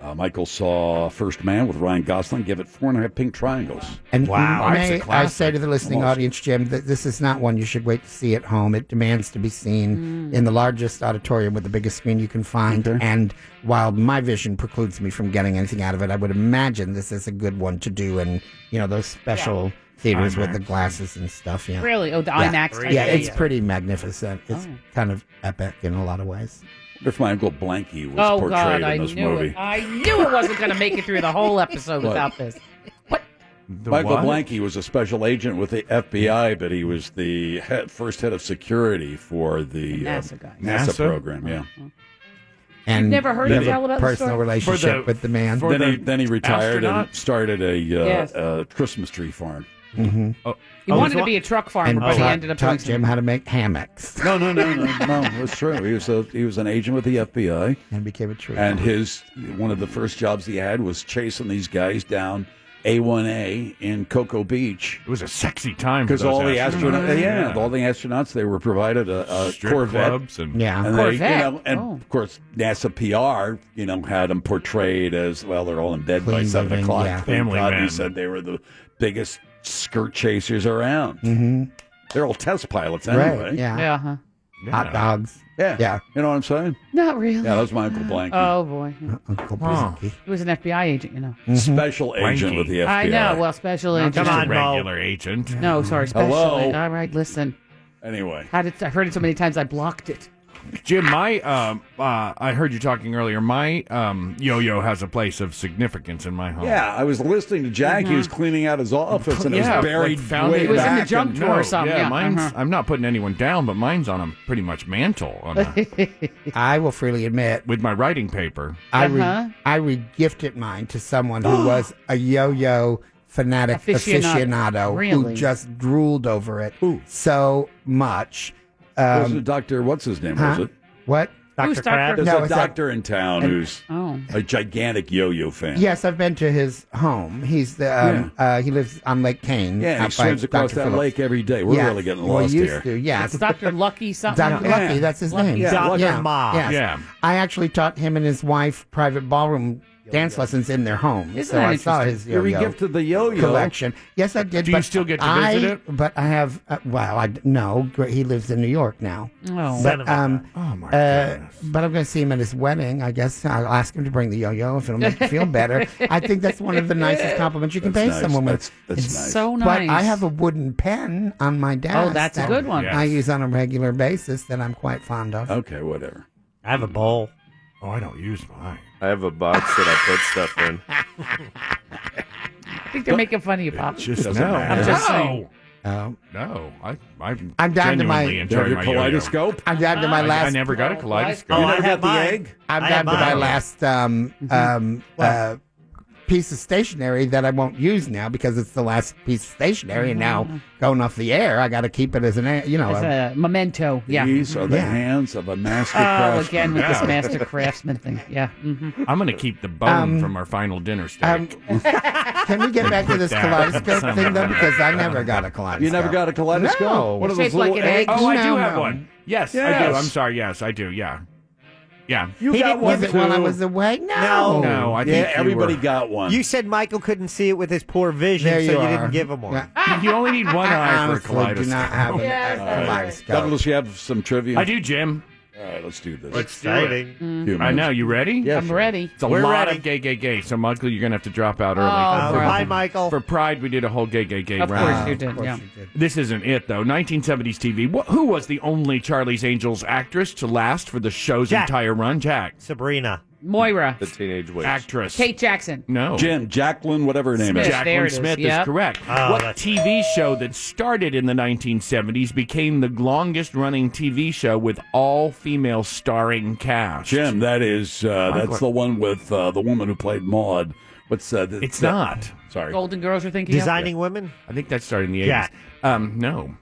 F: Uh, Michael saw First Man with Ryan Gosling. Give it four and a half pink triangles.
T: And may I say to the listening
F: Almost.
T: audience, Jim, that this is not one you should wait to see at home. It demands to be seen in the largest auditorium with the biggest screen you can find. And while my vision precludes me from getting anything out of it, I would imagine this is a good one to do in you know those special theaters with
F: Uh-huh.
T: the glasses and stuff. Yeah,
G: Really? Oh, the
T: Yeah.
G: IMAX type
T: Yeah,
G: thing? Oh.
T: it's pretty magnificent. It's kind of epic in a lot of ways.
F: If my Uncle Blanky was
G: Oh
F: portrayed
G: God,
F: in
G: I
F: this
G: knew
F: movie.
G: it. I knew it wasn't going to make it through the whole episode
F: What?
G: without this.
F: Michael
G: what?
F: Blanky was a special agent with the FBI, but he was the head, first head of security for the,
G: The
F: uh,
G: NASA guy.
F: NASA,
G: NASA?
F: program. Yeah,
T: and
G: You've never heard him tell about the
T: personal
G: story?
T: relationship with the man.
F: Then, he, then he retired
T: astronaut?
F: and started a, uh,
G: Yes.
F: uh Christmas tree farm.
T: Mm-hmm.
G: He wanted to be a truck farmer,
T: and
G: but he
T: taught-
G: ended up doing
T: taught
G: some-
T: Jim how to make hammocks.
F: No, no, no, no, no. That's true. He was a, he was an agent with the FBI
T: and became a tree.
F: And his one of the first jobs he had was chasing these guys down A1A in Cocoa Beach. It
U: was a sexy time for
F: because
U: those
F: all the
U: astronauts.
F: astronauts, yeah,
U: Yeah.
F: all the astronauts, they were provided a, a
U: Strip
F: Corvette,
U: clubs and-
T: Yeah.
F: and, they, you
T: Corvette?
F: know, and
T: Oh.
F: of course NASA PR, you know, had them portrayed as well. They're all in bed by
U: Clean
F: seven
U: living,
F: o'clock.
U: yeah.
F: Thank
U: Family
F: God He
U: men.
F: said they were the biggest skirt chasers around. They're all test pilots anyway.
T: Mm-hmm. Right. Yeah.
G: Yeah. huh
T: Hot dogs.
F: Yeah.
T: Yeah.
F: You know what I'm saying?
G: Not really.
F: Yeah, that was my Uncle Blanky.
G: Oh boy.
T: Uncle
F: Huh.
T: Blanky.
G: He was an FBI agent, you know.
F: Mm-hmm.
U: Mm-hmm.
F: Special agent with the FBI.
G: I know. Well, special agent.
F: agent.
G: No, sorry, special.
F: Hello.
G: agent. All right, listen.
F: Anyway.
G: How did I heard it so many times? I blocked it.
U: Jim, my um, uh, I heard you talking earlier. My um, yo-yo has a place of significance in my home.
F: Yeah, I was listening to Jack. He was
G: Uh-huh.
F: cleaning out his office and it
U: yeah,
F: was buried
U: like found
F: way
U: it
F: back
U: back and- no, Yeah, uh-huh. mine's.
G: uh-huh.
U: I'm not putting anyone down, but mine's on a pretty much mantle. On a,
T: I will freely admit,
U: with my writing paper,
T: I re-
U: Uh-huh.
T: I re-gifted mine to someone who was a yo-yo fanatic
U: Aficionado.
T: aficionado,
F: Really?
T: who just drooled over it so much. um,
F: Wasn't it Doctor, what's his name?
T: huh?
F: Was it?
T: What?
F: There's
T: No,
F: a
T: it's
F: doctor in town
T: and-
F: who's
G: oh.
F: a gigantic yo-yo fan.
T: Yes, I've been to his home. He's the um, uh, he lives on Lake Kane.
F: Yeah, and he
T: out by
F: swims across
T: Dr.
F: that
T: Phillips.
F: lake every day. We're
T: Yeah,
F: really getting
T: we
F: lost
T: used
F: here.
T: To, yeah,
G: It's Dr. Lucky something.
T: Dr. Lucky, that's his name.
G: Yeah. Dr.
T: Yeah.
G: Ma.
T: Yes.
G: Yeah.
T: I actually taught him and his wife private ballroom dance lessons in their home.
F: Isn't
T: so
F: that
T: I saw
F: interesting?
T: his
F: You
T: yo-yo
F: re-gifted the yo-yo.
T: collection. Yes, I did.
F: Do you
T: but
F: still get to
T: I,
F: visit it?
T: But I have. Uh, well, I no. gr- He lives in New York now.
G: Oh. Son
T: but,
G: of a-
T: um,
G: Oh, my
T: uh, But I'm going to see him at his wedding. I guess I'll ask him to bring the yo-yo if it'll make him feel better. I think that's one of the nicest compliments you can
F: That's
T: pay
F: nice.
T: someone
F: That's-
T: with.
F: that's It's nice.
G: so
F: Oh,
T: But I
G: nice.
T: have a wooden pen on my desk.
G: that's a
T: that
G: good one. Yes.
T: I use on a regular basis that I'm quite fond of.
F: Okay, whatever.
H: I have a bowl.
U: Oh, I don't use mine.
E: I have a box that I put stuff in.
G: I think they're making fun of you, Pop. I'm just saying.
T: No.
U: No. I, I'm,
T: Oh. I'm down to my-
U: genuinely enjoy
T: Your
U: my
T: kaleidoscope? I'm down to my
U: I- I
T: last-
U: never got a kaleidoscope.
T: Oh, I have mine. I'm down to my last um, um, uh, piece of stationery that I won't use now because it's the last piece of stationery, and now going off the air, I got to keep it as an, a- you know,
G: As
T: a-
G: a memento. Yeah.
F: These are the
T: Yeah.
F: hands of a master
G: Oh,
F: craftsman.
G: again with this
U: Yeah.
G: master craftsman thing. Yeah. hmm
U: I'm going to keep the bone
T: Um,
U: from our final dinner steak.
T: um, can we get back to this
U: Put that
T: kaleidoscope thing though?
U: somewhere.
T: Because I never got a kaleidoscope.
U: You never got a kaleidoscope?
T: No.
U: One of those Shaped like little an egg? eggs? Oh, I do have one. Yes, I do.
T: Yes.
U: I'm sorry. Yes, I do. Yeah. Yeah.
T: You He got didn't one, use it while I too. was away? No.
U: No, I think you were-
H: You said Michael couldn't see it with his poor vision,
U: There
H: so you
U: you are.
H: didn't give him one.
U: you only need one eye for a
F: honestly do not
U: kaleidoscope.
F: have an-
H: Yes.
F: All right.
T: kaleidoscope.
F: Douglas, you have some trivia?
U: I do, Jim.
F: All right, let's do this.
U: Let's do it. Mm-hmm.
G: Mm.
F: Humans.
U: I know. You ready?
G: I'm ready.
U: It's a
G: We're
U: lot
G: ready.
U: of gay, gay, gay. So, Michael, you're going to have to drop out early.
G: Oh,
U: For-
G: Bye,
H: Michael.
U: For Pride, we did a whole gay, gay, gay
G: Of
U: round.
G: course you did. Yeah.
U: This isn't it, though. 1970s TV. Wh- who was the only Charlie's Angels actress to last for the show's entire run? Jack.
H: Sabrina.
G: Moira.
U: The teenage witch. Actress.
G: Kate Jackson.
U: No.
F: Jim, Jacqueline, whatever her name is.
U: Jacqueline Smith is correct.
F: Oh,
U: what
F: that's-
U: TV show that started in the 1970s became the longest running TV show with all female starring cast?
F: Jim, that is uh, that's
U: Michael-
F: the one with uh, the woman who played Maud. What's uh, th-
U: It's
F: that-
U: not.
F: Sorry.
G: Golden Girls you're thinking
H: Designing women?
U: I think that started in the 80s.
H: Jack.
U: Um, no.
G: of?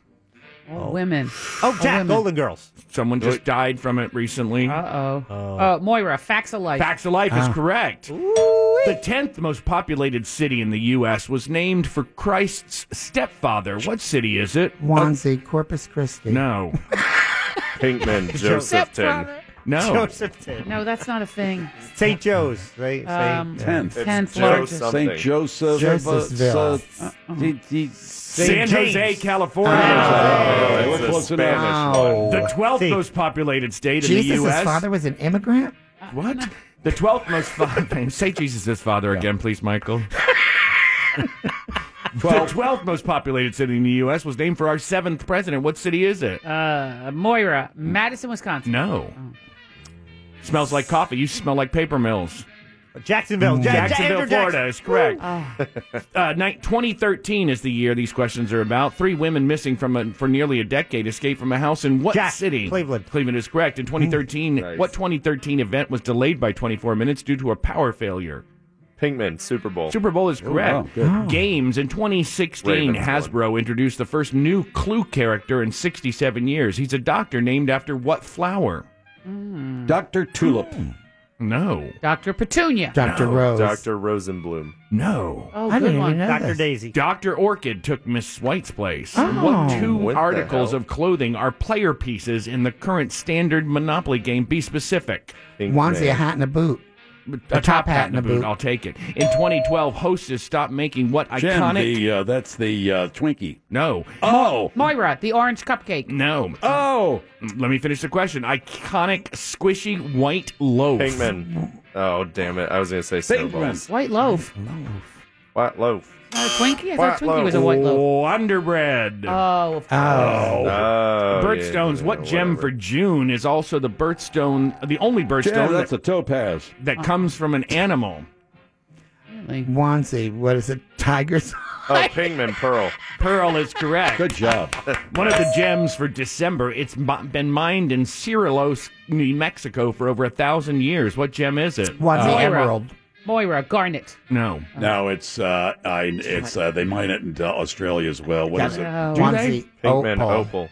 G: Oh, women.
H: Oh, Jack,
G: women.
H: Golden Girls.
U: Someone just died from it recently.
G: Uh oh. Uh, Moira, Facts of Life.
U: Facts of Life is
G: Ah.
U: correct. The 10th most populated city in the U.S. was named for Christ's stepfather. What city is it?
T: Wannsee, Corpus Christi.
U: No.
E: Pinkman, Josephton.
U: No.
H: Josephton.
G: No, that's not a thing.
H: St. Joe's. They say
G: Um,
F: Tenth.
G: Tenth largest.
F: St. Joseph.
H: Josephsville.
F: Uh, uh, d- d-
U: Uh-huh. San Jose, California.
F: Oh, Hey, we're it's a close enough. Spanish one.
U: The 12th most populated state in the
T: Jesus'
U: U.S.
T: father was an immigrant.
U: What? The 12th most. Fa- Say Jesus' father again, please, Michael. The 12th most populated city in the U.S. was named for our seventh president. What city is it?
G: Uh, Moira, Madison, Wisconsin. Oh.
U: No. Smells like coffee. You smell like paper mills.
H: Jacksonville. Jack-
U: Mm. Jacksonville,
H: Andrew Jackson.
U: Florida is correct.
G: Oh.
U: Uh, night, 2013 is the year these questions are about. Three women missing from a, for nearly a decade escaped from a house in what
H: Jack,
U: city?
H: Cleveland.
U: Cleveland is correct. In 2013,
E: Mm.
U: what 2013 event was delayed by 24 minutes due to a power failure?
E: Pinkman, Super Bowl.
U: Super Bowl is
E: Oh,
U: correct.
E: wow, good. Oh.
U: Games in 2016,
E: Ravens
U: Hasbro introduced the first new Clue character in 67 years. He's a doctor named after what flower?
G: Hmm.
F: Doctor Tulip.
U: No.
G: Dr. Petunia.
T: Dr. Rose.
E: Dr. Rosenblum.
U: No.
G: Oh, I good didn't one. even know
H: Dr.
G: this.
H: Daisy.
U: Dr. Orchid took Miss White's place.
H: Oh.
U: What two
E: What the
U: articles
E: hell?
U: of clothing are player pieces in the current standard Monopoly game? Be specific.
T: Wannsee, a hat and a boot.
U: A, top hat and a boot. I'll take it. In 2012, Hostess stopped making what
F: Jim,
U: iconic.
F: the, uh, that's the uh, Twinkie.
U: No.
F: Oh.
G: Moira, the orange cupcake.
U: No.
F: Oh.
U: Let me finish the question. Iconic squishy white loaf.
E: Pinkman. Oh, damn it. I was going to say snowballs.
G: White loaf.
E: White loaf.
G: Uh, Twinkie? I thought Twinkie was a white loaf.
U: Oh, underbread.
G: Oh, of course.
E: Oh,
U: Birdstones. what gem for June is also the birdstone, the only birdstone
F: Gem, that's
U: that,
F: a topaz
G: Oh.
U: that comes from an animal.
T: Wansi, what is it? Tigers?
E: Oh, Pigman Pearl.
U: Pearl is correct. Good
F: job.
U: One of the gems for December. It's mi- been mined in Cirulos, New Mexico, for over a thousand years. What gem is it? Uh,
T: What's
G: the emerald? Moira, garnet.
U: No.
F: No, it's uh, I, it's uh, they mine it in uh, Australia as well. What
G: Got
F: is
G: it.
F: it?
G: Oh. Do they?
E: Pigman opal.
F: opal.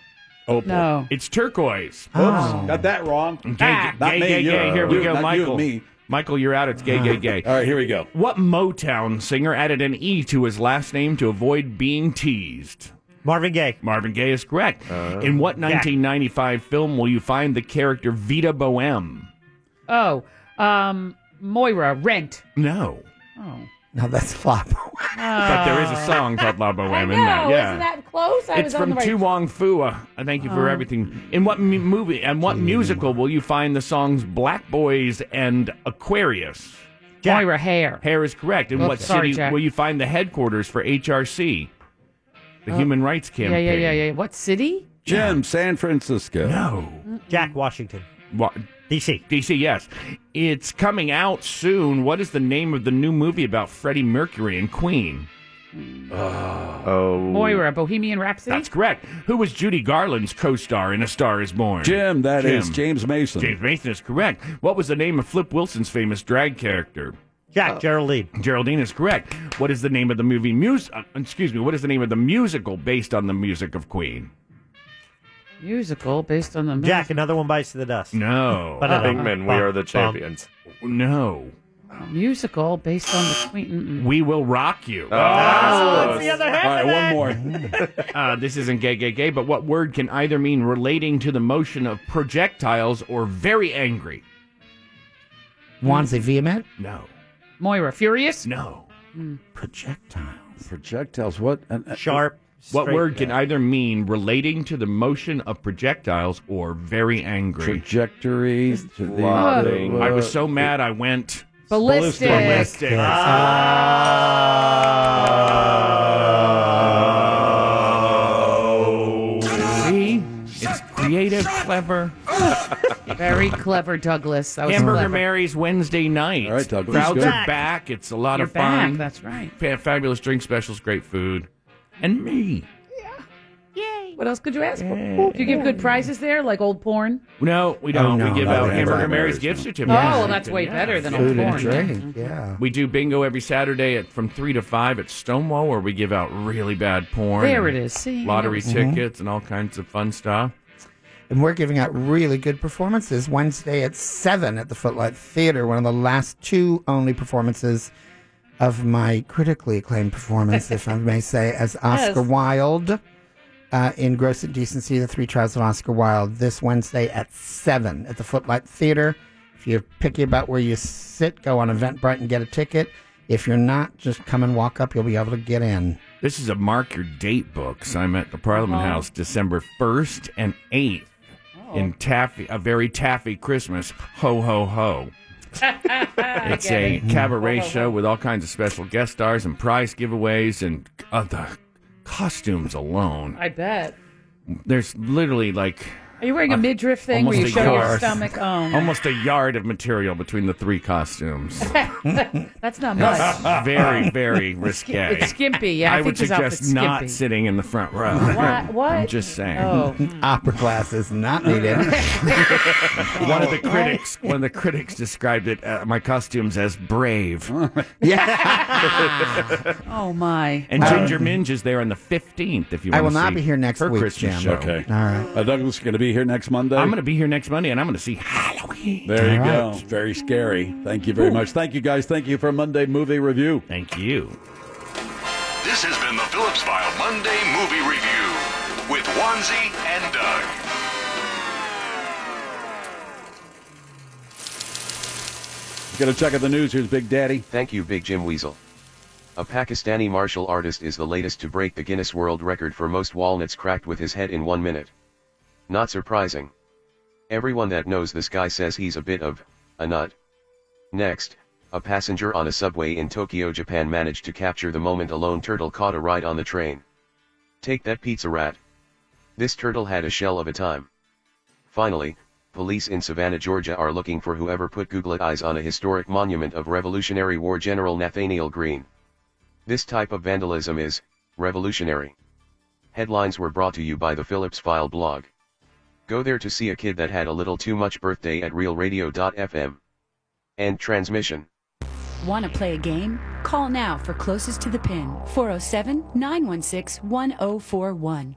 F: Opal.
G: No.
U: It's turquoise.
G: Oh.
U: Oh.
F: Oops, got that wrong.
U: Gay,
F: Not
U: gay,
F: me,
U: gay,
F: you.
U: gay. Here we
F: Ah, You,
U: go,
F: not you,
U: Michael.
F: me.
U: Michael, you're out. It's gay, gay, gay.
F: All right, here we go.
U: What Motown singer added an E to his last name to avoid being teased?
H: Marvin Gaye.
U: Marvin Gaye is correct.
F: Uh,
U: In what
G: Yeah.
U: 1995 film will you find the character Vita Bohem?
G: Oh, um, Moira, rent.
U: No.
G: Oh. Uh,
T: No, that's flop.
U: But there is
F: Uh,
U: a song called La Bohem,
G: No,
U: isn't there? Yeah.
G: isn't that close? I
U: it's
G: was on
U: from
G: the right.
U: Tu Wong Fua. I thank you
G: Oh.
U: for
G: Hmm.
U: everything. In what mu- movie and what musical will you find the songs Black Boys and Aquarius?
G: Moira Hare.
U: Hare is correct. In
G: Oops,
U: what
G: sorry,
U: city
G: Jack.
U: will you find the headquarters for HRC? The
G: Oh.
U: Human Rights
G: Yeah,
U: Campaign.
G: yeah, yeah, yeah. What city?
F: Jim, San Francisco.
U: No.
H: Jack Washington.
U: What?
H: DC.
U: DC, yes. It's coming out soon. What is the name of the new movie about Freddie Mercury and Queen?
F: Uh,
E: Oh.
G: Moira, Bohemian Rhapsody.
U: That's correct. Who was Judy Garland's co-star in A Star Is Born?
F: Jim, that
U: That is
F: is James Mason.
U: James Mason is correct. What was the name of Flip Wilson's famous drag character?
G: Oh.
H: Jack Geraldine.
U: Geraldine is correct. What is the name of the movie? Mus- uh, excuse me. What is the name of the musical based on the music of Queen?
G: Musical based on the movie.
H: Jack, another one bites to the dust.
U: No.
H: But, uh,
E: Pigman, we are the
H: bum,
E: champions.
U: No.
G: Musical based on the Queen.
U: We will rock you.
G: Oh, that's the other half
U: All
G: of
U: right,
G: that.
U: one more. uh, this isn't gay, gay, gay. But what word can either mean relating to the motion of projectiles or very angry?
T: Wansi, Viamat?
U: No.
G: Moira, furious.
U: No.
T: Projectile.
F: Projectiles. What? An, uh, an-
H: Sharp.
U: What word can either mean relating to the motion of projectiles or very angry?
F: Trajectory. to the-
U: Plotting.
F: uh,
U: I was so mad I went
G: Ballistic.
U: ballistic. See? It's creative, clever.
G: Very clever, Douglas. That was
U: Hamburger
G: clever.
U: Mary's Wednesday night.
F: All right, Doug,
U: Crowds
F: let's go.
U: are back. It's a lot
G: You're
U: of fun.
G: back. That's right.
U: Fa- Fabulous drink specials, great food. And me.
G: What else could you ask for? Do you give good prizes there, like old porn?
U: No,
T: Oh,
U: we don't. we give out Hamburger Mary's gift
G: Oh,
U: certificates.
G: well, that's way better than Mm-hmm. old
T: Food and
G: porn.
T: drink, yeah.
U: We do bingo every Saturday at from three to five at Stonewall, where we give out really bad porn.
G: There
U: and
G: it is. See,
U: lottery
T: that was-
U: tickets and all kinds of fun stuff.
T: And we're giving out really good performances Wednesday at 7 at the Footlight Theater, one of the last two only performances of my critically acclaimed performance, if I may say, as Oscar
C: Yes.
T: Wilde uh, in Gross Indecency, The Three Trials of Oscar Wilde, this Wednesday at 7 at the Footlight Theater. If you're picky about where you sit, go on Eventbrite and get a ticket. If you're not, just come and walk up. You'll be able to get in.
U: This is a mark your date book. So I'm at the Parliament
G: Uh-huh.
T: Oh.
U: House December 1st and 8th
G: Oh.
U: in Taffy, a very taffy Christmas. Ho, ho, ho. It's a
T: Mm-hmm.
U: cabaret show with all kinds of special guest stars and prize giveaways and uh, the costumes alone.
G: I bet.
U: There's literally like
G: Are you wearing a midriff thing where you
U: Uh, almost a
G: show your
U: yard-
G: stomach? Oh,
U: almost a yard of material between the three costumes.
G: that's not much.
U: very, very risque.
G: It's skimpy. Yeah, I,
U: I
G: think
U: would
G: his
U: suggest
G: outfit's
U: not
G: skimpy.
U: sitting in the front row.
G: Why- what?
U: I'm just saying.
G: Oh.
T: Opera class is not needed.
U: One of the critics, one of the critics described it uh, my costumes as brave.
G: yeah. oh my.
U: And Ginger Minge is there on the 15th. If you
T: I
U: want
T: will
U: to
T: not
U: see
T: be here next
U: her
T: week,
U: Christmas
T: Jim.
U: show.
T: Okay. All right.
F: Uh, Douglas going to be here next Monday.
U: I'm going to be here next Monday, and I'm going to see Halloween.
F: There you
U: All
F: go.
U: right.
F: It's very scary. Thank you very much. Thank you guys. Thank you for Monday movie review.
U: Thank you.
A: This has been the Phillips File Monday Movie Review with Wanzi and Doug.
F: Going to check out the news. Here's Big Daddy.
S: Thank you, Big Jim Weasel. A Pakistani martial artist is the latest to break the Guinness World Record for most walnuts cracked with his head in one minute. Not surprising. Everyone that knows this guy says he's a bit of a nut. Next, a passenger on a subway in Tokyo, Japan managed to capture the moment a lone turtle caught a ride on the train. Take that pizza rat. This turtle had a shell of a time. Finally, police in Savannah, Georgia are looking for whoever put googlet eyes on a historic monument of Revolutionary War General Nathaniel Greene. This type of vandalism is revolutionary. Headlines were brought to you by the Phillips File blog. Go there to see a kid that had a little too much birthday at realradio.fm. End transmission.
C: Want to play a game? Call now for closest to the pin 407 916 1041.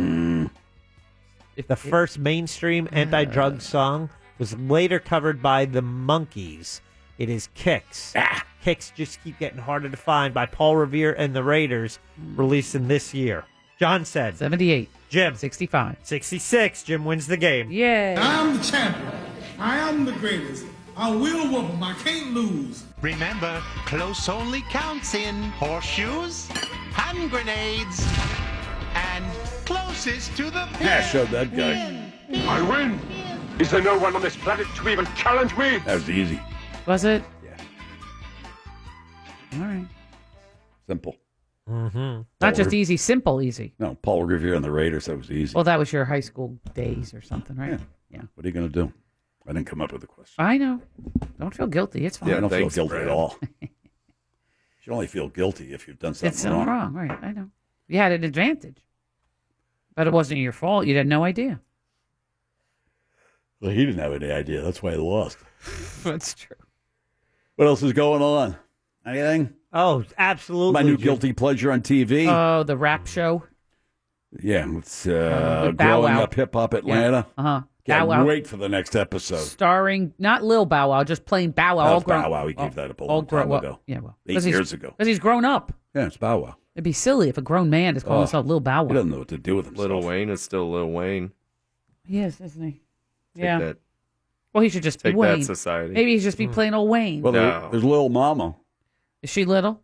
H: The first mainstream anti drug song was later covered by the Monkees. It is Kicks. Kicks just keep getting harder to find by Paul Revere and the Raiders, releasing this year. John said
G: 78.
H: Jim
G: 65.
H: 66. Jim wins the game.
G: Yay.
K: I am the champion. I am the greatest. I will whoop 'em. I can't lose.
I: Remember, close only counts in horseshoes, hand grenades, and closest to the pin.
F: Yeah, showed that guy.
I: I win.
V: Is there no one on this planet to even challenge me?
F: That was easy.
G: Was it? Yeah. All right.
F: Simple.
H: Mm-hmm.
G: Not just easy, simple, easy.
F: No, Paul Revere and the Raiders. That was easy.
G: Well, that was your high school days or something, right? Yeah.
F: What are you going to do? I didn't come up with a question.
G: I know. Don't feel guilty. It's fine.
F: I don't feel guilty at all. you should only feel guilty if you've done something
G: It's wrong. wrong, right? I know. You had an advantage, but it wasn't your fault. You had no idea.
F: Well, he didn't have any idea. That's why he lost.
G: That's true.
F: What else is going on? Anything?
H: Oh, absolutely.
F: My new
G: Jim.
F: guilty pleasure on TV.
G: Oh, the rap show.
F: yeah, it's
G: Uh,
F: uh,
G: with Bow
F: growing
G: Wow.
F: up hip hop Atlanta.
G: Uh huh.
F: Can't
G: Bow Wow.
F: wait for the next episode.
G: starring not Lil Bow Wow, just plain Bow Wow.
F: That's
G: all grown-
F: Bow Wow. He gave that up a long time
G: well,
F: ago.
G: Yeah, well,
F: Eight years ago.
G: because he's grown up.
F: Yeah, it's Bow Wow.
G: It'd be silly if a grown man is calling
E: Oh,
G: himself Lil Bow Wow.
E: he doesn't know
F: what to do with himself.
E: Little Wayne is still Little Wayne.
G: He is, isn't he?
E: Take
G: yeah. Mm.
E: that.
G: Well, he should just
E: Take
G: be Wayne.
E: that society.
G: Maybe he should just be plain old Wayne.
F: Well, there, there's Lil Mama.
G: Is she little?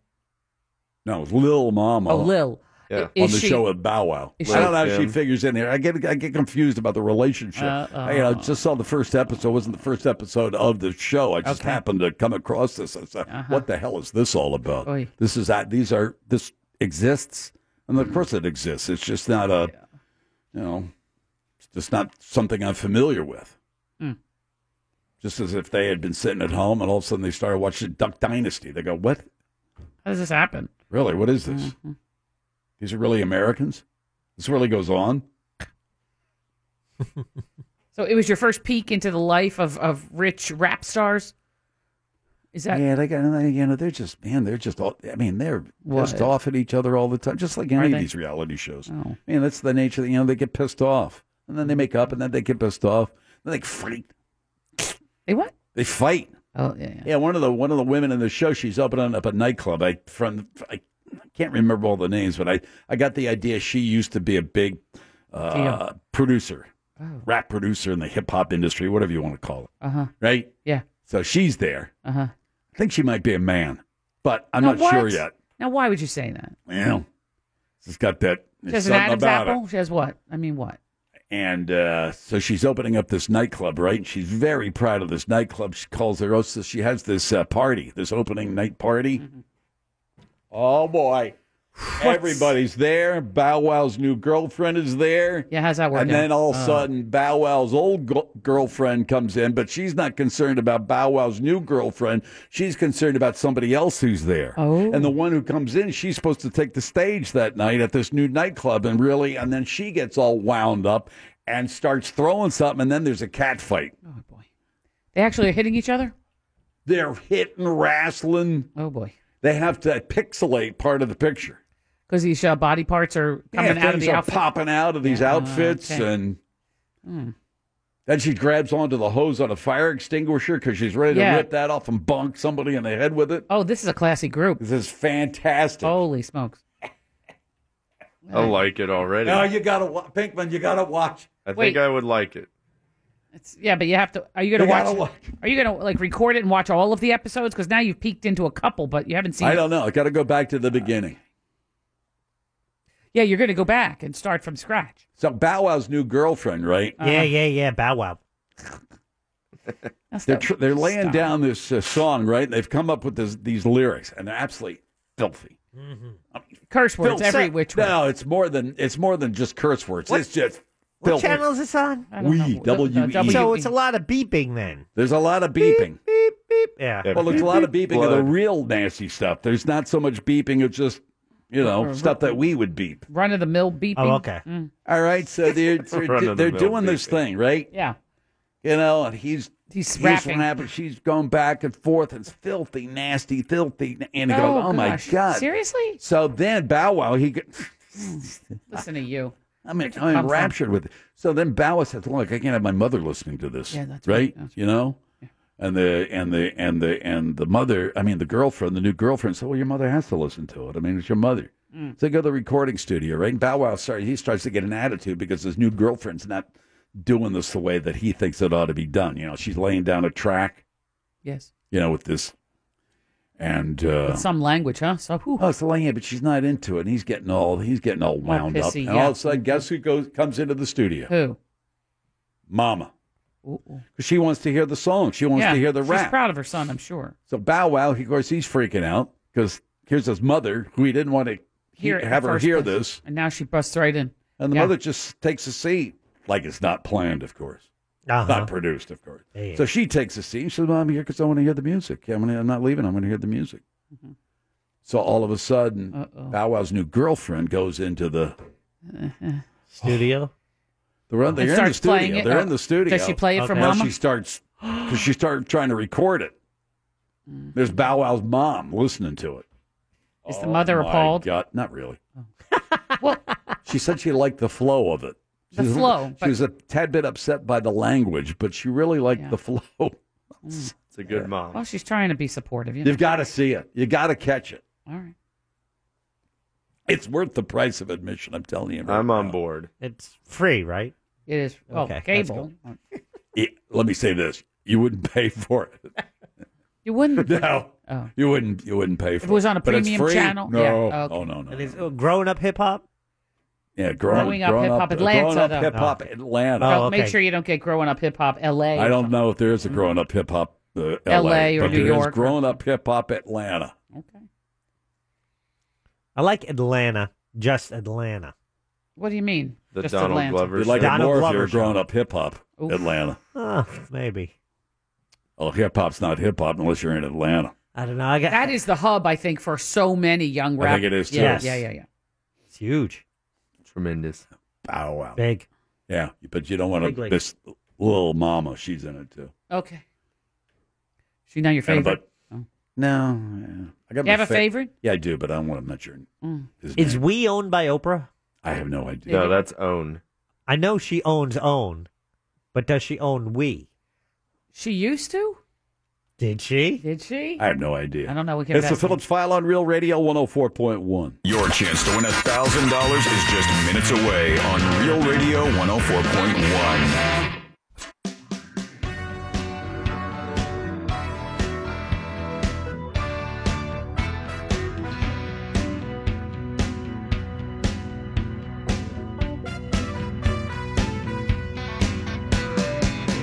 F: No, it's Lil Mama.
G: Oh, Lil.
F: Yeah.
G: I- is
F: on the
G: she-
F: show with Bow Wow.
G: Is
F: I
G: she-
F: don't know how she
G: Tim.
F: figures in there. I get I get confused about the relationship.
G: Uh-oh.
F: I, you know, just saw the first episode. It wasn't the first episode of the show. I just
G: Okay. Uh-huh.
F: happened to come across this. I said, "What the hell is this all about?
G: Oy.
F: This is that. These are this exists, and of course it exists. It's just not a, you know, it's just not something I'm familiar with.
G: Mm.
F: Just as if they had been sitting at home and all of a sudden they started watching Duck Dynasty. They go, "What?
G: How does this happen? Mm-hmm.
F: Really? What is this? These are really Americans? This really goes on?
G: So it was your first peek into the life of, of rich rap stars. Is that
F: yeah, they got, you know, they're just, man, they're just all, I mean, they're
G: What?
F: pissed off at each other all the time, just like
G: Are
F: any of
G: they? Oh.
F: these reality shows. I mean, that's the nature, you know, they get pissed off and
G: Hmm.
F: then they make up and then they get pissed off. Then they fight.
G: They what?
F: They fight.
G: Oh yeah, yeah.
F: one of the one of the women in the show, she's opening up a nightclub. I from I can't remember all the names, but I I got the idea she used to be a big uh,
G: Deal.
F: producer,
G: Oh.
F: rap producer in the hip hop industry, whatever you want to call it.
G: Uh huh.
F: right?
G: Yeah.
F: So she's there.
G: Uh huh.
F: I think she might be a man, but I'm
G: Now
F: not sure
G: what?
F: yet.
G: Now, why would you say that?
F: Well, she's got that
G: She
F: there's
G: has an
F: something
G: Adam's
F: about
G: apple.
F: it.
G: She has what? I mean, what?
F: And uh, so she's opening up this nightclub, right? And she's very proud of this nightclub. She calls her host. so She has this uh, party, this opening night party. Oh boy. Everybody's there. Bow Wow's new girlfriend is there.
G: Yeah, how's that working?
F: And then all of
N: Uh.
G: Oh.
F: a sudden, Bow Wow's old go- girlfriend comes in, but she's not concerned about Bow Wow's new girlfriend. She's concerned about somebody else who's there.
G: Oh.
F: And the one who comes in, she's supposed to take the stage that night at this new nightclub, and really, and then she gets all wound up and starts throwing something, and then there's a cat fight.
G: They actually are hitting each other.
F: They're hitting, wrestling.
G: Oh boy.
F: They have to pixelate part of the picture.
G: Because these uh, body parts are coming
F: yeah,
G: out of
F: things
G: the
F: are
G: outfit.
F: popping out of these
G: Yeah,
F: outfits,
G: okay.
F: and
G: Hmm.
F: then she grabs onto the hose on a fire extinguisher because she's ready
G: Yeah.
F: to rip that off and bonk somebody in the head with it.
G: Oh, this is a classy group.
F: This is fantastic.
G: Holy smokes!
E: I like it already.
F: No, you gotta wa- Pinkman. You gotta watch.
E: I think
G: Wait.
E: I would like it.
G: It's, yeah, but you have to. Are you gonna
F: You
G: watch,
F: gotta
G: Are you gonna like record it and watch all of the episodes? Because now you've peeked into a couple, but you haven't seen.
F: I don't know. I got to go back to the beginning.
G: Yeah, you're gonna go back and start from scratch.
F: So Bow Wow's new girlfriend, right?
G: Yeah,
H: yeah, yeah. Bow Wow.
F: They're tr- they're laying down this uh, song, right? They've come up with this, these lyrics, and they're absolutely filthy.
G: Mm-hmm. Curse words
F: Filth-
G: every which way.
F: No, it's more than it's more than just curse words.
H: What-
F: It's just
H: What
F: filthy.
H: channel is this on?
F: I don't We, know. W- The- the
G: E.
F: W-
H: So it's a lot of beeping then.
F: There's a lot of beeping.
H: Yeah.
F: Well, there's a lot of beeping of the real nasty stuff. There's not so much beeping of just, you
G: Uh-huh.
F: know, stuff that we would beep.
G: Run of the mill beeping.
F: Oh, okay.
G: Mm.
F: All right, so they're they're,
G: Run-of-the-mill
F: they're doing this thing, right?
G: Yeah.
F: You know, and he's
G: he's rapping.
F: rapping. She's going back and forth. It's filthy, nasty, filthy, and he
G: Oh,
F: goes, "Oh my
G: gosh.
F: god,
G: Seriously?
F: So then Bow Wow, he. Go-
G: Listen to you.
F: I'm,
G: Where'd you
F: I'm
G: come from?
F: enraptured with it. So then Bow Wow says, "Look, I can't have my mother listening to this."
G: Yeah, that's
F: right. you know, and the and the and the and the mother. I mean, the girlfriend, the new girlfriend said, "Well, your mother has to listen to it. I mean, it's your mother."
G: Mm.
F: So they go to the recording studio, right? And Bow Wow, sorry, he starts to get an attitude because his new girlfriend's not doing this the way that he thinks it ought to be done. You know, she's laying down a track,
G: Yes.
F: you know, with this, and uh,
G: With some language, huh? So whew.
F: Oh, it's the language, but she's not into it. And he's getting all he's getting all wound up.
G: pissy,
F: And all of
G: yeah.
F: a sudden, guess who goes comes into the studio?
G: Who?
F: Mama.
G: Ooh.
F: She wants to hear the song. She wants
G: yeah,
F: to hear the
G: she's
F: rap.
G: proud of her son, I'm sure.
F: So Bow Wow, he- of course, he's freaking out because here's his mother who he didn't want to
G: Hear it in
F: have
G: the
F: her
G: first
F: hear
G: place.
F: this.
G: And now she busts right in.
F: And the
G: Yeah.
F: mother just takes a seat like it's not planned, of course.
H: Uh-huh.
F: Not produced, of course.
H: Yeah.
F: So she takes a seat. and She says, "Well, I'm here because I want to hear the music. I'm, gonna, I'm not leaving. I'm going to hear the music."
G: Mm-hmm.
F: So all of a sudden, Bow Wow's new girlfriend goes into the
G: Uh-huh.
H: Studio.
F: They're, in-
H: And
F: they're in the
H: starts playing
F: studio.
H: it?
F: They're in
H: Oh.
F: the studio.
H: Does she play it for
F: No,
H: Mama?
F: she starts because she started trying to record it. There's Bow Wow's mom listening to it. Oh,
G: Is
H: Oh
G: the mother
F: my
G: appalled?
F: God, not really. she said she liked the flow of it.
G: The
F: She's a-
G: flow,
F: She was a tad bit upset by the language, but she really liked the flow.
G: Mm.
E: It's a good mom.
G: Well, she's trying to be supportive. You know?
F: You've got to see it. You got to catch it.
G: All right.
F: It's worth the price of admission. I'm telling you.
E: I'm on board.
H: It's free, right?
G: It is. Oh,
H: Okay, let's
G: cable.
F: Yeah, let me say this: you wouldn't pay for it.
G: You wouldn't.
F: No,
G: Oh.
F: you wouldn't. You wouldn't pay for it.
G: If it was on a
F: But it's
G: premium
F: free?
G: channel?
F: No,
G: Yeah, okay.
F: oh no, no.
H: It is oh, growing up hip hop.
F: Yeah, growing,
G: Growing Up
F: growing
G: Hip Hop Atlanta,
F: growing up
G: though.
F: hip hop Atlanta.
G: Don't- Make sure you don't get growing up hip hop L.A.
F: I don't know if there is a growing up hip hop uh,
G: LA
F: LA,
G: or
F: but
G: New
F: there is
G: York or-
F: growing up hip hop Atlanta.
H: I like Atlanta, just Atlanta.
G: What do you mean? Just Atlanta.
F: You like it
H: Donald
F: more if
H: Glover
F: you're
H: show.
F: growing up hip hop
G: Oof.
F: Atlanta.
H: Oh, maybe.
F: Well, hip hop's not hip hop unless you're in Atlanta.
H: I don't know. I got,
G: that is the hub, I think, for so many young
F: I
G: rappers.
F: think it is, too.
G: Yeah,
F: Yes.
G: yeah, yeah, yeah.
H: It's huge,
E: tremendous.
F: Bow wow,
H: big.
F: Yeah, but you don't want
G: Big
F: to
G: league.
F: miss little mama. She's in it too.
G: Okay. She now your
F: Kind of
G: favorite. Oh.
F: a- No, yeah. I got
G: You
F: my
G: have a favorite?
F: Yeah, I do, but I don't want to mention.
G: Mm.
F: his
H: Is
F: name.
H: We owned by Oprah?
F: I have no idea.
E: No, that's own.
H: I know she owns own, but does she own we?
G: She used to?
H: Did she?
G: Did she?
F: I have no idea.
G: I don't know. We can
F: It's the
G: ask
F: Phillips File on Real Radio 104.1.
B: Your chance to win $1,000 is just minutes away on Real Radio 104.1.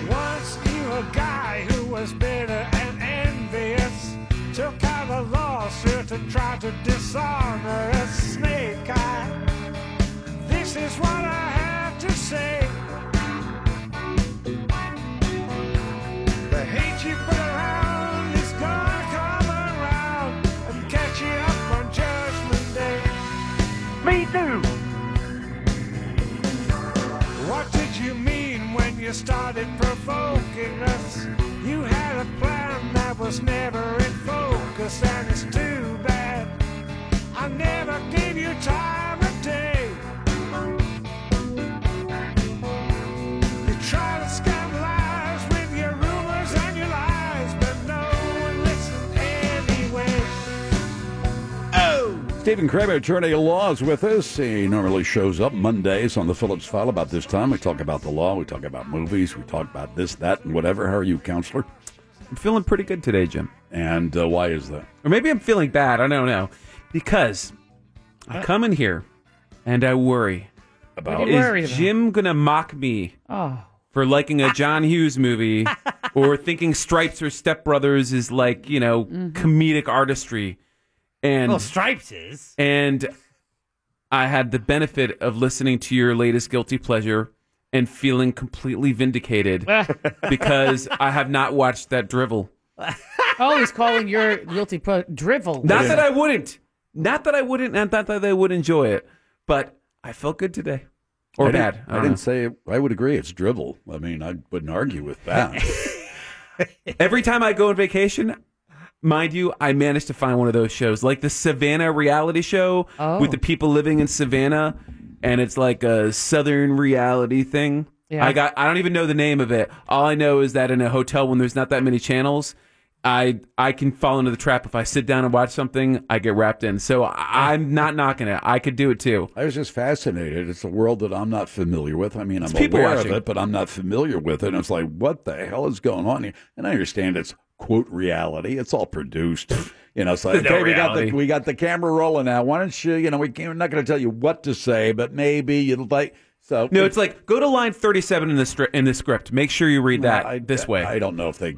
D: Once you a guy who was bitter and envious, took out a lawsuit and tried to dishonor a snake eye. This is what I have to say. The hate you put around is gonna come around and catch you up on Judgment Day. Me too.
T: Mm.
D: What did you mean when you started provoking us? You had a plan that was never in focus, and it's too bad. I never gave you time of day. You try to scam lives with your rumors and your lies, but no one listened anyway.
F: Oh! Stephen Kramer, attorney at law, is with us. He normally shows up Mondays on the Phillips File about this time. We talk about the law, we talk about movies, we talk about this, that, and whatever. How are you, counselor?
J: I'm feeling pretty good today, Jim.
F: And uh, why is that?
J: Or maybe I'm feeling bad. I don't know. Because I come in here and I worry
G: What
J: about
G: do you worry
J: is
G: about?
J: Jim going to mock me
G: Oh.
J: for liking a John Hughes movie or thinking Stripes or Step Brothers is like, you know, comedic artistry. And
H: Mm-hmm. well, Stripes is.
J: and I had the benefit of listening to your latest guilty pleasure and feeling completely vindicated because I have not watched that drivel.
G: Oh, he's calling your guilty pro- drivel.
J: Not that I wouldn't. Not that I wouldn't, and not that I would enjoy it, but I felt good today. Or
F: I
J: bad.
F: Didn't,
J: I
F: I,
J: don't
F: didn't
J: know.
F: say I would agree. It's drivel. I mean, I wouldn't argue with that.
J: Every time I go on vacation, mind you, I manage to find one of those shows, like the Savannah reality show
G: Oh.
J: with the people living in Savannah, and it's like a Southern reality thing.
G: Yeah.
J: I got. I don't even know the name of it. All I know is that in a hotel when there's not that many channels. I I can fall into the trap if I sit down and watch something, I get wrapped in. So I, I'm not knocking it. I could do it too.
F: I was just fascinated. It's a world that I'm not familiar with. I mean,
J: It's
F: I'm
J: people
F: aware
J: watching.
F: of it, but I'm not familiar with it. And it's like, what the hell is going on here? And I understand it's quote reality. It's all produced. You know, it's like,
J: There's no
F: okay, we got the
J: reality.
F: we got the camera rolling now. Why don't you? You know, we can't, we're not going to tell you what to say, but maybe you'd like. So
J: No, it's like go to line 37 in the stri- in the script. Make sure you read that
F: I-
J: this way.
F: I don't know if they.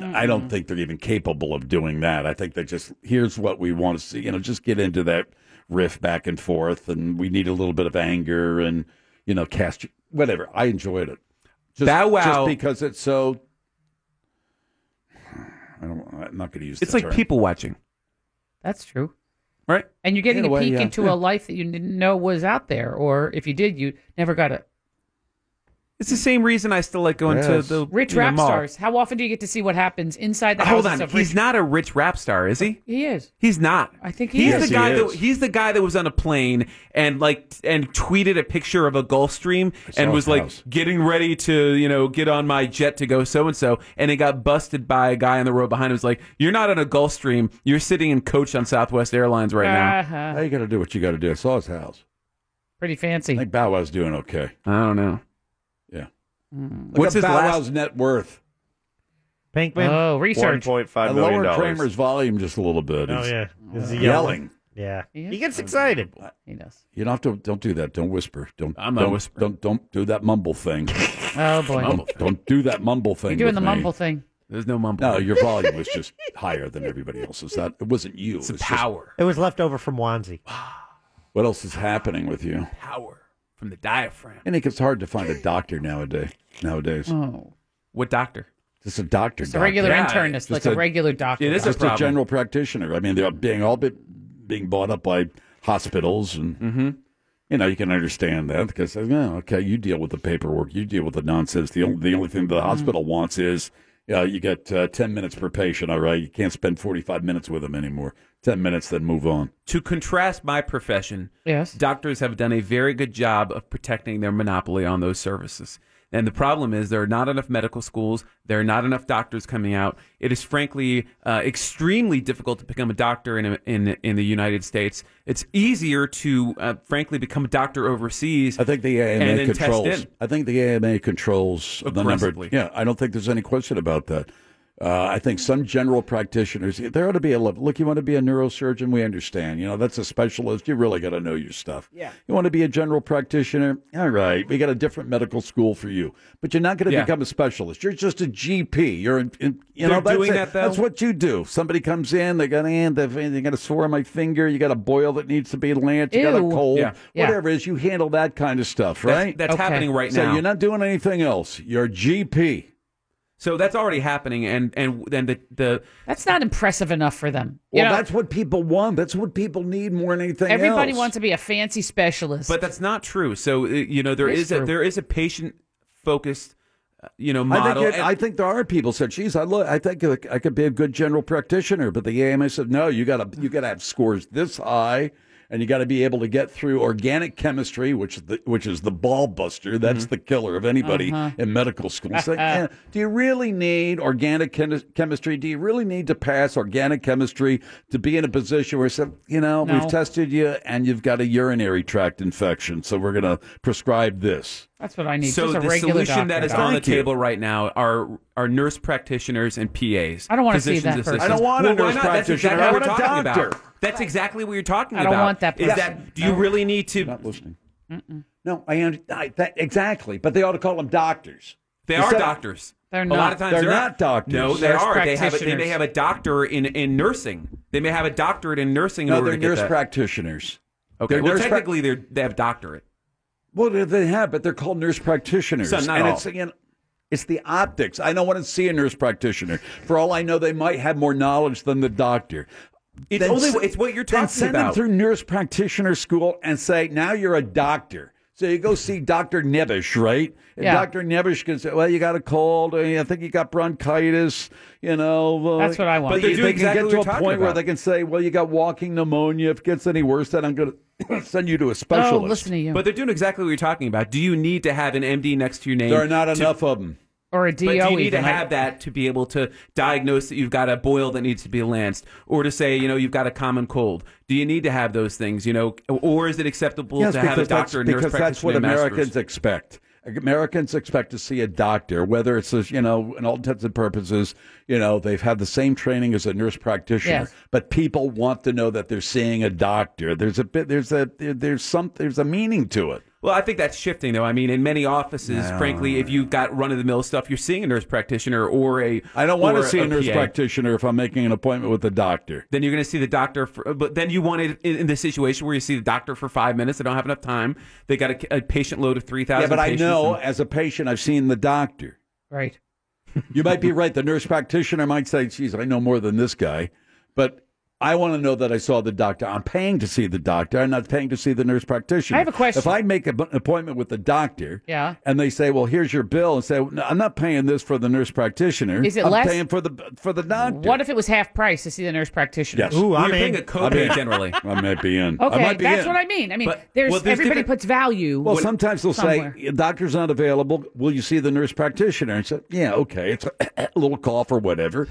F: I don't think they're even capable of doing that. I think they just here's what we want to see. You know, just get into that riff back and forth, and we need a little bit of anger and you know, cast your- whatever. I enjoyed it. Just,
J: Bow Wow-
F: just because it's so. I don't. I'm not going to use.
J: It's
F: the
J: like
F: term.
J: people watching.
G: That's true.
J: Right.
G: And you're getting
F: In a
G: a,
F: way,
G: peek
F: yeah.
G: into
F: Yeah.
G: a life that you didn't know was out there, or if you did, you never got it.
J: It's the same reason I still like going to
G: Yes.
J: the
G: Rich
J: you know,
G: rap
J: mall.
G: stars. How often do you get to see what happens inside the
J: Hold
G: houses
J: on,
G: of rich?
J: he's not a rich rap star, is he?
G: He is.
J: He's not.
G: I think he
J: He's
G: is.
J: the guy that he's the guy that was on a plane and like t- and tweeted a picture of a Gulf Stream
F: saw
J: and was
F: his
J: like
F: house.
J: getting ready to you know get on my jet to go so and so and it got busted by a guy on the road behind him. Was like, you're not on a Gulf Stream. You're sitting in coach on Southwest Airlines right now.
G: Uh-huh.
F: Now you got to do what you got to do. I saw his house.
G: Pretty fancy.
F: I think Bow Wow's doing okay.
J: I don't know.
F: Yeah.
G: Mm.
F: Look What's his Bow Wow's net worth?
H: Pinkman? Oh, research. $1.5
F: I
H: million
F: Lowered Uh, Kramer's volume just a little bit.
H: Oh,
F: He's
H: yeah. Is he
F: yelling.
H: yelling? Yeah.
G: He,
H: gets excited.
G: He does.
F: You don't have to. Don't do that. Don't whisper. Don't.
J: I'm
G: not
F: don't,
J: whispering.
F: Don't don't do that mumble thing.
G: Oh boy.
F: Don't, don't do that mumble thing.
G: You're doing
F: with
G: the
F: me.
G: mumble thing.
J: There's no mumble.
F: No, your volume was just higher than everybody else's. That it wasn't you. It's
J: power.
H: It was left over from Wanzi.
F: What else is happening with you?
J: Power from the diaphragm.
F: And it gets hard to find a doctor nowadays. Nowadays.
G: Oh.
J: What doctor?
F: Just a doctor.
G: Just a regular
F: doctor.
G: internist,
F: Just
G: like a, regular doctor.
F: It is
G: doctor.
F: just a, general practitioner. I mean, they're being all bit, being bought up by hospitals, and
U: Mm-hmm.
F: you know you can understand that because no, okay, you deal with the paperwork, you deal with the nonsense. The only the only thing the hospital wants is uh, you get uh, ten minutes per patient. All right, you can't spend forty five minutes with them anymore. Ten minutes, then move on.
J: To contrast my profession,
G: yes.
J: doctors have done a very good job of protecting their monopoly on those services. And the problem is there are not enough medical schools. There are not enough doctors coming out. It is frankly uh, extremely difficult to become a doctor in, a, in in the United States. It's easier to, uh, frankly, become a doctor overseas. I
F: think the AMA
J: and then Test
F: controls.
J: in.
F: I think the AMA controls the number.
J: Aggressively.
F: Yeah, I don't think there's any question about that. Uh, I think some general practitioners there ought to be a level. Look, you want to be a neurosurgeon, we understand. You know, that's a specialist. You really got to know your stuff. Yeah. You want to be a general practitioner? All right, we got a different medical school for you, but you're not going to
J: Yeah.
F: become a specialist. You're just a GP. You're, in, in, you
J: They're
F: know, that's
J: doing
F: it.
J: that, though?
F: That's what you do. Somebody comes in, they got an hand, they they got a sore on my finger. You got a boil that needs to be lanced. You got a
J: Ew.
F: cold.
J: Yeah. Yeah.
F: Whatever it is, you handle that kind of stuff,
J: That's-
F: right?
J: that's Okay. happening right now.
F: So you're not doing anything else. You're GP.
J: So that's already happening, and and then the the
G: That's not impressive enough for them. You
F: Well,
G: know,
F: that's what people want. That's what people need more than anything
G: everybody
F: else.
G: wants to be a fancy specialist.
J: But that's not true. So uh, you know there
G: It is
J: is a,
G: true.
J: there is a patient focused, you know,
F: I
J: model.
F: think, it-
J: and-
F: I think there are people said, "Geez, I look, I think I could be a good general practitioner," but the AMA said, "No, you got to you got to have scores this high, and you got to be able to get through organic chemistry, which is the, which is the ball buster. That's
J: Mm-hmm.
F: the killer of anybody
U: Uh-huh.
F: in medical school. It's like, eh, do you really need organic chem- chemistry? Do you really need to pass organic chemistry to be in a position where it's, you know
G: No.
F: we've tested you and you've got a urinary tract infection, so we're going to prescribe this."
G: That's what I need.
J: So
G: just a
J: the
G: regular
J: solution
G: doctor.
J: that is on the
F: Thank you.
J: table right now are are nurse practitioners and PAs.
G: I don't wanna see
J: physicians
G: that person.
J: assistants.
G: I don't want a
J: Well, why not?
F: nurse
J: That's
F: practitioner.
J: exactly
F: I
J: what we're
F: want a
J: talking
F: doctor.
J: about. That's exactly what you're talking
F: I
J: about.
F: don't want that
J: Is
F: person.
J: that do you
F: No.
J: really need to? Not
F: listening. No, I, under- I that, exactly, but they ought to call them doctors.
J: They
F: Instead
J: are
F: of-
J: doctors.
F: They're
J: A lot
F: not.
J: of times
F: They're
J: they're
F: not doctors.
J: No, they
F: Nurse
J: are. They have. A, they may
F: practitioners.
J: have a doctor in, in nursing. They may have a doctorate in nursing. In
F: No,
J: order
F: they're
J: to get
F: nurse
J: that.
F: practitioners.
J: Okay.
F: They're
J: well,
F: nurse prac-
J: technically, they're they have doctorate.
F: Well, they- they have, but they're called nurse practitioners.
J: So not
F: and
J: all.
F: it's again, it's the optics. I don't want to see a nurse practitioner. For all I know, they might have more knowledge than the doctor.
J: It's only- it's what you're
F: then
J: talking
F: send
J: about.
F: them through nurse practitioner school and say, now you're a doctor. So you go see Doctor Nebish, right? And
J: Yeah.
F: Doctor Nebish can say, "Well, you got a cold. I think you got bronchitis. You know, uh,
J: That's what I want. But
F: They,
J: they're doing
F: they can
J: exactly
F: get
J: what
F: to
J: you're
F: a
J: talking
F: point where
J: about.
F: they can say, "Well, you got walking pneumonia. If it gets any worse, then I'm going to send
J: Oh,
F: you Oh, to a specialist."
J: But they're doing exactly what you're talking about. Do you need to have an MD next to your name?
F: There are not
J: to-
F: enough of them.
G: or a E DO.
J: But
F: E,
J: do you need
G: even,
J: to
G: I-
J: have that to be able to diagnose that you've got a boil that needs to be lanced, or to say you know you've got a common cold? Do you need to have those things? You know, or is it acceptable
F: Yes,
J: to have a
F: because that's-
J: doctor, and nurse
F: because
J: practitioner,
F: that's what
J: and
F: Americans
J: masters?
F: expect. Americans expect to see a doctor, whether it's a, you know, in all intents and purposes, you know, they've had the same training as a nurse practitioner,
U: Yes.
F: but people want to know that they're seeing a doctor. There's a bit, there's a, there- there's some, there's a meaning to it.
J: Well, I think that's shifting, though. I mean, in many offices,
F: No.
J: frankly, if you've got run of the mill stuff, you're seeing a nurse practitioner or a.
F: I don't want
J: or
F: to see a nurse
J: PA.
F: practitioner if I'm making an appointment with a doctor.
J: Then you're going to see the doctor, for, but then you want it in, in the situation where you see the doctor for five minutes. They don't have enough time. They got a, a patient load of three
F: Yeah,
J: thousand.
F: but I
J: patients
F: know
J: and-
F: as a patient, I've seen the doctor.
G: Right.
F: You might be right. The nurse practitioner might say, geez, I know more than this guy. But I want to know that I saw the doctor. I'm paying to see the doctor. I'm not paying to see the nurse practitioner.
G: I have a question.
F: If I make a bu- an appointment with the doctor
G: Yeah.
F: and they say, "Well, here's your bill," and say, "No, "I'm not paying this for the nurse practitioner.
G: Is it
F: I'm
G: less-
F: paying for the for the doctor?"
G: What if it was half price to see the nurse practitioner?
F: Yes. I'm in. I might be in.
G: Okay,
F: I might be
G: that's
F: in.
G: what I mean. I mean,
F: But-
G: there's,
F: well, there's
G: everybody
F: different-
G: puts value.
F: Well, sometimes they'll
G: somewhere.
F: say, "Doctor's not available. Will you see the nurse practitioner?" And say, "Yeah, okay, it's a little cough or whatever."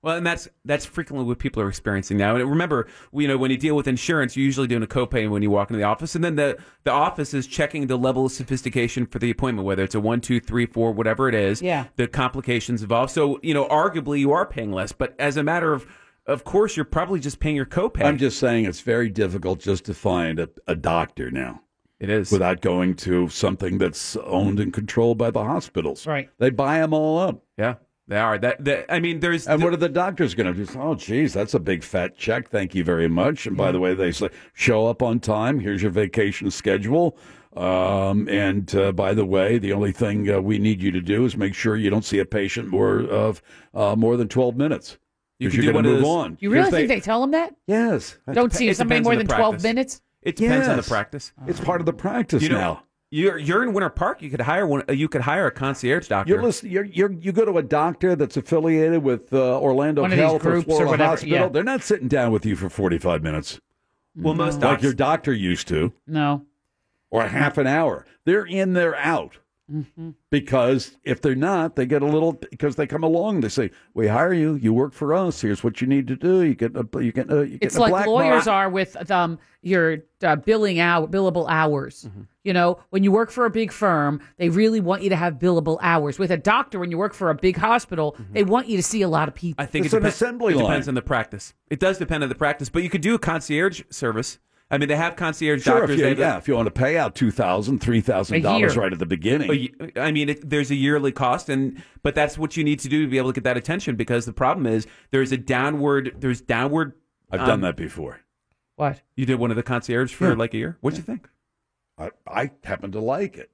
J: Well, and that's that's frequently what people are experiencing now. And remember, you know, when you deal with insurance, you're usually doing a copay when you walk into the office, and then the the office is checking the level of sophistication for the appointment, whether it's a one, two, three, four, whatever it is.
G: Yeah.
J: The complications involved. So you know, arguably, you are paying less, but as a matter of of course, you're probably just paying your copay.
F: I'm just saying it's very difficult just to find a, a doctor now.
J: It is
F: without going to something that's owned and controlled by the hospitals.
J: Right.
F: They buy them all up.
J: Yeah, they are. That, that I mean, there's.
F: And what are the doctors going to do? Oh, geez, that's a big fat check. Thank you very much. And by the way, they say show up on time. Here's your vacation schedule. Um, and uh, by the way, the only thing uh, we need you to do is make sure you don't see a patient more of uh, more than twelve minutes.
J: You
F: 'Cause
J: can
F: you're
J: do one
F: gonna
J: of
F: move
J: those-
F: on.
G: you really
F: If
G: think they tell them that?
F: Yes.
G: Don't see
J: It
G: somebody
J: depends
G: more
J: on the
G: than 12
J: practice.
G: minutes?
J: It depends on the
F: Yes. Uh-huh.
J: practice.
F: It's part of the practice
J: you know,
F: now.
J: You're you're in Winter Park. You could hire one. You could hire a concierge doctor.
F: You're listening. You're, you're, you go to a doctor that's affiliated with uh, Orlando
J: One of these
F: Health or
J: groups or
F: Florida
J: whatever,
F: Hospital.
J: yeah.
F: They're not sitting down with you for 45 minutes.
J: Well, most
F: like
J: docs-
F: your doctor used to,
G: No.
F: or half an hour. They're in, they're out.
J: Mm-hmm.
F: Because if they're not, they get a little because they come along. They say, "We hire you. You work for us. Here's what you need to do. You get a you get a you get
G: It's
F: a
G: like
F: black
G: lawyers
F: mark."
G: are with um, your uh, billing hour, billable hours.
J: Mm-hmm.
G: You know, when you work for a big firm, they really want you to have billable hours. With a doctor, when you work for a big hospital,
J: Mm-hmm.
G: they want you to see a lot of people.
J: I think it, depen- it depends on the practice. It does depend on the practice, but you could do a concierge service. I mean, they have concierge
F: Sure,
J: doctors.
F: if you,
J: they have-
F: yeah, if you want to pay out two thousand, three thousand
J: A year.
F: dollars right at the beginning,
J: A ye- I mean, it, there's a yearly cost, and but that's what you need to do to be able to get that attention. Because the problem is there's a downward. There's downward. um,
F: I've done that before.
G: What
J: you did one of the concierge for like a year? What'd you think?
F: I, I happen to like it,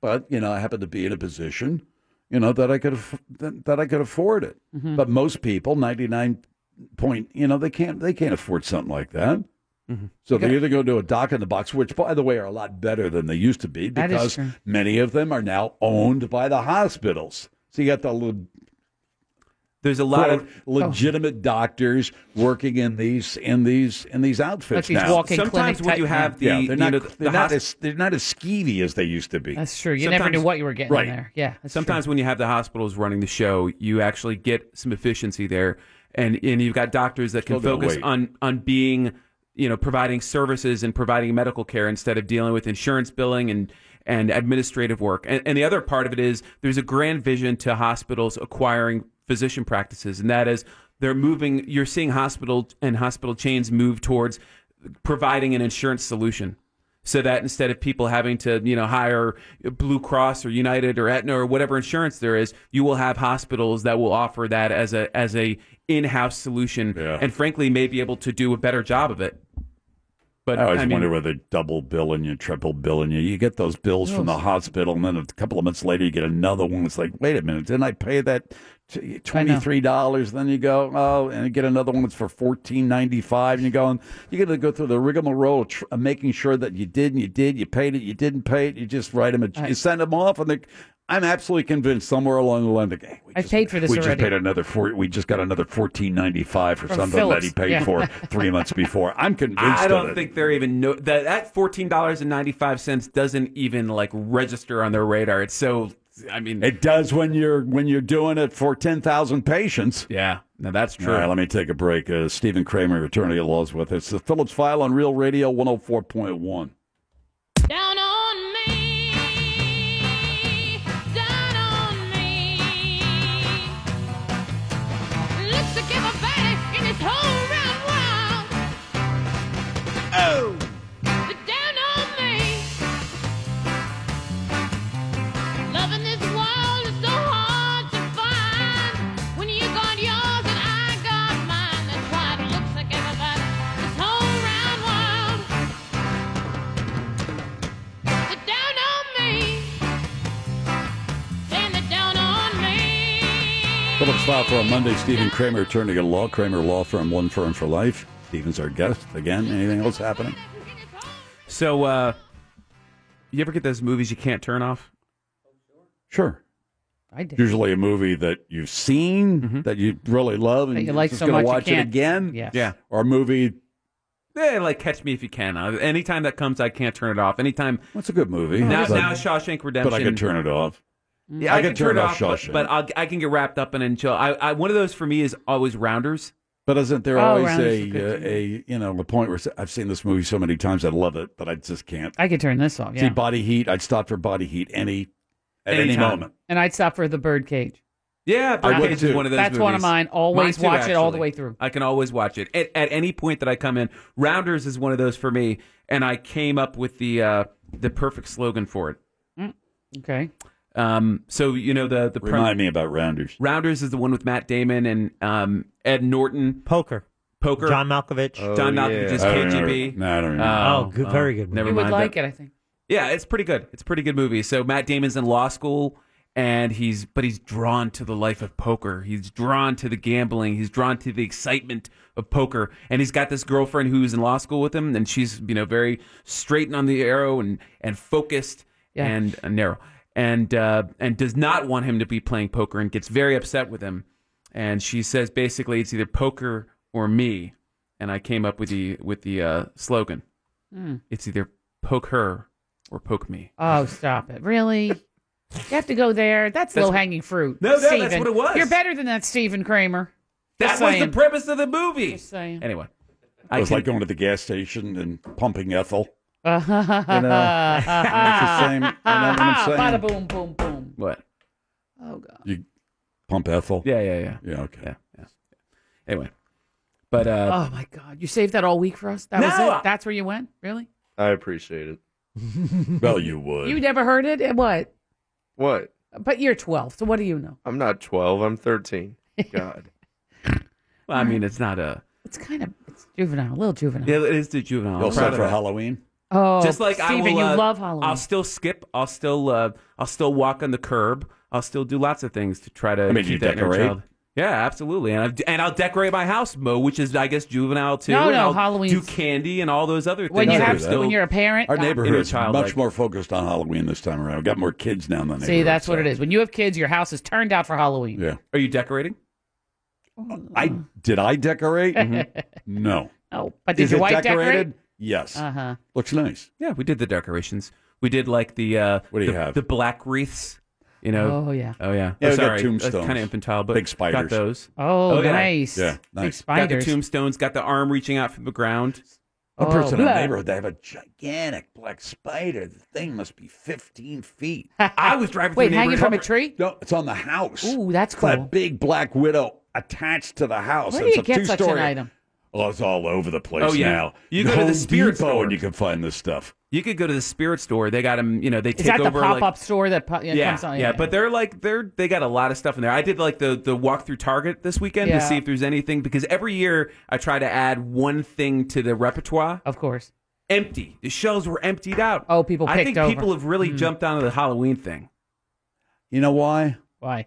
F: but you know, I happen to be in a position, you know, that I could aff- that, that I could afford it.
M: Mm-hmm.
J: Mhm.
F: But most people, ninety nine point, you know, they can't they can't afford something like that.
J: Mm-hmm.
F: So they either go to a dock in the box, which by the way are a lot better than they used to be
M: That is
F: because
M: true.
F: many of them are now owned by the hospitals. So you got the little
J: there's a lot
F: of legitimate doctors working in these in these in these outfits
J: Like these
F: now.
J: walk-in Sometimes clinic when type you have thing. the-
F: yeah, they're
J: you
F: not
J: know, the-
F: they're
J: the
F: not
J: hosp-
F: as they're not as skeevy as they used to be.
G: That's true. You never knew what you were getting
F: right.
G: in there. Yeah. that's true.
J: Sometimes when you have the hospitals running the show, you actually get some efficiency there, and and you've got doctors that can
F: Still gotta
J: focus
F: wait.
J: on on being, you know, providing services and providing medical care instead of dealing with insurance billing and and administrative work. And, and the other part of it is there's a grand vision to hospitals acquiring physician practices, and that is they're moving. You're seeing hospital and hospital chains move towards providing an insurance solution so that instead of people having to you know hire Blue Cross or United or Aetna or whatever insurance there is, you will have hospitals that will offer that as a as a in-house solution, and frankly may be able to do a better job of it. But
F: I always
J: mean,
F: wonder whether double billing you, triple billing you. You get those bills from the hospital, and then a couple of months later, you get another one. It's like, wait a minute, didn't I pay that twenty three dollars? Then you go, oh, and you get another one that's for fourteen ninety five, and you go, and you got to go through the rigmarole of tr- of making sure that you did and you did, you paid it, you didn't pay it. You just write them, a, you send them off, and they. I'm absolutely convinced somewhere along the line, they go, "Hey, we
G: I've paid for this
F: we
G: already.
F: just paid another four. We just got another fourteen ninety five for
G: From
F: something that
G: Philips,
F: he paid
G: yeah.
F: for three months before. I'm convinced.
J: I
F: of it.
J: don't think they're even know that that fourteen dollars and ninety five cents doesn't even like register on their radar. It's so I mean
F: It does when you're when you're doing it for ten thousand patients.
J: Yeah, now that's
F: All right, let me take a break. Uh, Stephen Kramer, attorney at law, is with us. The Phillips File on Real Radio, one hundred four point one.
N: Down on me. Down on me. Looks like everybody in this whole round world. Oh! Down on me. Loving this world is so hard to find. When you got yours and I got mine. That's why it looks like everybody in this whole round world.
F: Phillips File for a Monday. Stephen Kramer, attorney at law. Kramer Law Firm, one firm for life. Stephen's our guest again. Anything else happening?
J: So, uh, you ever get those movies you can't turn off?
F: Sure.
G: I did.
F: Usually a movie that you've seen that you really love
J: Mm-hmm.
F: and
J: That you
F: you're
J: like
F: just
J: so
F: gonna
J: much you
F: watch it
J: can't.
F: again.
J: Yes. Yeah.
F: Or a movie.
J: Yeah, Eh, like Catch Me If You Can. Uh, Anytime that comes, I can't turn it off. Anytime.
F: That's a good movie.
J: Now,
F: It's like-
J: now Shawshank Redemption.
F: But I could turn it off.
J: Yeah, I,
F: could
J: can turn, it off,
F: Shawshank.
J: but, but I'll, I can get wrapped up in it and chill. I, I, one of those for me is always Rounders.
F: But isn't there
J: Oh,
F: always
J: Rounders
F: a,
J: is good,
F: uh, a you know a point where s- I've seen this movie so many times I love it, but I just can't.
G: I could turn this off.
F: See
G: Yeah.
F: Body Heat, I'd stop for Body Heat any at any
J: Anytime.
F: moment.
G: And I'd stop for the birdcage.
F: uh,
J: Yeah,
G: I would
J: Birdcage is
G: too.
J: one of those.
G: That's one of
J: movies.
G: mine. Always
J: Mine too,
G: watch it all the
J: actually.
G: way through.
J: I can always watch it at, at any point that I come in. Rounders is one of those for me, and I came up with the uh, the perfect slogan for it.
G: Okay.
J: Um, so you know the the
F: Remind me about Rounders.
J: Rounders is the one with Matt Damon and um, Ed Norton.
H: Poker.
J: Poker.
H: John Malkovich. Oh,
J: John
H: yeah.
J: Malkovich is
H: I don't
J: KGB.
H: remember. No, I don't remember. Oh, good- very good movie.
J: Um, Never
G: you
J: mind.
G: would
J: that-
G: like it, I think.
J: yeah, it's pretty good. It's a pretty good movie. So Matt Damon's in law school and he's but he's drawn to the life of poker. He's drawn to the gambling. He's drawn to the excitement of poker. And he's got this girlfriend who's in law school with him and she's, you know, very straight and on the arrow and and focused
G: Yeah.
J: and uh, narrow. And uh, and does not want him to be playing poker and gets very upset with him. And she says basically it's either poker or me. And I came up with the with the uh, slogan.
G: Hmm.
J: It's either poke her or poke me.
G: Oh, stop it. Really? you have to go there. That's,
J: That's-
G: low hanging fruit.
J: No, no, that's
G: Stephen.
J: what it was.
G: You're better than that, Stephen Kramer.
J: That
G: Just
J: was the
G: saying.
J: premise of the movie.
G: Just saying.
J: Anyway,
F: It was like going to the gas station and pumping ethyl.
G: same.
F: you know what I'm saying?
G: Bada boom, boom, boom.
J: What?
G: Oh god.
F: You pump ethyl?
J: Yeah, yeah, yeah.
F: Yeah, okay. Yeah,
J: Anyway, but uh,
G: oh my god. You saved that all week for us? That
J: No.
G: was it? That's where you went? Really?
E: I appreciate it.
F: well, you would.
G: You never heard it? And What?
E: what?
G: But you're 12, so what do you know?
E: I'm not 12. I'm 13. God.
J: well, I mean, it's not a.
G: It's kind of it's juvenile, a little juvenile.
J: Yeah, it is the juvenile.
F: You'll
J: I'm proud
F: set
J: of
F: for
J: that.
F: Halloween?
G: Oh,
J: just like I
G: Steven,
J: will,
G: you
J: uh,
G: love Halloween.
J: I'll still skip. I'll still. Uh, I'll still walk on the curb. I'll still do lots of things to try to
F: I mean,
J: keep
F: you
J: that inner
F: decorate?
J: child. Yeah, absolutely, and I've, and I'll decorate my house, Mo, which is I guess juvenile too.
G: No,
J: and
G: no,
J: I'll
G: Halloween's-
J: Do candy and all those other things.
G: when you
J: that are
G: have
J: still-
G: when you're a parent.
F: Our
G: uh,
F: neighborhood is
J: child,
F: much
J: like-
F: more focused on Halloween this time around. We've got more kids now than
G: See, that's what it is. When you have kids, your house is turned out for Halloween.
F: Yeah.
J: Are you decorating?
F: I did I decorate?
G: Mm-hmm.
F: No.
G: Oh, but did
F: Is
G: your
F: it
G: wife
F: decorated?
G: decorate?
F: Yes.
G: Uh-huh.
F: Looks nice.
J: Yeah, we did the decorations. We did like the uh, what do
F: you
J: the,
F: have?
J: The black wreaths. You know.
G: Oh, yeah.
J: Oh yeah.
F: Yeah,
J: oh,
F: we got
J: sorry.
F: tombstones.
J: Kind of infantile, but
F: Big
J: Got
F: spiders.
J: those.
G: Oh,
J: yeah.
G: nice. Yeah, nice. Big
J: Got the
G: spiders. Oh,
J: tombstones. Got the arm reaching out from the ground.
F: One person in the neighborhood, they have a gigantic black spider. The thing must be 15 feet. I
J: was driving
G: Wait, hanging from a
F: tree? No, it's on the house.
G: Ooh, that's
F: It's
G: cool.
F: That big black widow attached to the house.
G: Where do
F: it's
G: you
F: a
G: get such
F: two-story.
G: an item?
F: Oh, it's all over the place
J: Oh, yeah.
F: now.
J: You go to the
F: Home
J: spirit
F: Depot
J: store.
F: and you can find this stuff.
J: You could go to the spirit store. They got them. You know, they
G: Is
J: take
G: that the
J: over.
G: pop
J: like-
G: up store that po- yeah,
J: yeah,
G: comes on?
J: yeah, but they're like they're they got a lot of stuff in there. I did like the the walk through Target this weekend
G: Yeah.
J: to see if there's anything because every year I try to add one thing to the repertoire.
G: Of course,
J: empty. The shelves were emptied out.
G: Oh, people
J: I
G: picked
J: think
G: over.
J: people have really
G: Mm.
J: jumped onto the Halloween thing.
F: You know why?
G: Why?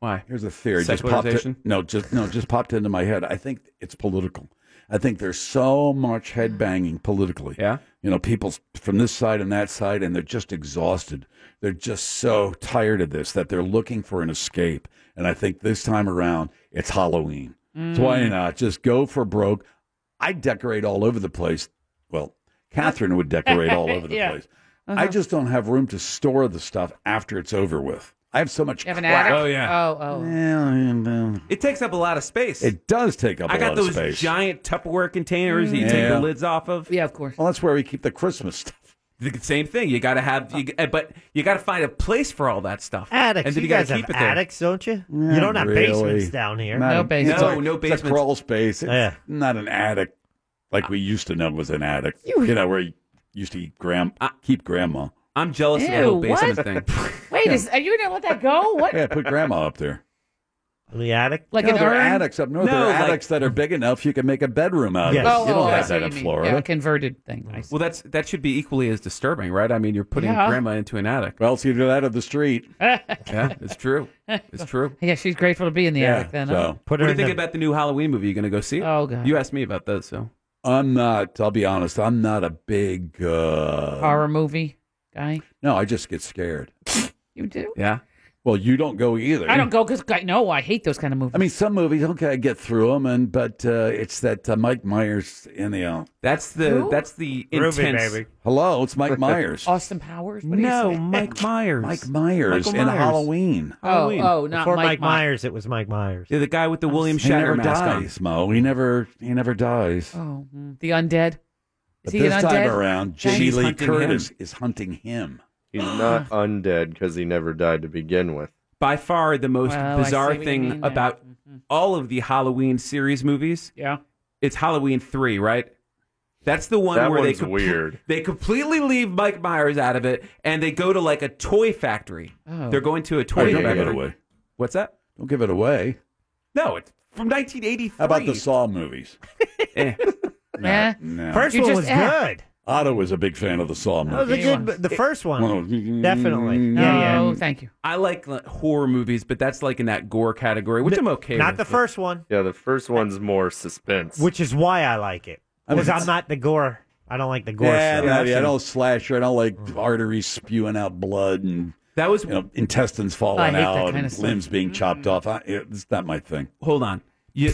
J: Why?
F: Here's a theory. Just popped
J: Secularization?
F: in, no, just no, just popped into my head. I think it's political. I think there's so much head banging politically.
J: Yeah.
F: You know, people from this side and that side, and they're just exhausted. They're just so tired of this that they're looking for an escape. And I think this time around, it's Halloween. So why
U: Mm.
F: not just go for broke? I decorate all over the place. Well, Catherine would decorate all over the
G: Yeah.
F: place. I
G: Uh-huh.
F: just don't have room to store the stuff after it's over with. I have so much
G: You have an
F: crap.
G: attic? Oh, yeah. Oh, oh.
F: Yeah, yeah.
J: It takes up a lot of space.
F: It does take up a
J: I got
F: lot
J: those
F: of space. Mm.
J: giant Tupperware containers that you take
F: Yeah.
J: the lids off of.
G: Yeah, of course.
F: Well, that's where we keep the Christmas stuff.
J: The same thing. You got to have, you, uh, but you got to find a place for all that stuff.
H: Attics.
J: And then
H: you,
J: you, got
H: guys
J: to
H: have
J: keep it there.
H: attics, don't you? you don't have
F: really.
H: basements down here.
F: Not a-
J: basement.
F: it's
J: No,
F: like-
J: no
F: It's a
J: basements.
F: crawl space. It's not an attic like we used to know was an attic. You, know, where you used to eat gram- keep grandma.
J: I'm jealous
G: Ew, what? Wait, is, are you gonna let that go? What?
F: yeah, put grandma up there.
H: The attic?
G: Like
F: no,
G: an
F: they're
G: urn?
F: attics up north.
G: No,
F: they're
G: like-
F: attics that are big enough you can make a bedroom out
J: Yes.
F: of. it.
J: Oh,
F: Uh, you don't
J: oh, I
F: have
J: see
F: that
J: what
F: in
J: you mean.
F: Florida.
J: Yeah, a
G: converted thing.
J: Well, that's that should be equally as disturbing, right? I mean, you're putting
G: Yeah.
J: grandma into an attic.
F: Well, it's either that or the street.
J: yeah, it's true. It's true.
G: Yeah, she's grateful to be in the attic then. huh?
J: what do you think about the new Halloween movie? You're going to go see it?
G: Oh, God.
J: You asked me about that, so
F: I'm not. I'll be honest. I'm not a big uh,
G: horror movie guy.
F: No, I just get scared.
G: You do?
J: Yeah.
F: Well, you don't go either.
G: I don't go because I know I hate those kind of movies.
F: I mean, some movies okay, I get through them, and but uh, it's that uh, Mike Myers in the uh,
J: that's the Who? that's the Groovy, intense- baby.
F: Hello, it's Mike Myers.
G: Austin Powers. What
J: No,
G: do you say?
J: Mike Myers.
F: Mike Myers in Halloween.
G: Oh, oh, not
H: Before
G: Mike
H: Mike
G: Myers.
H: Myers, it was Mike Myers.
J: Yeah, the guy with the William
F: He never
J: Shatner mask on.
F: dies, Mo. He never he never dies.
G: Oh, mm, the undead. Is
F: But
G: he
F: this
G: an undead?
F: time around, Jamie
E: She's
F: Lee
E: hunting
F: Curtis
E: him.
F: is hunting him.
E: He's not undead because he never died to begin with.
J: by far the most
E: Well, I see
J: bizarre
E: what you mean
J: thing
E: now.
J: about all of the Halloween series movies.
G: Yeah.
J: It's Halloween 3, right? That's the one
E: That
J: where they
E: one's weird.
J: They completely leave Mike Myers out of it and they go to like a toy factory.
F: Oh.
J: They're going to a
F: Oh,
J: toy
F: don't give
J: factory.
F: it away.
J: What's that?
F: Don't give it away.
J: No, it's from 1983.
F: How about the Saw movies?
G: Eh.
F: No.
H: First You one just was eh. good.
F: Otto was a big fan of the Saw
H: That
F: movies.
G: Oh,
H: was a good. The first one.
F: Well,
H: Definitely.
F: mm,
H: Yeah, yeah.
G: thank you.
J: Um, I like like, horror movies, but that's like in that gore category, which I'm okay
H: Not
J: with.
H: the first one,
E: Yeah, the first one's more suspense.
H: which is why I like it.
F: I mean,
H: Because I'm
F: it's-
H: not the gore. I don't like the gore.
F: Yeah,
H: stuff.
F: no, yeah, I don't slasher. I don't like arteries spewing out blood and
J: that was
F: you know, intestines
J: I
F: falling
J: hate that
F: out
J: kind
F: and
J: of stuff.
F: limbs being chopped off. I, it's not my thing.
J: hold on. You,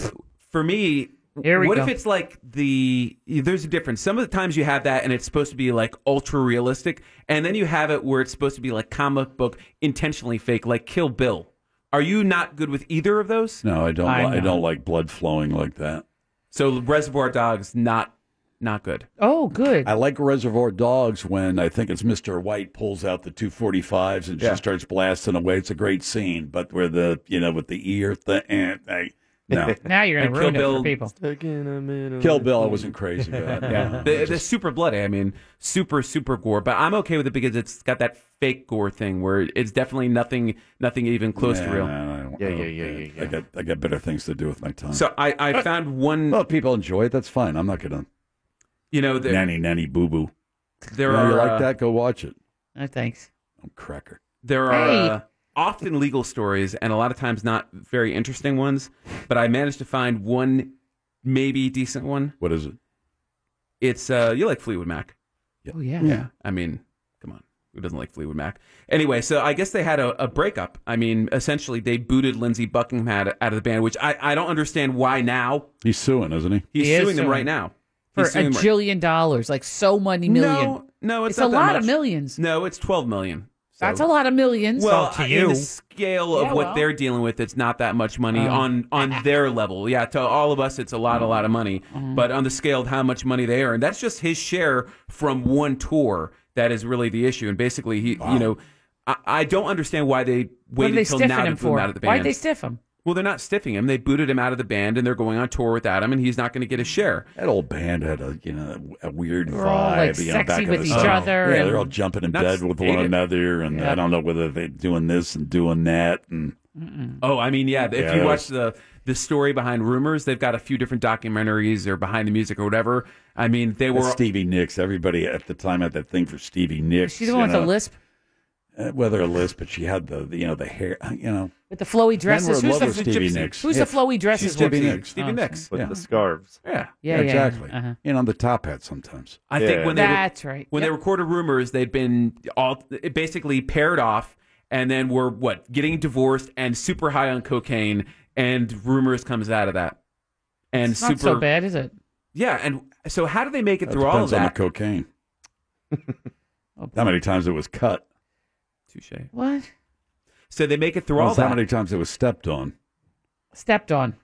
J: for me,
F: Here we
J: what
F: go.
J: if it's like the there's a difference. Some of the times you have that and it's supposed to be like ultra realistic, and then you have it where it's supposed to be like comic book intentionally fake, like Kill Bill. Are you not good with either of those?
F: No, I don't.
J: I'm
F: Li- I
J: not.
F: don't like blood flowing like that.
J: So Reservoir Dogs not not good.
G: Oh, good.
F: I like Reservoir Dogs when I think it's Mr. White pulls out the 245s and
J: Yeah.
F: just starts blasting away. It's a great scene, but where the you know with the ear thing, eh, eh, no.
G: Now you're
J: And
G: gonna ruin
J: Kill
G: it
J: Bill-
G: for people.
F: Kill Bill, I
E: Mm.
F: wasn't crazy about.
J: Yeah, the, the super bloody. I mean, super super gore. But I'm okay with it because it's got that fake gore thing where it's definitely nothing nothing even close to
F: Nah,
J: real.
F: nah, nah, I don't- I don't care. I got I got better things to do with my time.
J: So I, I found one.
F: Well, people enjoy it. That's fine. I'm not gonna
J: You know, the,
F: nanny nanny boo boo.
J: There
F: You know, you
J: are,
F: like
J: uh,
F: that? Go watch it.
G: No, Oh, thanks.
F: I'm cracker.
J: There are
F: Hey.
J: uh, often legal stories and a lot of times not very interesting ones, but I managed to find one maybe decent one.
F: What is it?
J: It's uh you like Fleetwood Mac.
G: Oh yeah.
J: I mean, come on. Who doesn't like Fleetwood Mac? Anyway, so I guess they had a, a breakup. I mean, essentially they booted Lindsey Buckingham out out of the band, which I, I don't understand why now.
F: He's suing, isn't he?
J: He's
G: He is
J: suing them
G: suing.
J: right now.
G: For
J: He's
G: a
J: suing them right-
G: jillion dollars, like so many million.
J: No, no, it's,
G: a
J: not that
G: lot
J: much.
G: of millions.
J: No, it's twelve million. So-
G: That's a lot of millions.
J: Well, in the scale of
G: Yeah,
J: what
G: well.
J: they're dealing with, it's not that much money
G: Oh.
J: on on their level. Yeah, to all of us, it's a lot, a lot of
G: Uh-huh.
J: money. But on the scale of how much money they earn, that's just his share from one tour. That is really the issue. And basically, he, you know, I, I don't understand why they
G: What are
J: waited
G: they
J: until
G: stiffing
J: now to
G: him
J: boot him
G: for?
J: out of the band.
G: Why'd they stiff him?
J: well, they're not stiffing him. They booted him out of the band, and they're going on tour without him, and he's not going to get a share.
F: That old band had a you know a weird
J: They're
F: vibe.
J: all, like,
F: you know,
J: sexy
F: back in
J: with
F: the
J: each
F: 70s.
J: other
F: Yeah,
J: and
F: they're all jumping in
J: not
F: bed with one
J: stated.
F: another, and
J: Yeah.
F: I don't know whether they're doing this and doing that. And
J: Oh, I mean, yeah. If
F: Yeah,
J: you
F: that
J: watch the the story behind rumors, they've got a few different documentaries or behind the music or whatever. I mean, they were
F: Stevie Nicks. Everybody at the time had that thing for Stevie Nicks.
G: She's the one
F: you
G: with the
F: know.
G: lisp,
F: Uh, whether a lisp, but she had the, the you know the hair. uh, You know,
G: with the flowy dresses.
F: in
G: Who's
F: love
G: the
F: with Stevie Nicks.
G: Who's
F: Yeah.
G: the flowy dresses?
F: Stevie
G: one?
F: Nicks.
G: Oh,
E: with
F: Yeah.
E: the scarves.
J: Yeah,
G: Yeah, yeah, yeah.
F: exactly. And on the top hat sometimes.
J: I think when they re-
G: That's right.
J: when they
G: Yep.
J: recorded rumors, they'd been all basically paired off, and then were what getting divorced and super high on cocaine, and rumors comes out of that, and
G: It's
J: super
G: not so bad, is it?
J: Yeah, and so how do they make it
F: That
J: through all of
F: depends on the
J: that?
F: cocaine. how many times it was cut?
J: Touche.
G: What?
J: So they make it through
F: Well,
J: all
F: it's how
J: that.
F: many times it was stepped on?
G: Stepped on.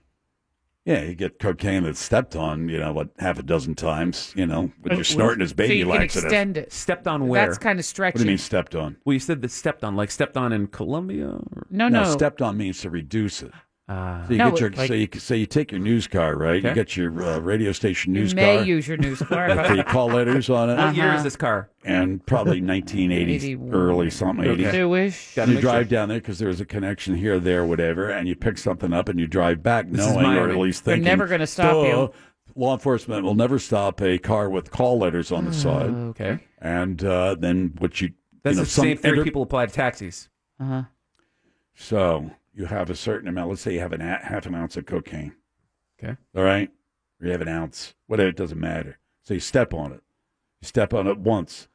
F: Yeah, you get cocaine that's stepped on. You know what? Half a dozen times. You know, when
J: Uh,
F: you're snorting his
J: so
F: baby
J: you can
F: laxative.
G: Extend it.
J: Stepped on where?
G: That's kind of
F: What
G: stretchy.
F: do you mean stepped on?
J: Well, you said that stepped on, like stepped on in Colombia. Or...
G: No, no.
F: Stepped on means to reduce it.
J: Uh,
F: So you get your so you so you take your news car, right? You
J: Okay.
F: get your uh, radio station
G: You
F: news
G: may
F: car.
G: use your news car.
F: with the call letters on it.
J: What year is this car?
F: And probably 1980,
J: 81.
F: early something.
J: Okay.
F: 80s.
J: Jewish. Gotta
F: You
J: make sure.
F: drive down there because there's a connection here, there, whatever, and you pick something up and you drive back,
J: This is
F: knowing or
J: Miami.
F: at least
J: They're
F: thinking,
J: never gonna stop you.
F: "Duh, Law enforcement will never stop a car with call letters on the side.
J: Oh, Okay.
F: And uh, then what you
J: That's
F: you know,
J: the
F: some
J: same theory
F: enter-
J: people apply to taxis.
G: Uh-huh.
F: so you have a certain amount. Let's say you have an a- half an ounce of cocaine.
J: Okay.
F: All right. Or you have an ounce. Whatever. It doesn't matter. So you step on it. You step on it once.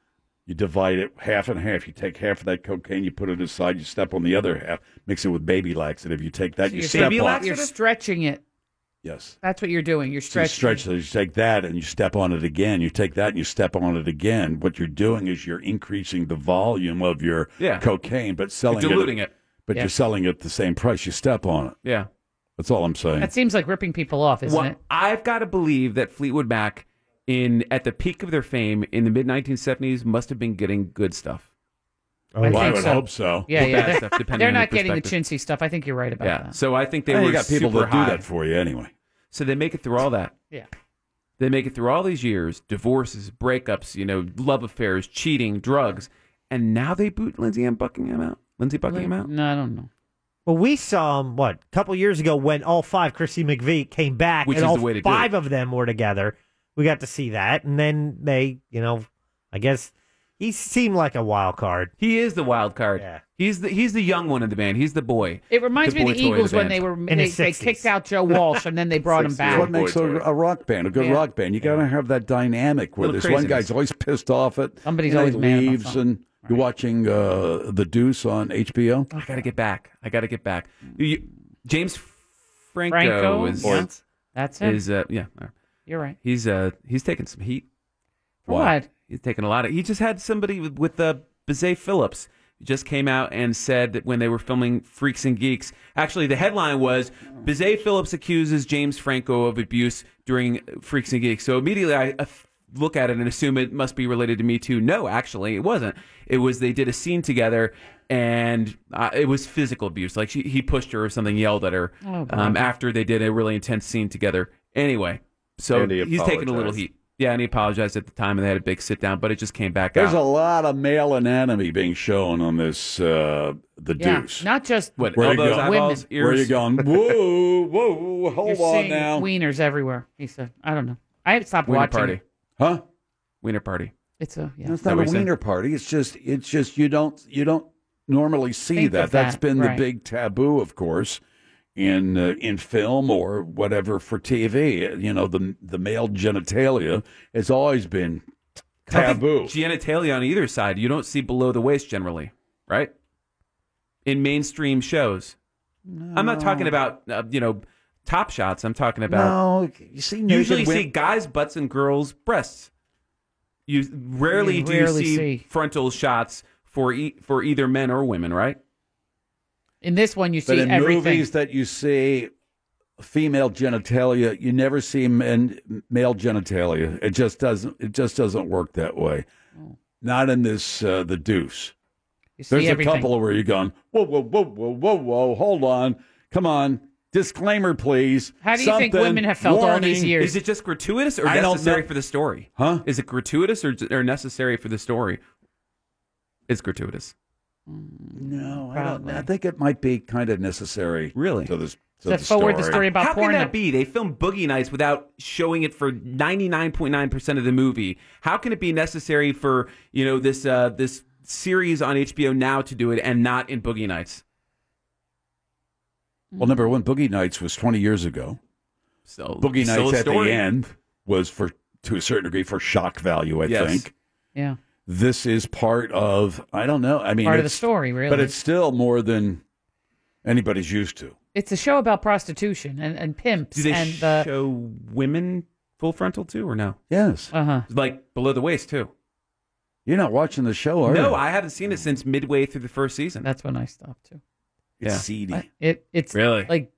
F: You divide it half and half. You take half of that cocaine, you put it aside. You step on the other half. Mix it with baby laxative. You take that.
G: So
F: you
G: you're,
F: step on.
G: you're stretching it.
F: Yes.
G: That's what you're doing. You're
F: So you
G: stretching.
F: stretch it. You take that and you step on it again. You take that and you step on it again. What you're doing is you're increasing the volume of your
J: Yeah.
F: cocaine, but selling
J: diluting
F: it.
J: it.
F: But
G: Yeah.
F: you're selling it at the same price. You step on it.
J: Yeah.
F: That's all I'm saying.
G: That seems like ripping people off, isn't
J: Well,
G: it?
J: I've got to believe that Fleetwood Mac, in at the peak of their fame in the mid 1970s, must have been getting good stuff.
F: Oh, I Well, I think would so. hope so.
G: Yeah,
J: Or
G: yeah.
J: bad
G: They're,
J: stuff, depending
G: they're
J: on
G: not
J: your
G: getting the
J: perspective.
G: chintzy stuff. I think you're right about
J: yeah.
G: that.
J: So I think they
F: And
J: were
F: you got people
J: super
F: that do
J: high.
F: that for you anyway.
J: So they make it through all that.
G: Yeah.
J: They make it through all these years, divorces, breakups, you know, love affairs, cheating, drugs, and now they boot Lindsay Ann Buckingham out. Lindsay Buckingham out.
G: No, I don't know.
H: Well, we saw him what a couple years ago when all five Chrissy McVie came back,
J: Which
H: and
J: is
H: all
J: the way to do
H: five of them were together. We got to see that, and then they, you know, I guess he seemed like a wild card.
J: He is the wild card. He's the he's the young one in the band. He's the boy.
G: It reminds
J: The
G: me
J: boy
G: of the
J: toy
G: Eagles when
J: band.
G: they were they, they kicked out Joe Walsh and then they brought him
F: That's
G: back.
F: what makes a, a rock band, a good
G: Yeah.
F: rock band. You got to have that dynamic where
G: Little
F: this one
G: craziness.
F: guy's always pissed off at
J: Somebody's
F: and
J: always
F: then he
J: mad about
F: leaves,
J: something.
F: and you're watching uh, The Deuce on HBO.
J: I gotta get back. I gotta get back. You- James Franco,
G: Franco,
J: is
G: yeah. That's him.
J: Is uh, yeah.
G: You're right.
J: He's uh he's taking some heat.
G: For Why? what?
J: He's taking a lot of. He just had somebody with, with uh, Bizet Phillips who just came out and said that when they were filming Freaks and Geeks, actually the headline was Bizet Phillips accuses James Franco of abuse during Freaks and Geeks. So immediately I. Uh, Look at it and assume it must be related to Me Too. No, actually, it wasn't. It was they did a scene together, and uh, it was physical abuse. Like she, he pushed her or something, yelled at her
G: Oh, boy.
J: um, after they did a really intense scene together. Anyway, so
F: And he
J: he's taking a little
F: apologized.
J: heat. Yeah, and he apologized at the time, and they had a big sit down, but it just came back
F: There's a
J: out.
F: lot of male anatomy being shown on this uh, The
G: yeah.
F: Deuce.
G: Not just
F: What, Where you elbows, going? eyeballs, Women. Where you going? Whoa, whoa, hold
G: You're
F: on
G: seeing
F: now.
G: Wieners everywhere. He said, I don't know. I had to stop
J: wiener
G: watching.
J: party,
F: huh?
J: Wiener party.
G: It's a yeah.
F: No, it's not a wiener party. It's just it's just you don't you don't normally see
G: Think
F: that.
G: of that,
F: has been
G: right.
F: the big taboo, of course, in uh, in film or whatever for TV. You know, the the male genitalia has always been taboo.
J: Genitalia on either side. You don't see below the waist generally, right? In mainstream shows. I'm not talking about, uh, you know, top shots. I'm talking about.
F: No, you see, naked
J: usually you
F: wi-
J: see guys' butts and girls' breasts. You rarely
G: You
J: do
G: rarely
J: you see,
G: see.
J: frontal shots for e- for either men or women, right?
G: In this one, you see
F: But in
G: everything.
F: movies that you see female genitalia, you never see men male genitalia. It just doesn't. It just doesn't work that way. Not in this uh, the Deuce.
G: Oh. You see
F: There's a
G: everything.
F: couple where you're going, whoa, whoa, whoa, whoa, whoa, whoa. Hold on, come on. Disclaimer, please.
G: How do you think
F: Something.
G: women have felt all these
F: Warning.
G: years?
J: Is it just gratuitous or
F: I don't
J: necessary
F: know.
J: for the story?
F: Huh?
J: Is it gratuitous or, or necessary for the story? It's gratuitous.
F: Mm, No, I don't. know. I think it might be kind of necessary.
J: Really?
F: To this. To
G: So
F: the
G: forward the story about
J: How
G: porn
J: can
G: then.
J: that be? They filmed Boogie Nights without showing it for ninety nine point nine percent of the movie. How can it be necessary for you know this uh, this series on HBO now to do it and not in Boogie Nights?
F: Well, number one, Boogie Nights was 20 years ago.
J: So
F: Boogie
J: still
F: Nights
J: a
F: at the
J: story.
F: end was for to a certain degree for shock value. I
J: Yes.
F: think
G: Yeah.
F: this is part of. I don't know. I mean,
G: Part of the
F: it's-
G: story, really.
F: But it's still more than anybody's used to.
G: It's a show about prostitution and, and pimps
J: Do they
G: and the
J: show women full frontal too or no?
F: Yes.
G: Uh huh.
J: Like below the waist too.
F: You're not watching the show, are you?
J: No, I haven't seen it since midway through the first season.
G: That's when I stopped too.
F: It's
J: Yeah.
F: seedy.
G: It it's
J: Really?
G: like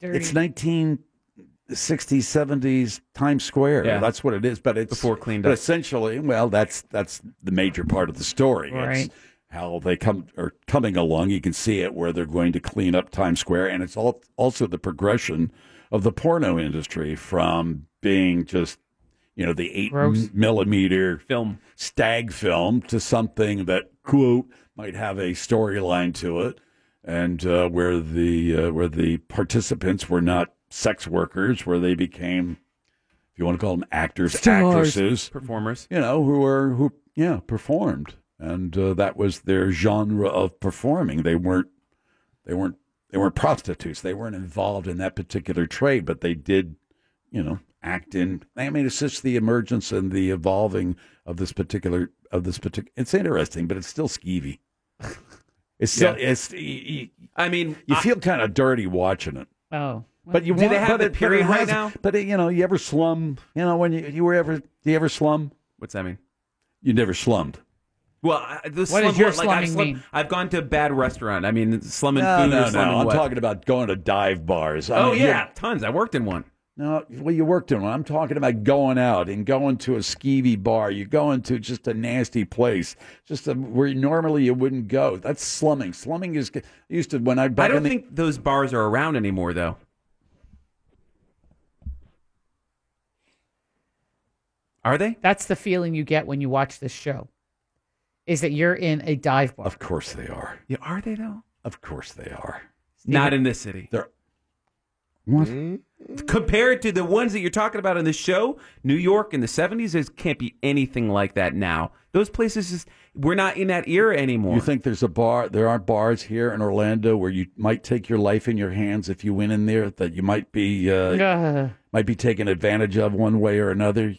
G: dirty.
F: It's 1960s, 70s Times Square.
J: Yeah.
F: That's what it is. But it's before
J: cleaned
F: but
J: up.
F: Essentially, well, that's that's the major part of the story. It's
G: Right.
F: how they come are coming along. You can see it where they're going to clean up Times Square, and it's all, also the progression of the porno industry from being just you know the eight
U: Gross.
F: millimeter film stag film to something that quote might have a storyline to it, and uh, where the uh, where the participants were not sex workers, where they became if you want to call them actors,
J: Stars.
F: actresses,
J: Performers.
F: you know, who were who yeah performed, and uh, that was their genre of performing. They weren't they weren't they weren't prostitutes. They weren't involved in that particular trade, but they did you know act in. I mean, it's just the emergence and the evolving of this particular of this particular. It's interesting, but it's still skeevy. It's still
J: Yeah.
F: it's. y- y-
J: I mean,
F: you feel kind of dirty watching it.
G: Oh.
F: But you
J: Do
F: want,
J: they have
F: but
J: the
F: it- but it
J: period right
F: has-
J: now?
F: But you know, you ever slum? You know, when you you were ever you ever slum?
J: What's that mean?
F: You never slummed.
J: Well, I, the
G: What
J: slum
G: does your
J: word, like,
G: slumming
J: I've slum-
G: mean?
J: I've gone to a bad restaurant. I mean, slumming
F: no,
J: food
F: no,
J: or slumming
F: no. I'm
J: what?
F: talking about going to dive bars. I
J: oh
F: mean,
J: yeah,
F: you're-
J: tons. I worked in one.
F: No, well, you worked in one. I'm talking about going out and going to a skeevy bar. You go into just a nasty place, just a, where normally you wouldn't go. That's slumming. Slumming is I used to when I back
J: I don't
F: in the,
J: think those bars are around anymore, though. Are they?
G: That's the feeling you get when you watch this show. Is that you're in a dive bar.
F: Of course they are.
J: Yeah, are they though?
F: Of course they are.
J: Not in this city.
F: They're
J: what? Compared to the ones that you're talking about on the show, New York in the '70s is can't be anything like that now. Those places, is, we're not in that era anymore.
F: You think there's a bar? There aren't bars here in Orlando where you might take your life in your hands if you went in there. That you might be uh,
J: Ugh.
F: might be taken advantage of one way or another.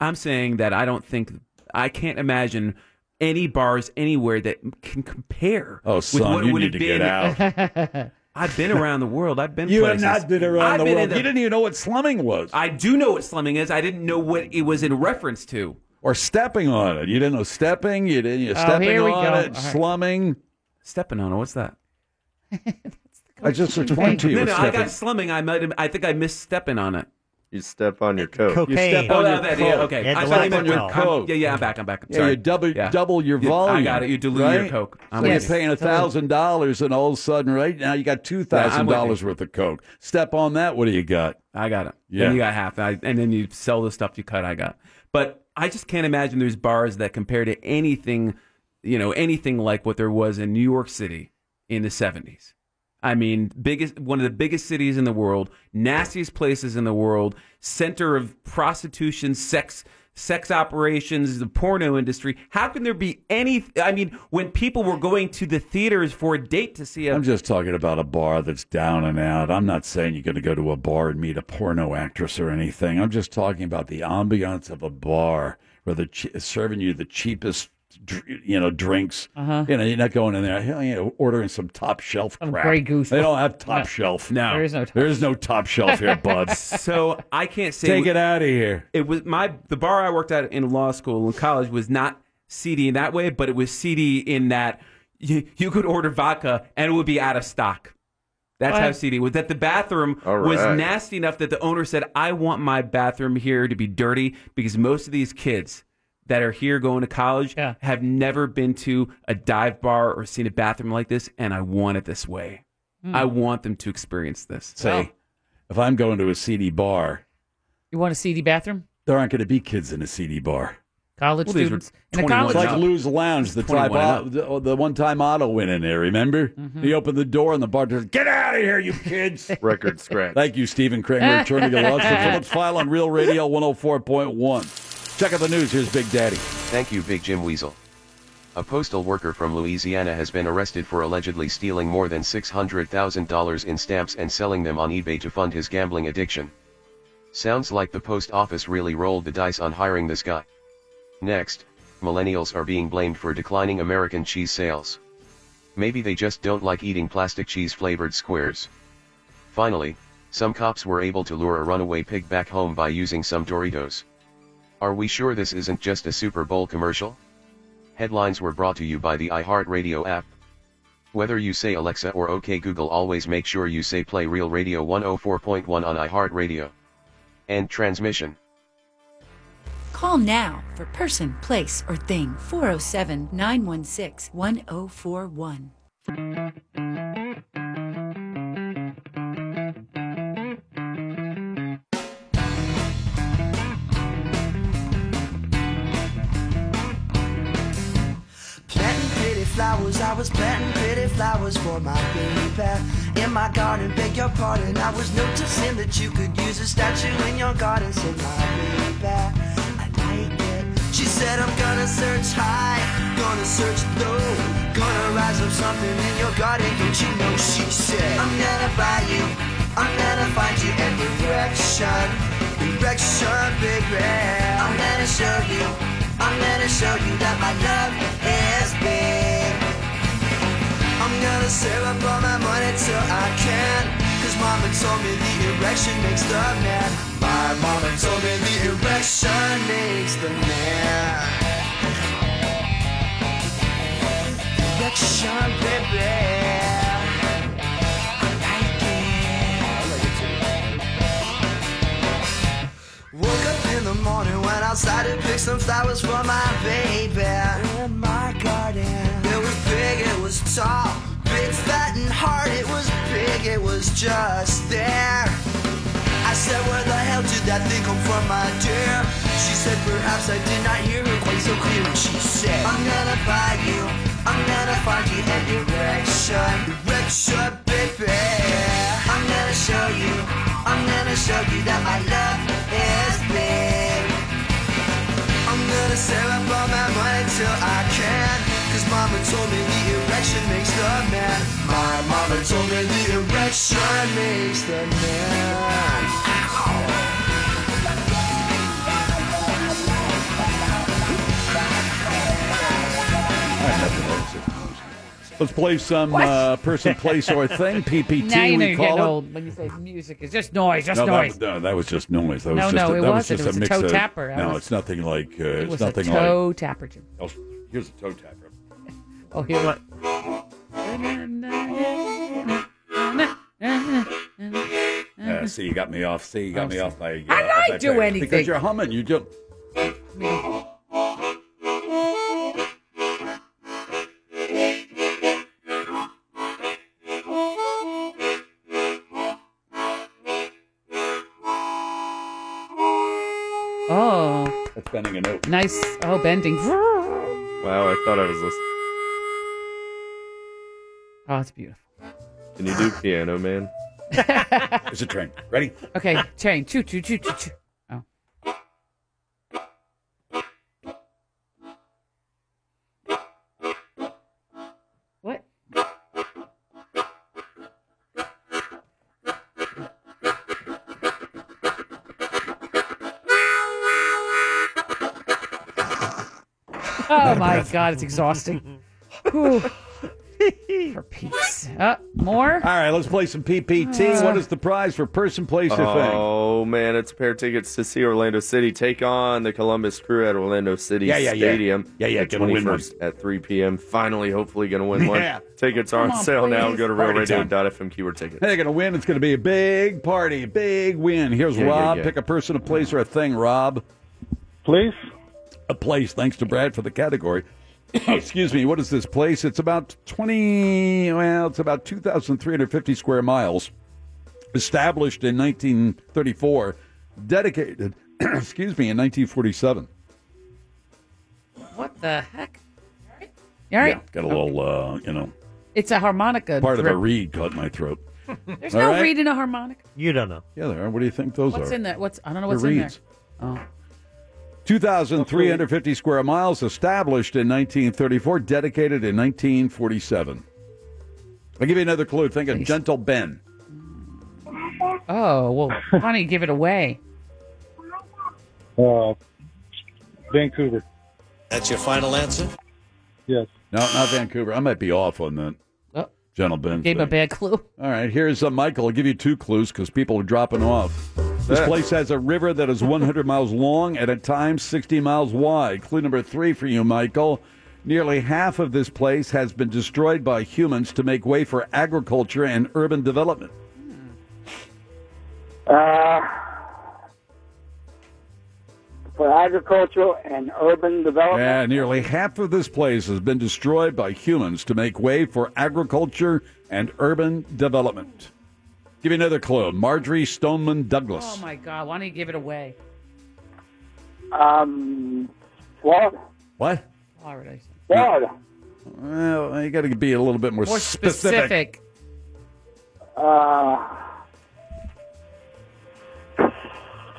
J: I'm saying that I don't think I can't imagine any bars anywhere that can compare.
F: Oh,
J: with
F: son,
J: what
F: you
J: would
F: need
J: have
F: to get
G: out.
J: I've been around the world. I've been.
F: You have
J: places.
F: not been around
J: I've
F: the
J: been
F: world.
J: in
F: You didn't even know what slumming was.
J: I do know what slumming is. I didn't know what it was in reference to.
F: Or stepping on it. You didn't know stepping. You didn't. You
J: Oh,
F: stepping
J: here
F: on
J: we go. All
F: it.
J: right.
F: Slumming.
J: Stepping on it. What's that?
F: I just explained to you.
J: No,
F: what
J: no, I
F: stepping-
J: got slumming. I might. have- I think I missed stepping on it. Oh,
E: You step on your coat.
J: You step on your coat. Okay. I thought you meant your
E: coat.
J: Yeah, yeah. I'm back. I'm back. I'm
F: Yeah,
J: sorry.
F: you double
J: Yeah.
F: double your
J: Yeah,
F: volume.
J: I got it. You dilute your
F: right?
J: coke.
F: So
J: I'm
F: you're
J: with you.
F: paying a thousand dollars, and all of a sudden, right now you got two
J: Yeah,
F: thousand
J: I'm with you.
F: dollars worth of coke. Step on that. What do you got?
J: I got it.
F: Yeah.
J: Then you got half, I, and then you sell the stuff you cut. I got, but I just can't imagine there's bars that compare to anything, you know, anything like what there was in New York City in the '70s. I mean, biggest one of the biggest cities in the world, nastiest places in the world, center of prostitution, sex, sex operations, the porno industry. How can there be any? I mean, when people were going to the theaters for a date to see a
F: I'm just talking about a bar that's down and out. I'm not saying you're going to go to a bar and meet a porno actress or anything. I'm just talking about the ambiance of a bar where they're che- serving you the cheapest, dr- you know, drinks.
G: Uh-huh.
F: You know, you're not going in there, you know, ordering some top shelf
G: Some
F: crap.
G: Grey Goose.
F: They don't have top
G: No.
F: shelf.
G: No. There is no top-
F: There's no top shelf here, bud.
J: So I can't say.
F: Take it out of here.
J: It was my the bar I worked at in law school and college was not seedy in that way, but it was seedy in that you, you could order vodka and it would be out of stock. That's how
F: What?
J: seedy was. That the bathroom
F: All
J: was
F: right.
J: nasty enough that the owner said, "I want my bathroom here to be dirty because most of these kids." That are here going to college have never been to a dive bar or seen a bathroom like this, and I want it this way.
G: Hmm.
J: I want them to experience this.
F: Say, if I'm going to a CD bar,
G: You want a seedy bathroom?
F: there aren't going to be kids in a CD bar.
G: College
J: Well, these were
G: students? In a college
F: It's like Lou's Lounge, the,
J: 21
F: type
J: and
F: the, the one time Otto went in there, remember?
G: Mm-hmm.
F: He opened the door and the bartender said, Get out of here, you kids.
E: Record scratch.
F: Thank you, Stephen Kramer, attorney at law for Phillips File on Real Radio 104.1. Check out the news. Here's Big Daddy.
S: Thank you, Big Jim Weasel. A postal worker from Louisiana has been arrested for allegedly stealing more than $600,000 in stamps and selling them on eBay to fund his gambling addiction. Sounds like the post office really rolled the dice on hiring this guy. Next, millennials are being blamed for declining American cheese sales. Maybe they just don't like eating plastic cheese flavored squares. Finally, some cops were able to lure a runaway pig back home by using some Doritos. Are we sure this isn't just a Super Bowl commercial? Headlines were brought to you by the iHeartRadio app. Whether you say Alexa or OK Google, always make sure you say play Real Radio 104.1 on iHeartRadio. End transmission.
C: Call now for person, place, or thing 407 916 1041.
M: Planting pretty flowers, I was planting pretty flowers for my baby. In my garden, beg your pardon, I was noticing that you could use a statue in your garden. Said my baby, I like it. She said, I'm gonna search high, gonna search low, gonna rise up something in your garden. Don't you know? She said, I'm gonna buy you, I'm gonna find you an erection, erection, baby. I'm gonna show you, I'm gonna show you that my love is big. I'm gonna save up all my money till I can. Cause mama told me the erection makes the man. My mama told me the erection makes the man. Erection, baby. I like it. Woke up in the morning, went outside to pick some flowers for my baby. In my garden. It was big, it was tall, big, fat, and hard. It was big, it was just there. I said, Where the hell did that thing come from, my dear? She said, Perhaps I did not hear her quite so clear. She said, I'm gonna buy you, I'm gonna find you an erection, erection, baby. I'm gonna show you, I'm gonna show you that my love is big. I'm gonna save up all my money till I can. Cause mama told me the erection makes the man. My mama told me the erection makes the man.
F: Let's play some uh, person, place, or thing. PPT.
G: now you know
F: we
G: you're
F: call
G: getting
F: it.
G: old when you say music. It's just noise, just
F: no, that
G: noise.
F: was- no, that was just noise. That was
G: No,
F: just
G: no,
F: a,
G: it
F: that
G: wasn't.
F: Was
G: It
F: just
G: was a
F: mix
G: toe
F: of-
G: tapper. I
F: No,
G: was-
F: it's nothing like. Uh,
G: it
F: it's
G: was a
F: nothing
G: toe
F: like.
G: tapper, Jim.
F: Oh, here's a toe tapper.
G: Oh, here what?
F: Yeah, Uh, see, you got me off. See, you got me off my.
G: Oh, I
F: uh,
G: not
F: my
G: do
F: peg.
G: anything.
F: Because you're humming. You do.
G: Oh,
F: That's bending a note.
G: nice. Oh, bending. Oh,
E: Wow, I thought I was listening.
G: it's Oh, beautiful.
E: Can you do piano, man?
F: It's a train. Ready?
G: Okay, chain. Choo, choo, choo, choo, choo. Oh. What? Oh my God, it's exhausting. Whew. For peace. Uh, more? All
F: right, let's play some PPT.
G: Uh.
F: what is the prize for person, place, or thing?
E: Oh man, it's a pair of tickets to see Orlando City take on the Columbus Crew at Orlando City
F: Yeah, yeah, yeah.
E: Stadium.
F: Yeah, yeah,
E: the
F: gonna win one.
E: 21st at 3 p.m. Finally, hopefully, gonna win
F: Yeah.
E: one. Tickets are
F: Come
E: on,
F: on,
E: sale now.
F: please.
E: Go to
F: Party time.
E: realradio.fm keyword ticket.
F: They're going to win. It's going to be a big party, big win. Here's
E: Yeah, yeah,
F: Rob.
E: yeah.
F: Pick a person, a place, or a thing, Rob.
P: Place?
F: A place. Thanks to Brad for the category. Excuse me. What is this place? It's about 20, well, it's about 2,350 square miles. Established in 1934, dedicated, excuse me, in 1947.
G: What the heck? All right.
F: Got a little, uh, you know,
G: It's a harmonica.
F: part of a
G: drip.
F: reed caught my throat.
G: There's
F: All
G: no
F: right?
G: reed in a harmonica.
F: You don't know. Yeah, there are. What do you think those are?
G: What's in that? What's I don't know
F: They're
G: what's in there.
F: reeds. 2,350 square miles, established in 1934, dedicated in 1947. I'll give you another clue. Think of Gentle Ben.
G: Oh well, why don't you give it away?
P: Uh, Vancouver.
F: That's your final answer?
P: Yes.
F: No, not Vancouver. I might be off on that.
G: Oh.
F: Gentle Ben.
G: Gave him a
F: thing.
G: bad clue.
F: All right, here's uh, Michael. I'll give you two clues because people are dropping off. This
G: Yeah.
F: place has a river that is 100 miles long and at times 60 miles wide. Clue number three for you, Michael. Nearly half of this place has been destroyed by humans to make way for agriculture and urban development.
P: Uh,
O: for agricultural and urban development.
F: Yeah, nearly half of this place has been destroyed by humans to make way for agriculture and urban development. Give you another clue Marjorie Stoneman Douglas.
G: Oh my God! Why don't you give it away?
O: Um, Florida.
F: What?
G: Florida.
O: Florida.
F: Well, you got to be a little bit more,
G: More
F: specific.
G: specific.
O: Uh,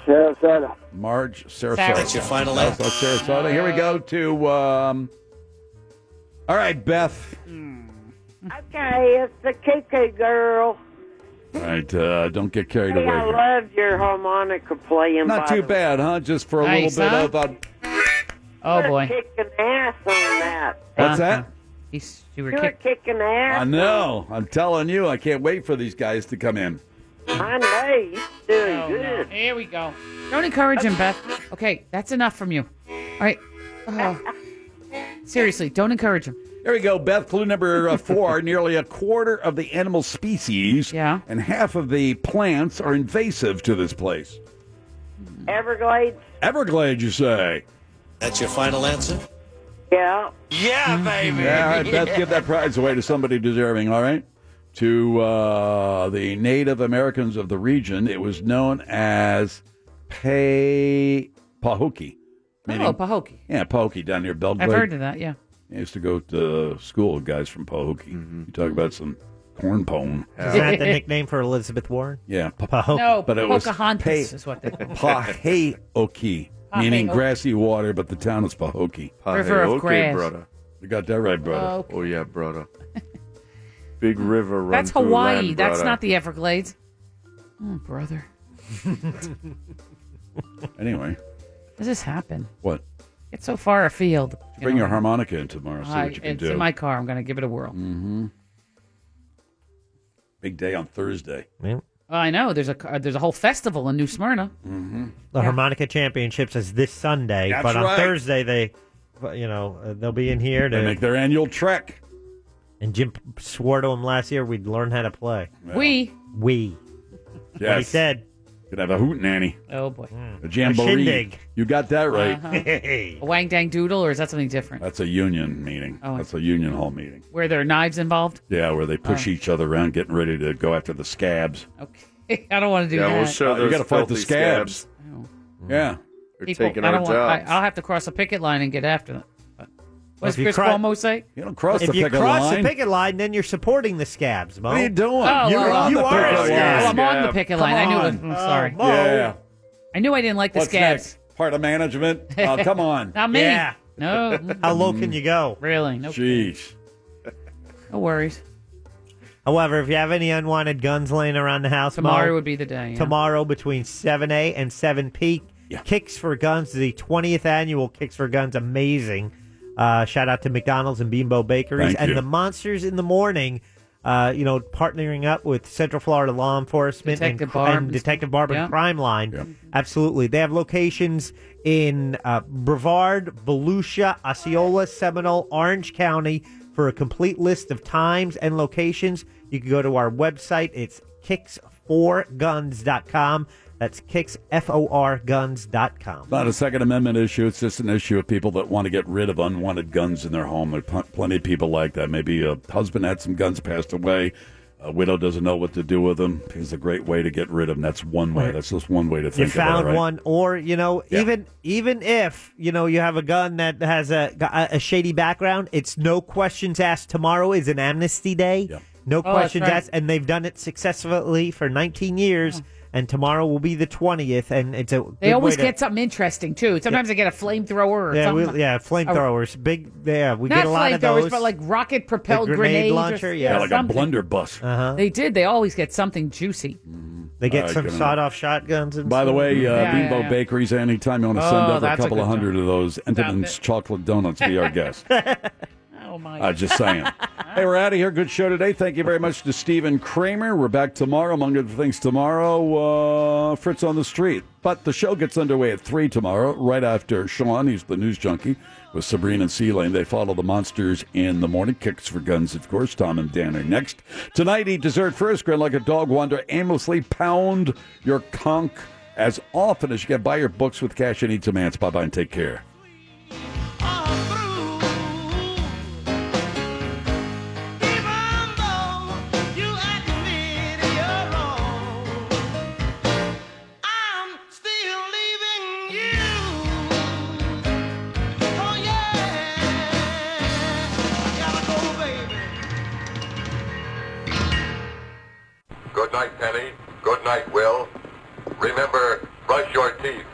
O: Sarasota.
F: Marge Sarasota.
O: That's your final
F: That's-
O: answer.
F: that's Sarasota. Here we go to. Um, all right, Beth.
L: Okay, it's the Kiki girl.
F: All right, uh, don't get carried
L: Hey,
F: away.
L: I
F: Here.
L: loved your harmonica playing.
F: Not
L: by
F: too
L: the
F: bad, huh? Just for a
L: Nice,
F: little bit
L: huh? Oh,
F: of a.
L: You were Kicking ass on that.
F: Oh, What's that?
G: He's, you
L: You were kicking ass.
F: I know. I'm telling you, I can't wait for these guys to come in.
L: I know. You're doing
G: Oh, no.
L: good.
G: Here we go. Don't encourage him, Beth. Okay, that's enough from you. All right. Oh. Seriously, don't encourage him.
F: Here we go, Beth. Clue number uh, four. Nearly a quarter of the animal species and half of the plants are invasive to this place.
L: Everglades.
F: Everglades, you say? That's your final answer?
L: Yeah. Yeah, baby.
F: Yeah, all right, Beth, give that prize away to somebody deserving, all right? To uh, the Native Americans of the region, it was known as Pay Pahokee.
G: Oh, Pahokee.
F: Yeah, Pahokee down near Belgrade.
G: I've heard of that, yeah.
F: I used to go to school with guys from Pahokee. You talk about some corn pone.
H: Is that the nickname for Elizabeth Warren?
F: Yeah, Pa-
H: Pahokee.
G: No,
F: but it was
G: Pocahontas
F: Pay-
G: is what they
F: Pahokee,
G: Pahokee.
F: meaning grassy water, but the town is Pahokee.
G: River of Pahokee, grass. brother.
F: You got that right, brother.
G: Pahokee.
F: Oh yeah, brother. Big river
G: That's Hawaii. that's not the Everglades. Oh, brother.
F: Anyway,
G: Does this happen?
F: what?
G: It's so far afield. you
F: Bring
G: know?
F: your harmonica in tomorrow. See
G: I-
F: what you can
G: it's
F: do.
G: in my car. I'm going to give it a whirl.
F: hmm Big day on Thursday.
G: I know. There's a car- there's a whole festival in New
H: Mm.
G: Smyrna.
F: Mm-hmm.
H: The
G: Yeah.
H: harmonica championships is this Sunday,
G: That's
H: but on
G: right.
H: Thursday they, but, you know, uh, they'll be in here to
F: They make their annual trek.
H: And Jim swore to him last year we'd learn how to play.
G: We.
H: we. What he
F: Yes.
H: said.
F: Could have a hoot nanny,
G: Oh boy.
H: Hmm.
F: a jamboree.
H: Mm. shindig.
F: You got that right.
G: Uh-huh. a wang dang doodle, or is that something different?
F: That's a union meeting.
G: Oh,
F: That's a union hall meeting.
G: Where there are knives involved?
F: Yeah, where they push
G: Oh.
F: each other around, getting ready to go after the scabs. Uh,
G: I don't want to do that. Oh.
F: you got to fight the scabs. Mm. Yeah,
G: People- I don't want, I, I'll have to cross a picket line and get after them. But what does
H: if you
G: Chris
H: cro-
G: Cuomo say?
F: You don't
H: if you cross the picket line, then you're supporting the scabs, Mo.
G: What are you doing? Oh,
H: You're,
G: well,
H: you
G: I'm on the
H: are a
G: picket line.
H: scab.
G: Well, I'm on the Scab. picket line. I knew it.
F: Come
G: I'm
F: on.
H: Uh,
G: sorry.
F: Oh, yeah.
G: I knew I didn't like the
F: What's
G: scabs.
F: next? Part of management. Oh, come on.
G: Not me.
F: Yeah.
G: No.
H: How low can you go?
G: Really? No.
F: Jeez.
G: No worries.
H: However, if you have any unwanted guns laying around the house,
G: Tomorrow
H: Mo,
G: would be the day, yeah.
H: Tomorrow between 7A and 7P. Kicks for Guns, the 20th annual Kicks for Guns. Amazing. Uh, shout out to McDonald's and Beanbo Bakeries.
W: Thank
H: and
W: you.
H: the Monsters in the Morning, uh, you know, partnering up with Central Florida law enforcement and-
W: Detective
H: and,
W: Barb and
H: Detective Barb
W: Yeah.
H: and Crime Line. Absolutely. They have locations in uh, Brevard, Volusia, Osceola, Seminole, Orange County. For a complete list of times and locations, you can go to our website. It's kicks4guns.com. That's kicks, F-O-R, guns.com.
F: It's not a Second Amendment issue. It's just an issue of people that want to get rid of unwanted guns in their home. There are pl- plenty of people like that. Maybe a husband had some guns passed away. A widow doesn't know what to do with them. It's a great way to get rid of them. That's one way. That's just one way to
H: You
F: think about
H: found
F: it. right?
H: one, or you know, even even if you know you have a gun that has a a a shady background, it's no questions asked. Tomorrow is an amnesty day,
G: Oh,
H: no
W: that's
H: questions
W: right.
H: asked, and they've done it successfully for 19 years. And tomorrow will be the 20th, and it's a
G: Hmm. They
H: good
G: always
H: way to-
G: get something interesting too. Sometimes they get a flamethrower. Or
H: yeah,
G: something.
H: we, yeah, flamethrowers, big yeah, we
G: Not
H: get a lot of
G: flamethrowers,
H: those.
G: but like rocket
H: The
G: propelled
H: grenade
G: grenades or-
H: launcher, yeah,
F: like a blunderbuss.
H: Uh-huh.
G: They did. They always get something juicy.
H: They get
F: All right,
H: some
F: good enough.
H: sawed-off shotguns. And
F: By the
H: stuff.
F: way, uh,
G: Yeah, yeah,
F: Bimbo
G: yeah.
F: Bakeries, anytime you want to send
G: Oh,
F: over a
G: that's a
F: couple of
G: good
F: hundred of those Entenmann's chocolate donuts, be our guest.
G: Oh my!
F: Uh, just saying. hey, we're out of here. Good show today. Thank you very much to Stephen Kramer. We're back tomorrow, among other things, tomorrow, uh, Fritz on the Street. But the show gets underway at 3 tomorrow, right after Sean, he's the news junkie, with Sabrina and Sea Lane. They follow the monsters in the morning. Kicks for guns, of course. Tom and Dan are next. Tonight, eat dessert first. Grin like a dog, wander aimlessly, pound your conch as often as you can. Buy your books with cash and eat some ants. Bye bye and take care.
L: Good night, Penny. Good night, Will. Remember, brush your teeth.